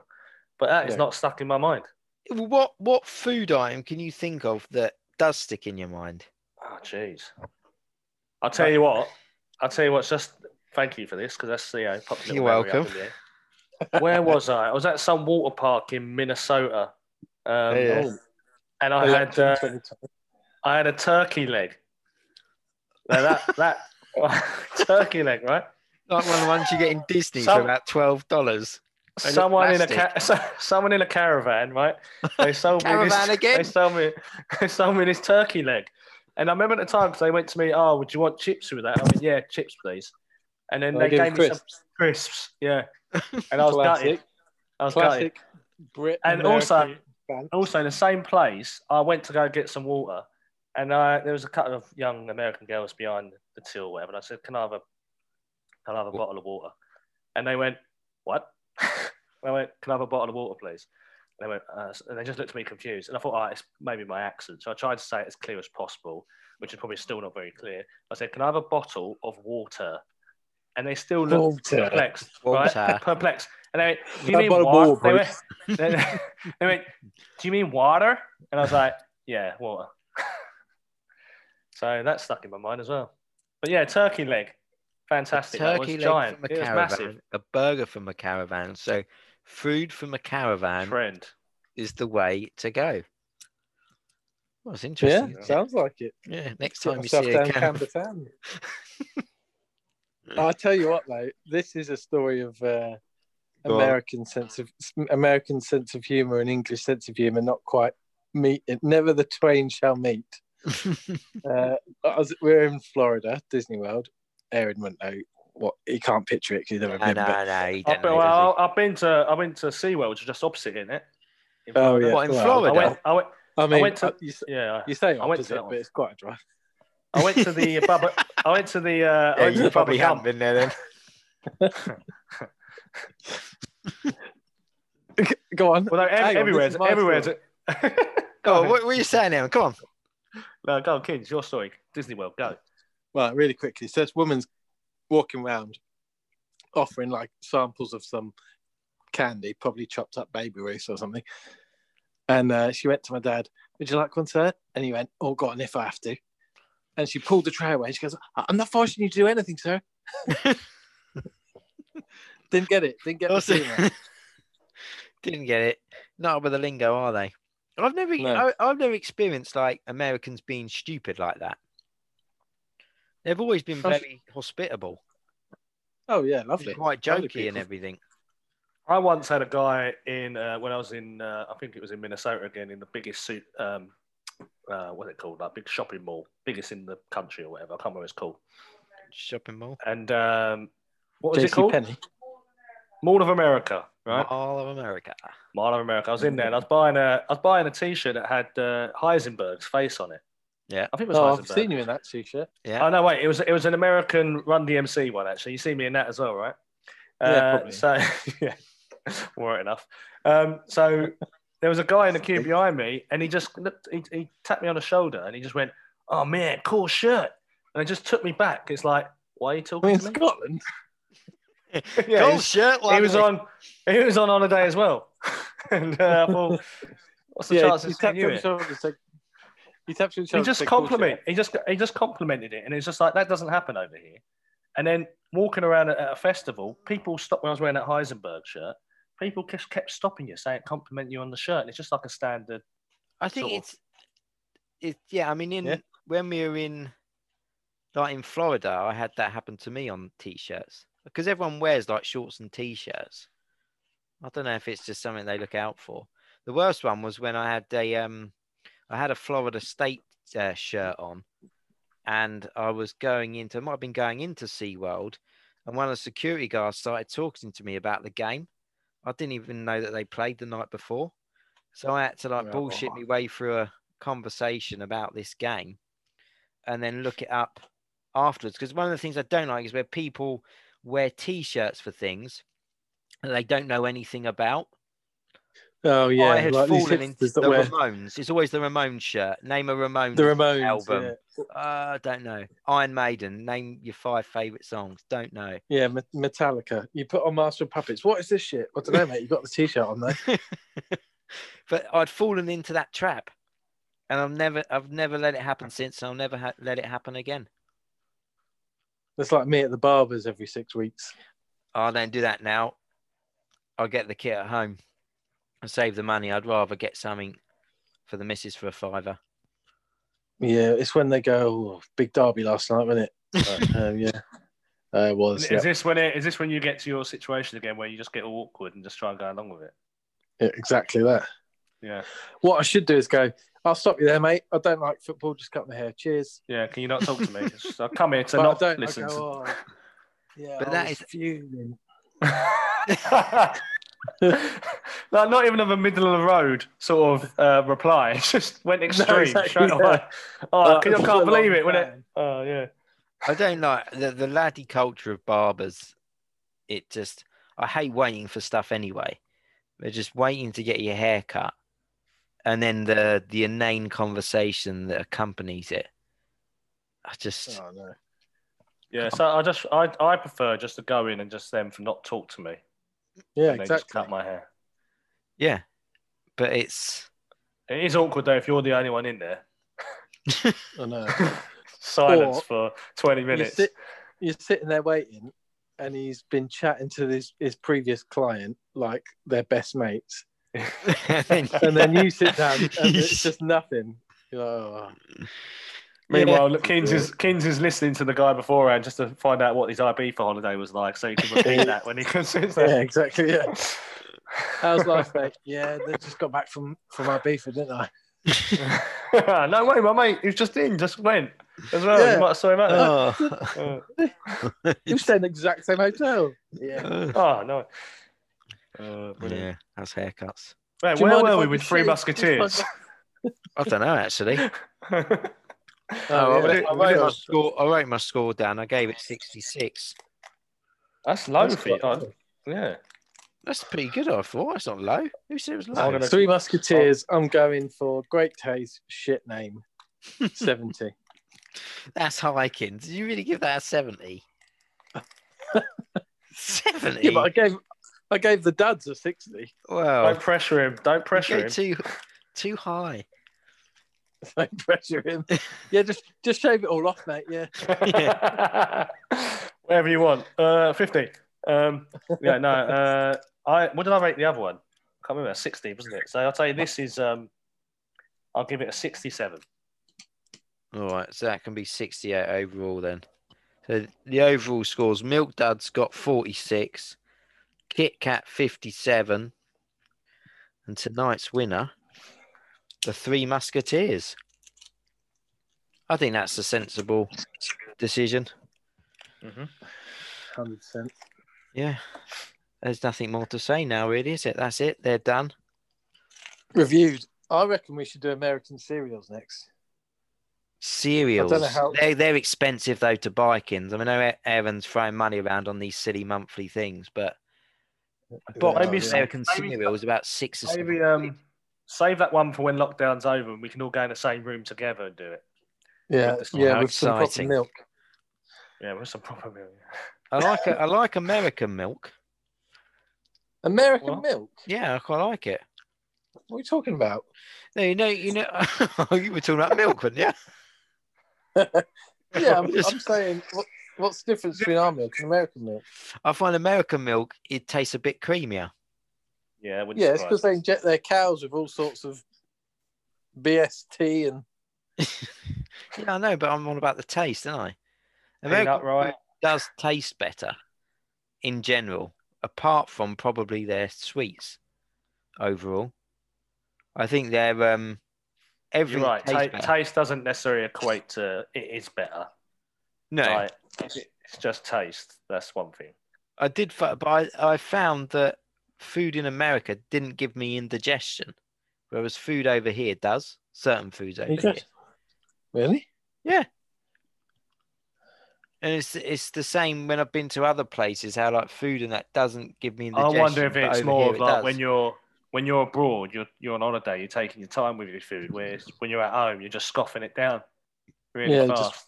[SPEAKER 3] but that is
[SPEAKER 2] Yeah.
[SPEAKER 3] not stuck in my mind.
[SPEAKER 1] What what food item can you think of that does stick in your mind?
[SPEAKER 3] Oh jeez. I'll tell you what. I'll tell you what. Just thank you for this because that's you know, popped a little
[SPEAKER 1] You're
[SPEAKER 3] memory up
[SPEAKER 1] welcome.
[SPEAKER 3] in the air. Where was I? I was at some water park in Minnesota, um,
[SPEAKER 1] Yeah.
[SPEAKER 2] Oh,
[SPEAKER 3] and I had
[SPEAKER 2] election
[SPEAKER 3] uh,
[SPEAKER 2] 2020.
[SPEAKER 3] I had a turkey leg. Now that that [laughs] turkey leg, right?
[SPEAKER 1] Like one of the ones you get in Disney
[SPEAKER 3] Some-
[SPEAKER 1] for about twelve dollars. look
[SPEAKER 3] Someone in a ca- [laughs] so- someone in a caravan,
[SPEAKER 1] [laughs]
[SPEAKER 3] right? They sold me this,
[SPEAKER 1] Caravan again?
[SPEAKER 3] They sold me [laughs] they sold me this turkey leg, and I remember at the time because they went to me, "Oh, would you want chips with that?" I went, "Yeah, chips, please." And then
[SPEAKER 2] They
[SPEAKER 3] they,
[SPEAKER 2] gave you
[SPEAKER 3] gave me some crisps,
[SPEAKER 2] [laughs]
[SPEAKER 3] yeah. And I was gutted.
[SPEAKER 2] Classic.
[SPEAKER 3] I was gutted.
[SPEAKER 2] Classic. Brit
[SPEAKER 3] And also-
[SPEAKER 2] American fan.
[SPEAKER 3] also in the same place, I went to go get some water, and I, there was a couple of young American girls behind the till, or whatever. And I said, "Can I have a, can I have a bottle of water?" And they went, "What?" [laughs] and I went, "Can I have a bottle of water, please?" And they went, uh, and they just looked at me confused. And I thought, "Ah, it's maybe my accent." So I tried to say it as clear as possible, which is probably still not very clear. I said, "Can I have a bottle of water?" And they still looked
[SPEAKER 2] Water.
[SPEAKER 3] perplexed,
[SPEAKER 1] Water.
[SPEAKER 3] right? Perplexed. And they, went, "Do you
[SPEAKER 2] How
[SPEAKER 3] mean
[SPEAKER 2] about a
[SPEAKER 3] water?"
[SPEAKER 2] ball,
[SPEAKER 3] They
[SPEAKER 2] bro?
[SPEAKER 3] went, they, they went, do you mean water? And I was like, yeah, water. [laughs] so that stuck in my mind as well. But yeah, turkey leg. Fantastic. That was
[SPEAKER 1] turkey leg
[SPEAKER 3] giant.
[SPEAKER 1] from a
[SPEAKER 3] It was
[SPEAKER 1] caravan,
[SPEAKER 3] massive.
[SPEAKER 1] a burger from a caravan. So, food from a caravan
[SPEAKER 3] Trend.
[SPEAKER 1] is the way to go. Well, it's
[SPEAKER 2] Yeah,
[SPEAKER 1] interesting. isn't it?
[SPEAKER 2] sounds like it.
[SPEAKER 1] Yeah. Next
[SPEAKER 2] Get
[SPEAKER 1] time you
[SPEAKER 2] myself
[SPEAKER 1] see
[SPEAKER 2] down
[SPEAKER 1] a caravan,
[SPEAKER 2] Camber
[SPEAKER 1] [laughs]
[SPEAKER 2] Town. I'll tell you what, though, this is a story of uh,
[SPEAKER 1] Go on.
[SPEAKER 2] American sense of American sense of humor and English sense of humor not quite meet. Never the twain
[SPEAKER 1] [laughs]
[SPEAKER 2] shall meet. Uh, I was, we were in Florida, Disney World. Aaron won't know what he can't picture it because he's never
[SPEAKER 1] no,
[SPEAKER 2] been. but-
[SPEAKER 1] no, no. You
[SPEAKER 3] I've
[SPEAKER 1] don't
[SPEAKER 3] been,
[SPEAKER 1] know, does
[SPEAKER 3] well, I've been to I've been to SeaWorld, which is just opposite in it. In
[SPEAKER 2] Oh
[SPEAKER 3] Florida.
[SPEAKER 2] yeah,
[SPEAKER 1] What, in
[SPEAKER 2] well,
[SPEAKER 1] Florida?
[SPEAKER 3] I went I went
[SPEAKER 2] I mean,
[SPEAKER 3] went to-
[SPEAKER 2] uh, you, s-
[SPEAKER 3] yeah.
[SPEAKER 2] you say
[SPEAKER 3] I went to
[SPEAKER 2] opposite,
[SPEAKER 3] that one.
[SPEAKER 2] but it's quite a drive.
[SPEAKER 3] I went
[SPEAKER 2] [laughs]
[SPEAKER 3] to the Bubba I went to the uh
[SPEAKER 1] he? Yeah,
[SPEAKER 3] I went to
[SPEAKER 1] you
[SPEAKER 3] the
[SPEAKER 1] probably
[SPEAKER 3] Bubba
[SPEAKER 1] haven't
[SPEAKER 3] Gump.
[SPEAKER 1] been there then.
[SPEAKER 2] Go on.
[SPEAKER 3] Well no,
[SPEAKER 2] Hang on,
[SPEAKER 3] ev-
[SPEAKER 2] this
[SPEAKER 3] everywhere's
[SPEAKER 2] is my
[SPEAKER 3] everywhere's
[SPEAKER 1] Go on,
[SPEAKER 3] on.
[SPEAKER 1] what, what are you saying now? Come on.
[SPEAKER 3] [laughs] No, go on, kids, your story. Disney World, go.
[SPEAKER 2] Right, really quickly. So this woman's walking around offering like samples of some candy, probably chopped up baby Ruth or something. And uh, she went to my dad, Would you like one, sir? And he went, Oh, God, and if I have to. And she pulled the tray away and she goes, "I- I'm not forcing you to do anything,
[SPEAKER 3] [laughs]
[SPEAKER 2] sir. didn't get it. Didn't get
[SPEAKER 1] [laughs]
[SPEAKER 2] the
[SPEAKER 3] Oh,
[SPEAKER 1] Also-
[SPEAKER 2] humor.
[SPEAKER 1] Didn't get it. Not with the lingo, are they? I've never,
[SPEAKER 2] No.
[SPEAKER 1] I, I've never experienced like Americans being stupid like that. They've always been
[SPEAKER 2] I've-
[SPEAKER 1] very hospitable,
[SPEAKER 2] Oh, yeah,
[SPEAKER 1] and
[SPEAKER 2] lovely.
[SPEAKER 1] quite
[SPEAKER 2] Lovely
[SPEAKER 1] jokey and
[SPEAKER 2] people.
[SPEAKER 1] everything.
[SPEAKER 3] I once had a guy in uh, when I was in, uh, I think it was in Minnesota again, in the biggest suit, um, uh, what's it called? Like big shopping mall, biggest in the country or whatever. I can't remember what it's called.
[SPEAKER 1] Shopping mall.
[SPEAKER 3] And um, what was it
[SPEAKER 2] JC
[SPEAKER 3] called?
[SPEAKER 2] Penney.
[SPEAKER 3] Mall of America, right?
[SPEAKER 1] All of America.
[SPEAKER 3] Mall of America. I was in there and I was buying a, I was buying a T-shirt that had uh, Heisenberg's face on it.
[SPEAKER 1] Yeah.
[SPEAKER 3] I think it was
[SPEAKER 2] Oh, I've
[SPEAKER 3] Heisenberg.
[SPEAKER 2] seen you in that t shirt.
[SPEAKER 1] Yeah.
[SPEAKER 3] Oh no, wait, it was it was an American Run DMC one actually. You see me in that as well, right?
[SPEAKER 2] Yeah,
[SPEAKER 3] uh,
[SPEAKER 2] probably.
[SPEAKER 3] so [laughs] yeah, all right enough. Um, so there was a guy in the queue behind me, and he just looked, he, he tapped me on the shoulder, and he just went, "Oh man, cool shirt," and it just took me back. It's like, Why are you talking
[SPEAKER 2] I mean, [laughs]
[SPEAKER 3] to me?
[SPEAKER 2] Scotland.
[SPEAKER 3] Yeah,
[SPEAKER 1] Cool
[SPEAKER 3] he's-
[SPEAKER 1] shirt.
[SPEAKER 3] he
[SPEAKER 1] why
[SPEAKER 3] was
[SPEAKER 1] not?
[SPEAKER 3] on he was on holiday as well. [laughs] and uh, I thought, what's the
[SPEAKER 2] yeah, he
[SPEAKER 3] chances he
[SPEAKER 2] tapped
[SPEAKER 3] knew
[SPEAKER 2] on his
[SPEAKER 3] it?
[SPEAKER 2] shoulder. and said- He tapped on his
[SPEAKER 3] He
[SPEAKER 2] shoulder. and
[SPEAKER 3] just
[SPEAKER 2] said, "Cool shirt."
[SPEAKER 3] compliment. He just he just complimented it, and it's just like that doesn't happen over here. And then walking around at, at a festival, people stopped when I was wearing that Heisenberg shirt. People just kept stopping you, saying compliment you on the shirt, and it's just like
[SPEAKER 2] [laughs]
[SPEAKER 3] a standard.
[SPEAKER 1] I think
[SPEAKER 3] sort of.
[SPEAKER 1] it's it. Yeah, I mean, in
[SPEAKER 2] Yeah.
[SPEAKER 1] when we were in like in Florida, I had that happen to me on t-shirts because everyone wears like shorts and t-shirts. I don't know if it's just something they look out for. The worst one was when I had a um, I had a Florida State uh, shirt on, and I was going into, I might have been going into SeaWorld, and one of the security guards started talking to me about the game. I didn't even know that they played the night before, so I had to like
[SPEAKER 2] Yeah.
[SPEAKER 1] bullshit my way through a conversation about this game, and then look it up afterwards. Because one of the things I don't like is where people wear T-shirts for things that they don't know anything about.
[SPEAKER 2] Oh yeah,
[SPEAKER 1] I had
[SPEAKER 2] like these
[SPEAKER 1] fallen into
[SPEAKER 2] hipsters
[SPEAKER 1] the
[SPEAKER 2] that wear
[SPEAKER 1] Ramones. It's always the Ramones shirt. Name a Ramones.
[SPEAKER 2] the Ramones
[SPEAKER 1] album.
[SPEAKER 2] Yeah.
[SPEAKER 1] Uh, I don't know. Iron Maiden. Name your five favorite songs. Don't know. [laughs]
[SPEAKER 2] Yeah, Me- Metallica. You put on Master of Puppets. What is this shit? I don't know, mate. You got the T-shirt on there.
[SPEAKER 1] But I'd fallen into that trap, and I've never, I've never let it happen since. And I'll never ha- let it happen again.
[SPEAKER 2] That's like me at the barbers every six weeks.
[SPEAKER 1] I don't do that now. I'll get the kit at home. I save the money. I'd rather get something for the missus for a fiver.
[SPEAKER 2] Yeah, it's when they go oh, big derby last night, wasn't it? Uh, um, yeah, uh, it was.
[SPEAKER 3] Is
[SPEAKER 2] Yeah,
[SPEAKER 3] this when it? Is this when you get to your situation again, where you just get all awkward and just try and go along with it?
[SPEAKER 2] yeah, exactly that.
[SPEAKER 3] Yeah,
[SPEAKER 2] What I should do is go. I'll stop you there, mate. I don't like football. Just cut my hair. Cheers.
[SPEAKER 3] yeah. Can you not talk to me? It's just- I come here to
[SPEAKER 2] But I
[SPEAKER 3] not
[SPEAKER 2] don't. I
[SPEAKER 3] listen. to- [laughs]
[SPEAKER 2] go, oh, yeah,
[SPEAKER 1] But
[SPEAKER 2] I
[SPEAKER 1] that
[SPEAKER 2] was
[SPEAKER 1] is-
[SPEAKER 2] fuming.
[SPEAKER 3] like not even of a middle of the road sort of uh, reply. [laughs] It just went extreme.
[SPEAKER 2] exactly,
[SPEAKER 3] straight
[SPEAKER 2] yeah.
[SPEAKER 3] away. Oh,
[SPEAKER 2] Uh,
[SPEAKER 3] I can't- I can't
[SPEAKER 2] full-on
[SPEAKER 3] believe it. When it.
[SPEAKER 2] fan.
[SPEAKER 3] Oh yeah.
[SPEAKER 1] I don't like the, the laddie culture of barbers. It just, I hate waiting for stuff anyway. They're just waiting to get your hair cut. And then the, the inane conversation that accompanies it. I just,
[SPEAKER 2] Oh, no.
[SPEAKER 3] Yeah, so I just I, I prefer just to go in and just them for not talk to me.
[SPEAKER 2] Yeah,
[SPEAKER 3] and they just
[SPEAKER 2] exactly.
[SPEAKER 3] cut my hair.
[SPEAKER 1] yeah. But it's, [laughs]
[SPEAKER 3] It is awkward though if you're the only one
[SPEAKER 2] [laughs]
[SPEAKER 3] in there. [laughs]
[SPEAKER 2] I know.
[SPEAKER 3] Silence
[SPEAKER 2] Or
[SPEAKER 3] for twenty minutes.
[SPEAKER 2] sit- you're sitting there waiting, and he's been chatting to his, his previous client like their best mates,
[SPEAKER 1] and then- [laughs]
[SPEAKER 2] and then you
[SPEAKER 3] [laughs]
[SPEAKER 2] sit down and it's just nothing. You're like, "Oh,
[SPEAKER 1] [laughs]
[SPEAKER 3] Meanwhile, look, Keynes is Keynes is listening to the guy beforehand just to find out what his IB for holiday was like, so he
[SPEAKER 2] [laughs]
[SPEAKER 3] can repeat that when he [laughs] considers
[SPEAKER 2] "Oh, yeah,
[SPEAKER 3] that.
[SPEAKER 2] exactly. Yeah.
[SPEAKER 3] [laughs]
[SPEAKER 2] How's life, mate? Yeah, they just got back from from our beef, didn't I?
[SPEAKER 3] [laughs] no way, my mate who's just in just went as well.
[SPEAKER 2] Yeah.
[SPEAKER 3] You might have saw him out there.
[SPEAKER 1] Oh.
[SPEAKER 3] Uh,
[SPEAKER 2] You stay in the exact same hotel. Yeah.
[SPEAKER 3] oh no. Uh, brilliant.
[SPEAKER 1] yeah, that's haircuts.
[SPEAKER 3] Right,
[SPEAKER 2] Do you
[SPEAKER 3] where
[SPEAKER 2] mind if
[SPEAKER 3] were
[SPEAKER 2] I
[SPEAKER 3] we
[SPEAKER 2] can
[SPEAKER 3] with Three
[SPEAKER 2] see-
[SPEAKER 3] [laughs] Musketeers?
[SPEAKER 1] I don't know actually.
[SPEAKER 2] Oh,
[SPEAKER 1] I,
[SPEAKER 2] yeah.
[SPEAKER 1] wrote, I wrote my score, I wrote my score down. I gave it 66.
[SPEAKER 3] That's low
[SPEAKER 2] That's
[SPEAKER 3] for you.
[SPEAKER 2] quite
[SPEAKER 3] Oh, yeah.
[SPEAKER 1] That's pretty good, I thought. That's not low. Who said it was low?
[SPEAKER 3] I'm gonna-
[SPEAKER 2] Three Musketeers. I'm going for great taste, shit name,
[SPEAKER 3] [laughs]
[SPEAKER 2] seventy.
[SPEAKER 1] That's hiking. Did you really give that a
[SPEAKER 2] [laughs]
[SPEAKER 1] 70? 70?
[SPEAKER 2] yeah, but I gave I gave the dads a sixty. [laughs]
[SPEAKER 1] Wow.
[SPEAKER 3] Don't pressure him. Don't pressure
[SPEAKER 1] You go
[SPEAKER 3] him.
[SPEAKER 1] Oh.
[SPEAKER 3] [laughs]
[SPEAKER 1] too, too high.
[SPEAKER 2] Don't pressure
[SPEAKER 3] [laughs]
[SPEAKER 2] him. Yeah, just just shave it all off, mate. Yeah.
[SPEAKER 3] Whatever you want. Uh, 50. Um, yeah, no. [laughs] Uh, I What did I rate the other one? I can't remember. 60, wasn't it? So I'll tell you, this is, um, I'll give it a 67.
[SPEAKER 1] All right. So that can be 68 overall then. So the overall scores Milk Dud's got 46, Kit Kat 57, and tonight's winner, the Three Musketeers. I think that's a sensible decision.
[SPEAKER 2] Hundred percent.
[SPEAKER 1] Yeah. There's nothing more to say now, really, is it? That's it. They're done.
[SPEAKER 2] Reviewed. I reckon we should do American cereals next.
[SPEAKER 1] Cereals.
[SPEAKER 2] how-
[SPEAKER 1] They're, they're expensive, though, to buy, Kins. I mean, I know Aaron's throwing money around on these silly monthly things, but I bought
[SPEAKER 3] Maybe
[SPEAKER 1] an
[SPEAKER 3] some-
[SPEAKER 1] American
[SPEAKER 3] maybe-
[SPEAKER 1] cereal was about six or seven.
[SPEAKER 3] Maybe um, save that one for when lockdown's over and we can all go in the same room together and do it.
[SPEAKER 2] Yeah,
[SPEAKER 3] That's
[SPEAKER 2] yeah,
[SPEAKER 1] how
[SPEAKER 2] with some proper
[SPEAKER 1] exciting.
[SPEAKER 2] milk.
[SPEAKER 3] Yeah, what's the problem? here?
[SPEAKER 1] I like a, I like American milk.
[SPEAKER 2] American
[SPEAKER 3] What?
[SPEAKER 2] milk.
[SPEAKER 1] Yeah, I quite like it.
[SPEAKER 2] What are you talking about?
[SPEAKER 1] No, you know, you know, [laughs] you were talking about milk, weren't you?
[SPEAKER 2] Yeah, I'm,
[SPEAKER 3] [laughs]
[SPEAKER 2] I'm saying, what, what's the difference between our milk and American milk?
[SPEAKER 1] [laughs] I find American milk it tastes a bit creamier.
[SPEAKER 3] Yeah, it wouldn't
[SPEAKER 2] Yeah, it's
[SPEAKER 3] surprise
[SPEAKER 2] because they inject their cows with all sorts of BST and
[SPEAKER 1] Yeah, I know, but I'm on about the taste, aren't I?
[SPEAKER 3] me. Peanut,
[SPEAKER 1] American
[SPEAKER 3] right?
[SPEAKER 1] does taste better in general, apart from probably their sweets overall. I think their um
[SPEAKER 3] You're
[SPEAKER 1] everything
[SPEAKER 3] right.
[SPEAKER 1] tastes
[SPEAKER 3] Ta-
[SPEAKER 1] better.
[SPEAKER 3] taste doesn't necessarily equate to it is better.
[SPEAKER 1] no,
[SPEAKER 3] Right? It's just taste. That's one thing.
[SPEAKER 1] I did, fi- but I, I found that food in America didn't give me indigestion, whereas food over here does. Certain foods over here,
[SPEAKER 2] Indigestion? really.
[SPEAKER 1] and it's it's the same when I've been to other places. How like food and that doesn't give me
[SPEAKER 3] I
[SPEAKER 1] indigestion.
[SPEAKER 3] wonder if
[SPEAKER 1] but
[SPEAKER 3] it's
[SPEAKER 1] over
[SPEAKER 3] more
[SPEAKER 1] here
[SPEAKER 3] of
[SPEAKER 1] it
[SPEAKER 3] like
[SPEAKER 1] does.
[SPEAKER 3] when you're when you're abroad, you're you're on holiday, you're taking your time with your food. Whereas when you're at home, you're just scoffing it down really
[SPEAKER 2] Yeah,
[SPEAKER 3] fast,
[SPEAKER 2] just-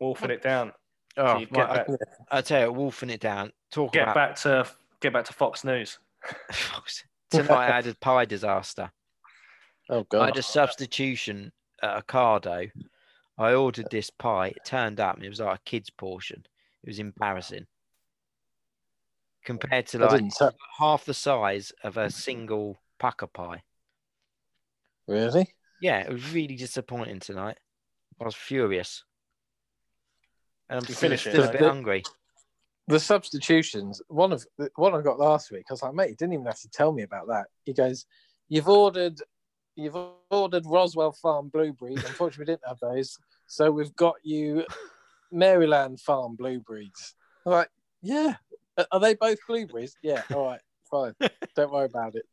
[SPEAKER 3] wolfing it down.
[SPEAKER 1] Oh,
[SPEAKER 3] So you
[SPEAKER 1] my-
[SPEAKER 3] get back,
[SPEAKER 1] I, I tell you, wolfing it down. Talk
[SPEAKER 3] get
[SPEAKER 1] about
[SPEAKER 3] back to get back to Fox News.
[SPEAKER 1] Folks,
[SPEAKER 2] [laughs]
[SPEAKER 1] Tonight I had a pie disaster.
[SPEAKER 2] Oh
[SPEAKER 1] I
[SPEAKER 2] god.
[SPEAKER 1] had a substitution at Ocado. I ordered this pie. It turned up and it was like a kid's portion. It was embarrassing. Compared to
[SPEAKER 2] I
[SPEAKER 1] like
[SPEAKER 2] didn't tell.
[SPEAKER 1] half the size of a single pucker pie.
[SPEAKER 2] Really?
[SPEAKER 1] Yeah, it was really disappointing tonight. I was furious. And I'm
[SPEAKER 3] Did you
[SPEAKER 1] still,
[SPEAKER 3] finish it?
[SPEAKER 1] still a bit
[SPEAKER 2] The-
[SPEAKER 1] hungry.
[SPEAKER 2] The substitutions. One of the one I got last week. I was like, mate, you didn't even have to tell me about that. He goes, "You've ordered, you've ordered Roswell Farm blueberries. Unfortunately, we didn't have those, so we've got you Maryland Farm blueberries." I'm like, yeah. "Are- Are they both blueberries? Yeah. All right. Fine.
[SPEAKER 1] [laughs]
[SPEAKER 2] Don't worry about it.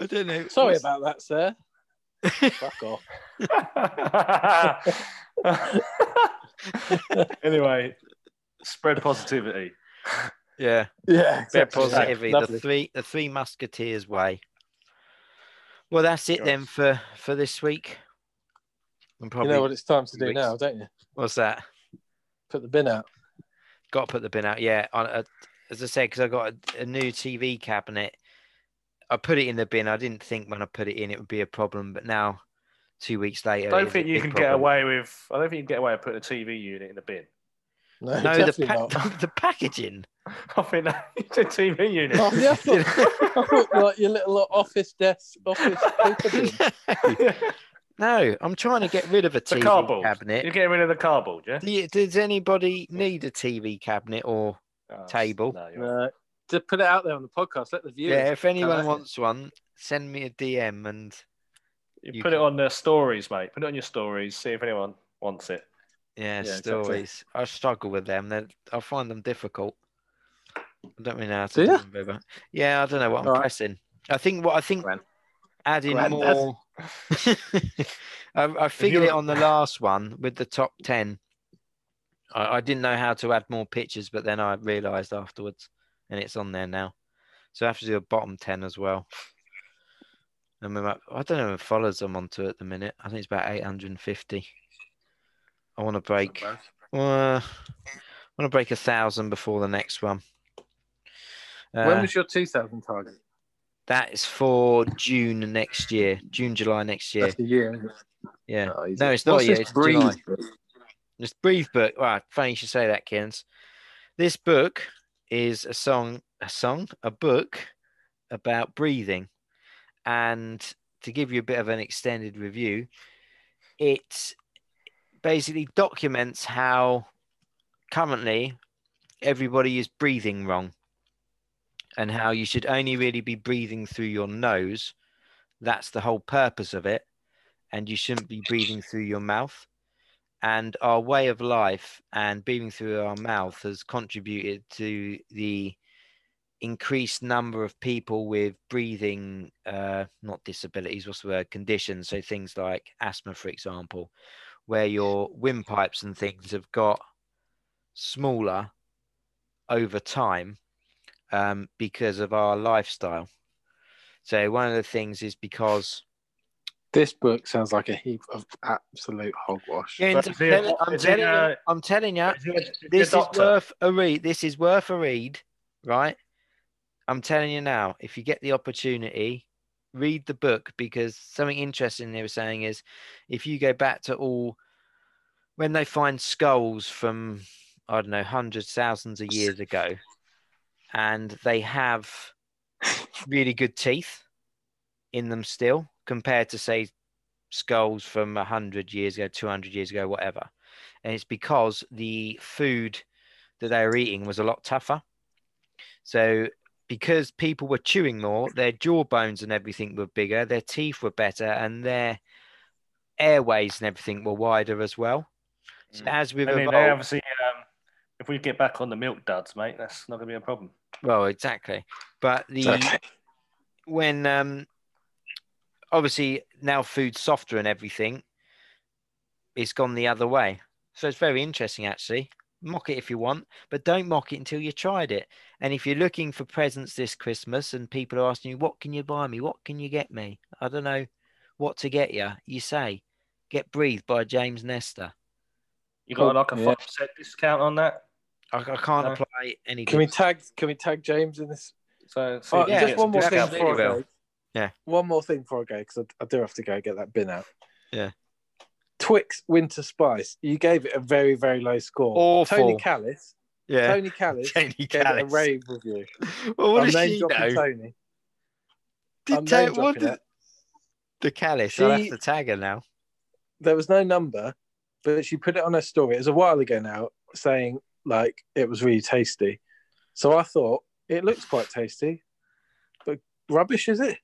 [SPEAKER 1] I don't know.
[SPEAKER 2] Sorry about
[SPEAKER 1] [laughs]
[SPEAKER 2] that, sir. Fuck off.
[SPEAKER 3] [laughs] anyway, spread positivity.
[SPEAKER 1] Yeah.
[SPEAKER 2] Yeah.
[SPEAKER 1] Bit
[SPEAKER 2] exactly.
[SPEAKER 1] positivity. The
[SPEAKER 2] Lovely.
[SPEAKER 1] three, the three musketeers way. Well, that's it then
[SPEAKER 3] Yes.
[SPEAKER 1] for for this week. And
[SPEAKER 2] You
[SPEAKER 1] probably
[SPEAKER 2] know what it's time to do
[SPEAKER 1] weeks.
[SPEAKER 2] now, don't you?
[SPEAKER 1] what's that?
[SPEAKER 2] Put the bin out.
[SPEAKER 1] Got to put the bin out. Yeah, on a, as I said, because I got a, a new TV cabinet. I put it in the bin. I didn't think when I put it in it would be a problem, but now, two weeks later, it
[SPEAKER 3] I don't
[SPEAKER 1] is a
[SPEAKER 3] think you
[SPEAKER 1] big
[SPEAKER 3] can get
[SPEAKER 1] problem.
[SPEAKER 3] away with. I don't think you can get away with putting a TV unit in the bin. [laughs]
[SPEAKER 2] No,
[SPEAKER 1] No,
[SPEAKER 2] definitely
[SPEAKER 1] the, pa-
[SPEAKER 2] not.
[SPEAKER 1] [laughs] the, packaging.
[SPEAKER 3] I think that it's a TV unit.
[SPEAKER 1] [laughs]
[SPEAKER 2] Oh,
[SPEAKER 3] [laughs]
[SPEAKER 2] yeah, I thought- I thought, like your little office desk, office paper bin. [laughs]
[SPEAKER 1] [laughs] no, I'm trying to get rid of a
[SPEAKER 3] the
[SPEAKER 1] TV
[SPEAKER 3] cardboard. You're
[SPEAKER 1] cabinet.
[SPEAKER 3] getting rid of the cardboard, yeah?
[SPEAKER 1] Do you- does anybody need a TV cabinet or
[SPEAKER 3] Oh,
[SPEAKER 1] Table.
[SPEAKER 3] No, you're
[SPEAKER 2] No, to put it out there on the podcast, let the viewers.
[SPEAKER 1] Yeah, if anyone
[SPEAKER 2] like it.
[SPEAKER 1] wants one, send me a DM and
[SPEAKER 3] You,
[SPEAKER 1] You
[SPEAKER 3] put it
[SPEAKER 1] can-
[SPEAKER 3] on their stories, mate. Put it on your stories. See if anyone wants it.
[SPEAKER 1] yeah,
[SPEAKER 2] Yeah, exactly.
[SPEAKER 1] stories. I struggle with them. They're, I find them difficult. I don't really know how to
[SPEAKER 2] Do
[SPEAKER 1] do
[SPEAKER 2] ya?
[SPEAKER 1] them very well. Yeah, I don't know what I'm
[SPEAKER 2] Alright.
[SPEAKER 1] pressing. I think what I think
[SPEAKER 2] Grand-
[SPEAKER 1] adding
[SPEAKER 2] Grandad.
[SPEAKER 1] more. [laughs] Um, I, I figured it
[SPEAKER 3] you're-
[SPEAKER 1] on the last one with the top ten. I, I didn't know how to add more pictures, but then I realised afterwards, and it's on there now. So I have to do a bottom ten as well. And we might, I don't know if followers I'm onto at the minute. I think it's about 850. I want to break. Uh, I want to break a thousand before the next one.
[SPEAKER 2] when
[SPEAKER 1] Uh,
[SPEAKER 2] was your 2000 target?
[SPEAKER 1] that is for June next year, June, July next year.
[SPEAKER 2] That's a year. isn't it?
[SPEAKER 1] Yeah.
[SPEAKER 2] Oh, he's-
[SPEAKER 1] No, it's not
[SPEAKER 2] What's
[SPEAKER 1] a year.
[SPEAKER 2] this
[SPEAKER 1] It's
[SPEAKER 2] breeze
[SPEAKER 1] July.
[SPEAKER 2] book?
[SPEAKER 1] This brief book. Right, funny you should say that, Kins. This book is a song, a song, a book about breathing. And to give you a bit of an extended review, it basically documents how currently everybody is breathing wrong and how you should only really be breathing through your nose. That's the whole purpose of it. And you shouldn't be breathing through your mouth and our way of life and breathing through our mouth has contributed to the increased number of people with breathing uh not disabilities what's the word conditions so things like asthma for example where your windpipes and things have got smaller over time um, because of our lifestyle so one of the things is because
[SPEAKER 2] This book sounds like a heap of absolute hogwash.
[SPEAKER 1] Yeah,
[SPEAKER 3] But
[SPEAKER 1] I'm
[SPEAKER 3] is he a-
[SPEAKER 1] telling- I'm
[SPEAKER 3] is uh, he a-
[SPEAKER 1] telling you, I'm telling you,
[SPEAKER 3] Is he a- is he a
[SPEAKER 1] this is
[SPEAKER 3] doctor?
[SPEAKER 1] worth a read. This is worth a read, right? I'm telling you now, if you get the opportunity, read the book because something interesting they were saying is if you go back to all when they find skulls from I don't know, hundreds, thousands of years ago, and they have really good teeth in them still, compared to say skulls from hundred years ago, two hundred years ago, whatever and it's because the food that they were eating was a lot tougher. So because people were chewing more, their jawbones and everything were bigger, their teeth were better, and their airways and everything were wider as well. So
[SPEAKER 3] Mm.
[SPEAKER 1] as we've
[SPEAKER 3] I mean,
[SPEAKER 1] evolved,
[SPEAKER 3] they obviously, um, if we get back on the milk duds, mate, that's not going to be a problem.
[SPEAKER 1] well, exactly. But the
[SPEAKER 2] Okay.
[SPEAKER 1] when um obviously now food's softer and everything, it's gone the other way. So it's very interesting actually. Mock it if you want, but don't mock it until you tried it. And if you're looking for presents this Christmas and people are asking you, what can you buy me? What can you get me? I don't know what to get you. You say, get Breathed by James Nestor.
[SPEAKER 3] You got
[SPEAKER 2] Oh,
[SPEAKER 3] like a
[SPEAKER 2] yeah.
[SPEAKER 3] five percent discount on that.
[SPEAKER 1] I, I can't
[SPEAKER 3] No.
[SPEAKER 1] apply any.
[SPEAKER 2] Can we
[SPEAKER 1] dis-
[SPEAKER 2] tag? Can we tag James in this?
[SPEAKER 3] So, so
[SPEAKER 2] Oh,
[SPEAKER 3] you can
[SPEAKER 1] yeah,
[SPEAKER 2] just
[SPEAKER 3] get
[SPEAKER 2] one
[SPEAKER 3] some
[SPEAKER 2] more thing
[SPEAKER 3] discount
[SPEAKER 1] absolutely
[SPEAKER 2] before I
[SPEAKER 3] for it.
[SPEAKER 1] will.
[SPEAKER 2] go.
[SPEAKER 1] Yeah.
[SPEAKER 2] One more thing before I go because I, I do have to go get that bin out.
[SPEAKER 1] Yeah.
[SPEAKER 2] Twix Winter Spice. You gave it a very very low score.
[SPEAKER 1] Awful.
[SPEAKER 2] Tony Callis.
[SPEAKER 1] yeah.
[SPEAKER 2] Tony
[SPEAKER 1] [laughs]
[SPEAKER 2] Callis
[SPEAKER 1] Tony
[SPEAKER 2] gave it a
[SPEAKER 1] Callis.
[SPEAKER 2] rave review.
[SPEAKER 1] Well, what
[SPEAKER 2] I'm
[SPEAKER 1] does
[SPEAKER 2] name
[SPEAKER 1] she
[SPEAKER 2] dropping
[SPEAKER 1] know?
[SPEAKER 2] Tony.
[SPEAKER 1] Did
[SPEAKER 2] I'm
[SPEAKER 1] Ta-
[SPEAKER 2] name
[SPEAKER 1] what
[SPEAKER 2] dropping
[SPEAKER 1] did-
[SPEAKER 2] it.
[SPEAKER 1] the Callis? I'll have
[SPEAKER 2] She-
[SPEAKER 1] to tag her now.
[SPEAKER 2] There was no number, but she put it on her story. It was a while ago now, saying like it was really tasty. So I thought it looks quite tasty, but rubbish is it?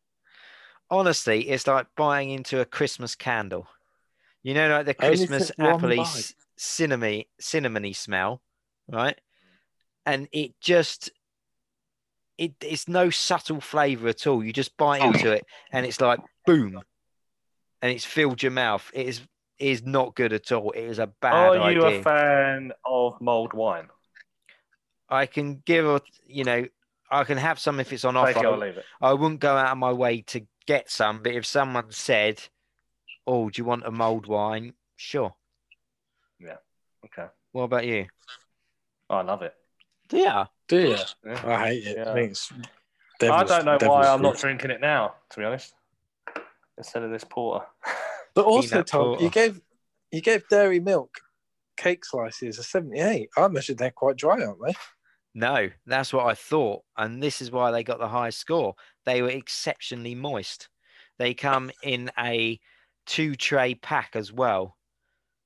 [SPEAKER 1] honestly, it's like buying into a Christmas candle. You know, like the
[SPEAKER 2] Only
[SPEAKER 1] Christmas
[SPEAKER 2] took one
[SPEAKER 1] appley
[SPEAKER 2] bite.
[SPEAKER 1] s- cinnamony cinnamony smell, right? And it just it it's no subtle flavour at all. You just bite
[SPEAKER 2] Oh.
[SPEAKER 1] into it and it's like boom. And it's filled your mouth. It is it is not good at all. It is a bad
[SPEAKER 3] Are you
[SPEAKER 1] idea.
[SPEAKER 3] a fan of mulled wine?
[SPEAKER 1] I can give a you know, I can have some if it's on
[SPEAKER 3] Take it or
[SPEAKER 1] offer.
[SPEAKER 3] leave it.
[SPEAKER 1] I wouldn't go out of my way to get some, but if someone said, "Oh, do you want a mulled wine?" Sure.
[SPEAKER 3] Okay,
[SPEAKER 1] What about you?
[SPEAKER 3] I love it.
[SPEAKER 1] Yeah.
[SPEAKER 2] Dear,
[SPEAKER 3] Yeah.
[SPEAKER 2] I hate it.
[SPEAKER 3] Yeah.
[SPEAKER 2] I, think it's
[SPEAKER 3] I
[SPEAKER 2] devil's-
[SPEAKER 3] don't know why
[SPEAKER 2] devil's
[SPEAKER 3] I'm
[SPEAKER 2] food.
[SPEAKER 3] not drinking it now, to be honest. Instead of this porter. [laughs]
[SPEAKER 2] But also,
[SPEAKER 1] Peanut
[SPEAKER 2] Tom,
[SPEAKER 1] butter.
[SPEAKER 2] you gave you gave dairy milk cake slices a seventy-eight. I measured they're quite dry, aren't they?
[SPEAKER 1] No, that's what I thought, and this is why they got the high score. They were exceptionally moist. They come in a two-tray pack as well,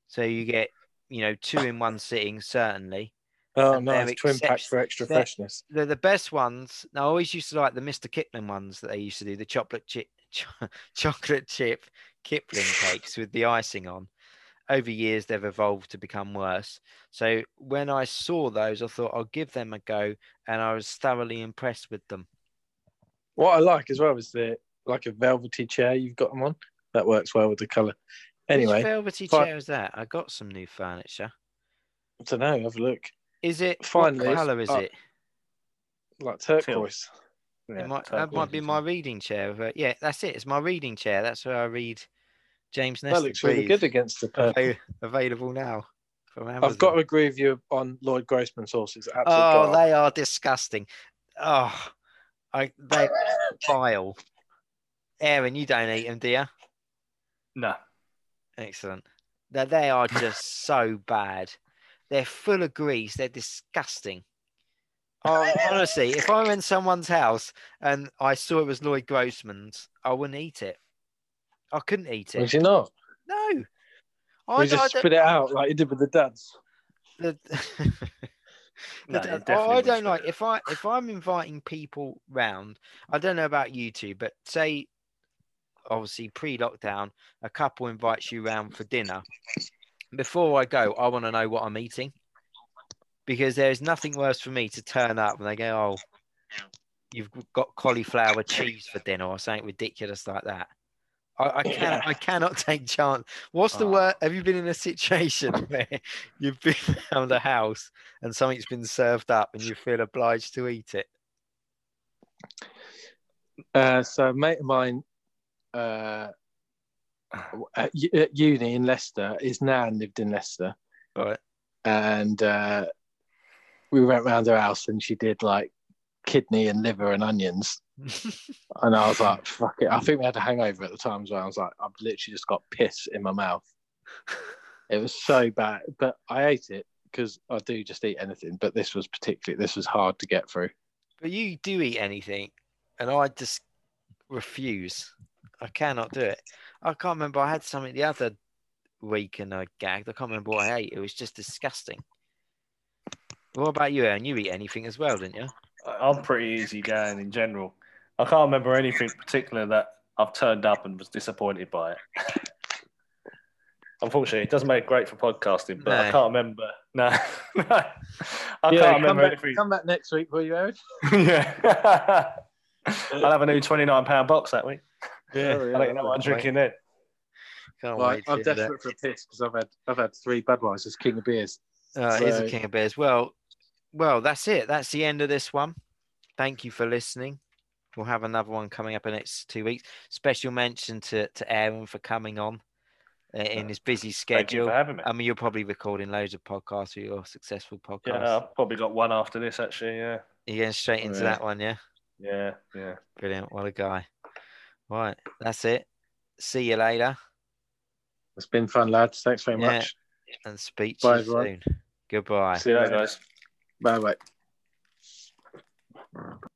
[SPEAKER 1] so you get you know two in one sitting certainly.
[SPEAKER 2] Oh,
[SPEAKER 1] And they're
[SPEAKER 2] nice twin pack
[SPEAKER 1] exception-
[SPEAKER 2] for extra
[SPEAKER 1] they're-
[SPEAKER 2] freshness.
[SPEAKER 1] the, the best ones. Now, I always used to like the Mr. Kipling ones that they used to do, the chocolate chip, [laughs] cho- chocolate chip Kipling cakes with the icing on. Over years, they've evolved to become worse. So when I saw those, I thought I'll give them a go, and I was thoroughly impressed with them.
[SPEAKER 2] What I like as well is the like a velvety chair you've got them on. That works well with the color.
[SPEAKER 1] Which
[SPEAKER 2] Anyway,
[SPEAKER 1] velvety
[SPEAKER 2] fi-
[SPEAKER 1] chair is that? I got some new furniture.
[SPEAKER 2] I don't know. Have a look.
[SPEAKER 1] Is it
[SPEAKER 2] Finally,
[SPEAKER 1] What color is
[SPEAKER 2] uh,
[SPEAKER 1] it?
[SPEAKER 2] Like turquoise.
[SPEAKER 3] Yeah,
[SPEAKER 1] it might, that
[SPEAKER 3] turquoise
[SPEAKER 1] might be
[SPEAKER 3] is
[SPEAKER 1] my
[SPEAKER 3] it.
[SPEAKER 1] reading chair. But yeah, that's it. It's my reading chair. That's where I read James Nestor.
[SPEAKER 2] That looks really
[SPEAKER 1] Breathe.
[SPEAKER 2] good against the purple.
[SPEAKER 1] Ava- available now from Amazon.
[SPEAKER 2] I've got to agree with you on Lloyd Grossman's horses. Absolute
[SPEAKER 1] oh,
[SPEAKER 2] gold.
[SPEAKER 1] they are disgusting. Oh, I they vile. Aaron, you don't eat them, do you?
[SPEAKER 3] No.
[SPEAKER 1] Excellent. Now, they are
[SPEAKER 2] [laughs]
[SPEAKER 1] just so bad. They're full of grease. They're disgusting. Oh, honestly, if I were in someone's house and I saw it was Lloyd Grossman's, I wouldn't eat it. I couldn't eat
[SPEAKER 2] Would
[SPEAKER 1] it.
[SPEAKER 2] you not?
[SPEAKER 1] No. I,
[SPEAKER 2] We
[SPEAKER 1] d- Oh, I
[SPEAKER 2] just
[SPEAKER 1] don't-
[SPEAKER 2] spit it out like you did with the dads.
[SPEAKER 1] the- [laughs]
[SPEAKER 3] [laughs] No,
[SPEAKER 1] I
[SPEAKER 3] you
[SPEAKER 1] don't-
[SPEAKER 3] definitely
[SPEAKER 1] I
[SPEAKER 3] wouldn't
[SPEAKER 1] don't
[SPEAKER 3] say
[SPEAKER 1] like
[SPEAKER 3] that.
[SPEAKER 1] if I if I'm inviting people round. I don't know about you two, but say obviously pre-lockdown, a couple invites you round for dinner. Before I go, I want to know what I'm eating because there is nothing worse for me to turn up and they go, "Oh, you've got cauliflower cheese for dinner" or something ridiculous like that. I, I cannot, I cannot [laughs] take chance. What's the
[SPEAKER 3] Oh.
[SPEAKER 1] word? Have you been in a situation [laughs] where you've been [laughs] around a house and something's been served up and you feel obliged to eat it?
[SPEAKER 2] Uh, so a mate of mine uh, at, u- at uni in Leicester. His nan lived in Leicester,
[SPEAKER 1] Right. [laughs]
[SPEAKER 2] and uh, we went round her house, and she did like kidney and liver and onions. And I was like, "Fuck it!" I think we had a hangover at the time as well. I was like, "I've literally just got piss in my [laughs] mouth." It was so bad, but I ate it because I do just eat anything. But this was particularly this was hard to get through.
[SPEAKER 1] But you do eat anything, and I just refuse. I cannot do it. I can't remember. I had something the other week and I gagged. I can't remember what I ate. It was just disgusting. What about you, Aaron? You eat anything as well, didn't you?
[SPEAKER 3] I'm pretty easy going in general. I can't remember anything particular that I've turned up and was disappointed by it. [laughs] Unfortunately, it doesn't make great for podcasting, but I
[SPEAKER 1] No.
[SPEAKER 3] can't remember. [laughs] No, no. I can't
[SPEAKER 2] yeah, come
[SPEAKER 3] remember
[SPEAKER 2] back,
[SPEAKER 3] anything.
[SPEAKER 2] come back next week, will you, Aaron?
[SPEAKER 3] [laughs] yeah. [laughs] I'll have a new twenty-nine pound box that week.
[SPEAKER 2] Oh,
[SPEAKER 3] I don't know what I'm
[SPEAKER 1] Right.
[SPEAKER 3] drinking then.
[SPEAKER 1] Can't
[SPEAKER 2] Like,
[SPEAKER 1] wait.
[SPEAKER 2] I'm
[SPEAKER 1] to hear
[SPEAKER 2] desperate for a piss because I've had I've had three Budweisers, King of Beers.
[SPEAKER 1] that. Uh, here's
[SPEAKER 2] so-
[SPEAKER 1] a king of bears. Well, well, that's it. That's the end of this one. Thank you for listening. We'll have another one coming up in the next two weeks. Special mention to to Aaron for coming on uh, in his busy
[SPEAKER 3] Thank you
[SPEAKER 1] schedule.
[SPEAKER 3] for having me.
[SPEAKER 1] I mean, you're probably recording loads of podcasts for your successful podcast.
[SPEAKER 3] yeah, I've probably got one after this actually. Yeah,
[SPEAKER 1] You're going straight into
[SPEAKER 3] Yeah.
[SPEAKER 1] that one, yeah?
[SPEAKER 3] yeah, yeah.
[SPEAKER 1] Brilliant. What a guy. Right. That's it. See you later
[SPEAKER 2] It's been fun, lads. Thanks very
[SPEAKER 1] Yeah.
[SPEAKER 2] much.
[SPEAKER 1] and speak to
[SPEAKER 2] Bye,
[SPEAKER 1] you
[SPEAKER 2] everyone.
[SPEAKER 1] soon. Goodbye.
[SPEAKER 3] See you later, guys.
[SPEAKER 2] Bye bye.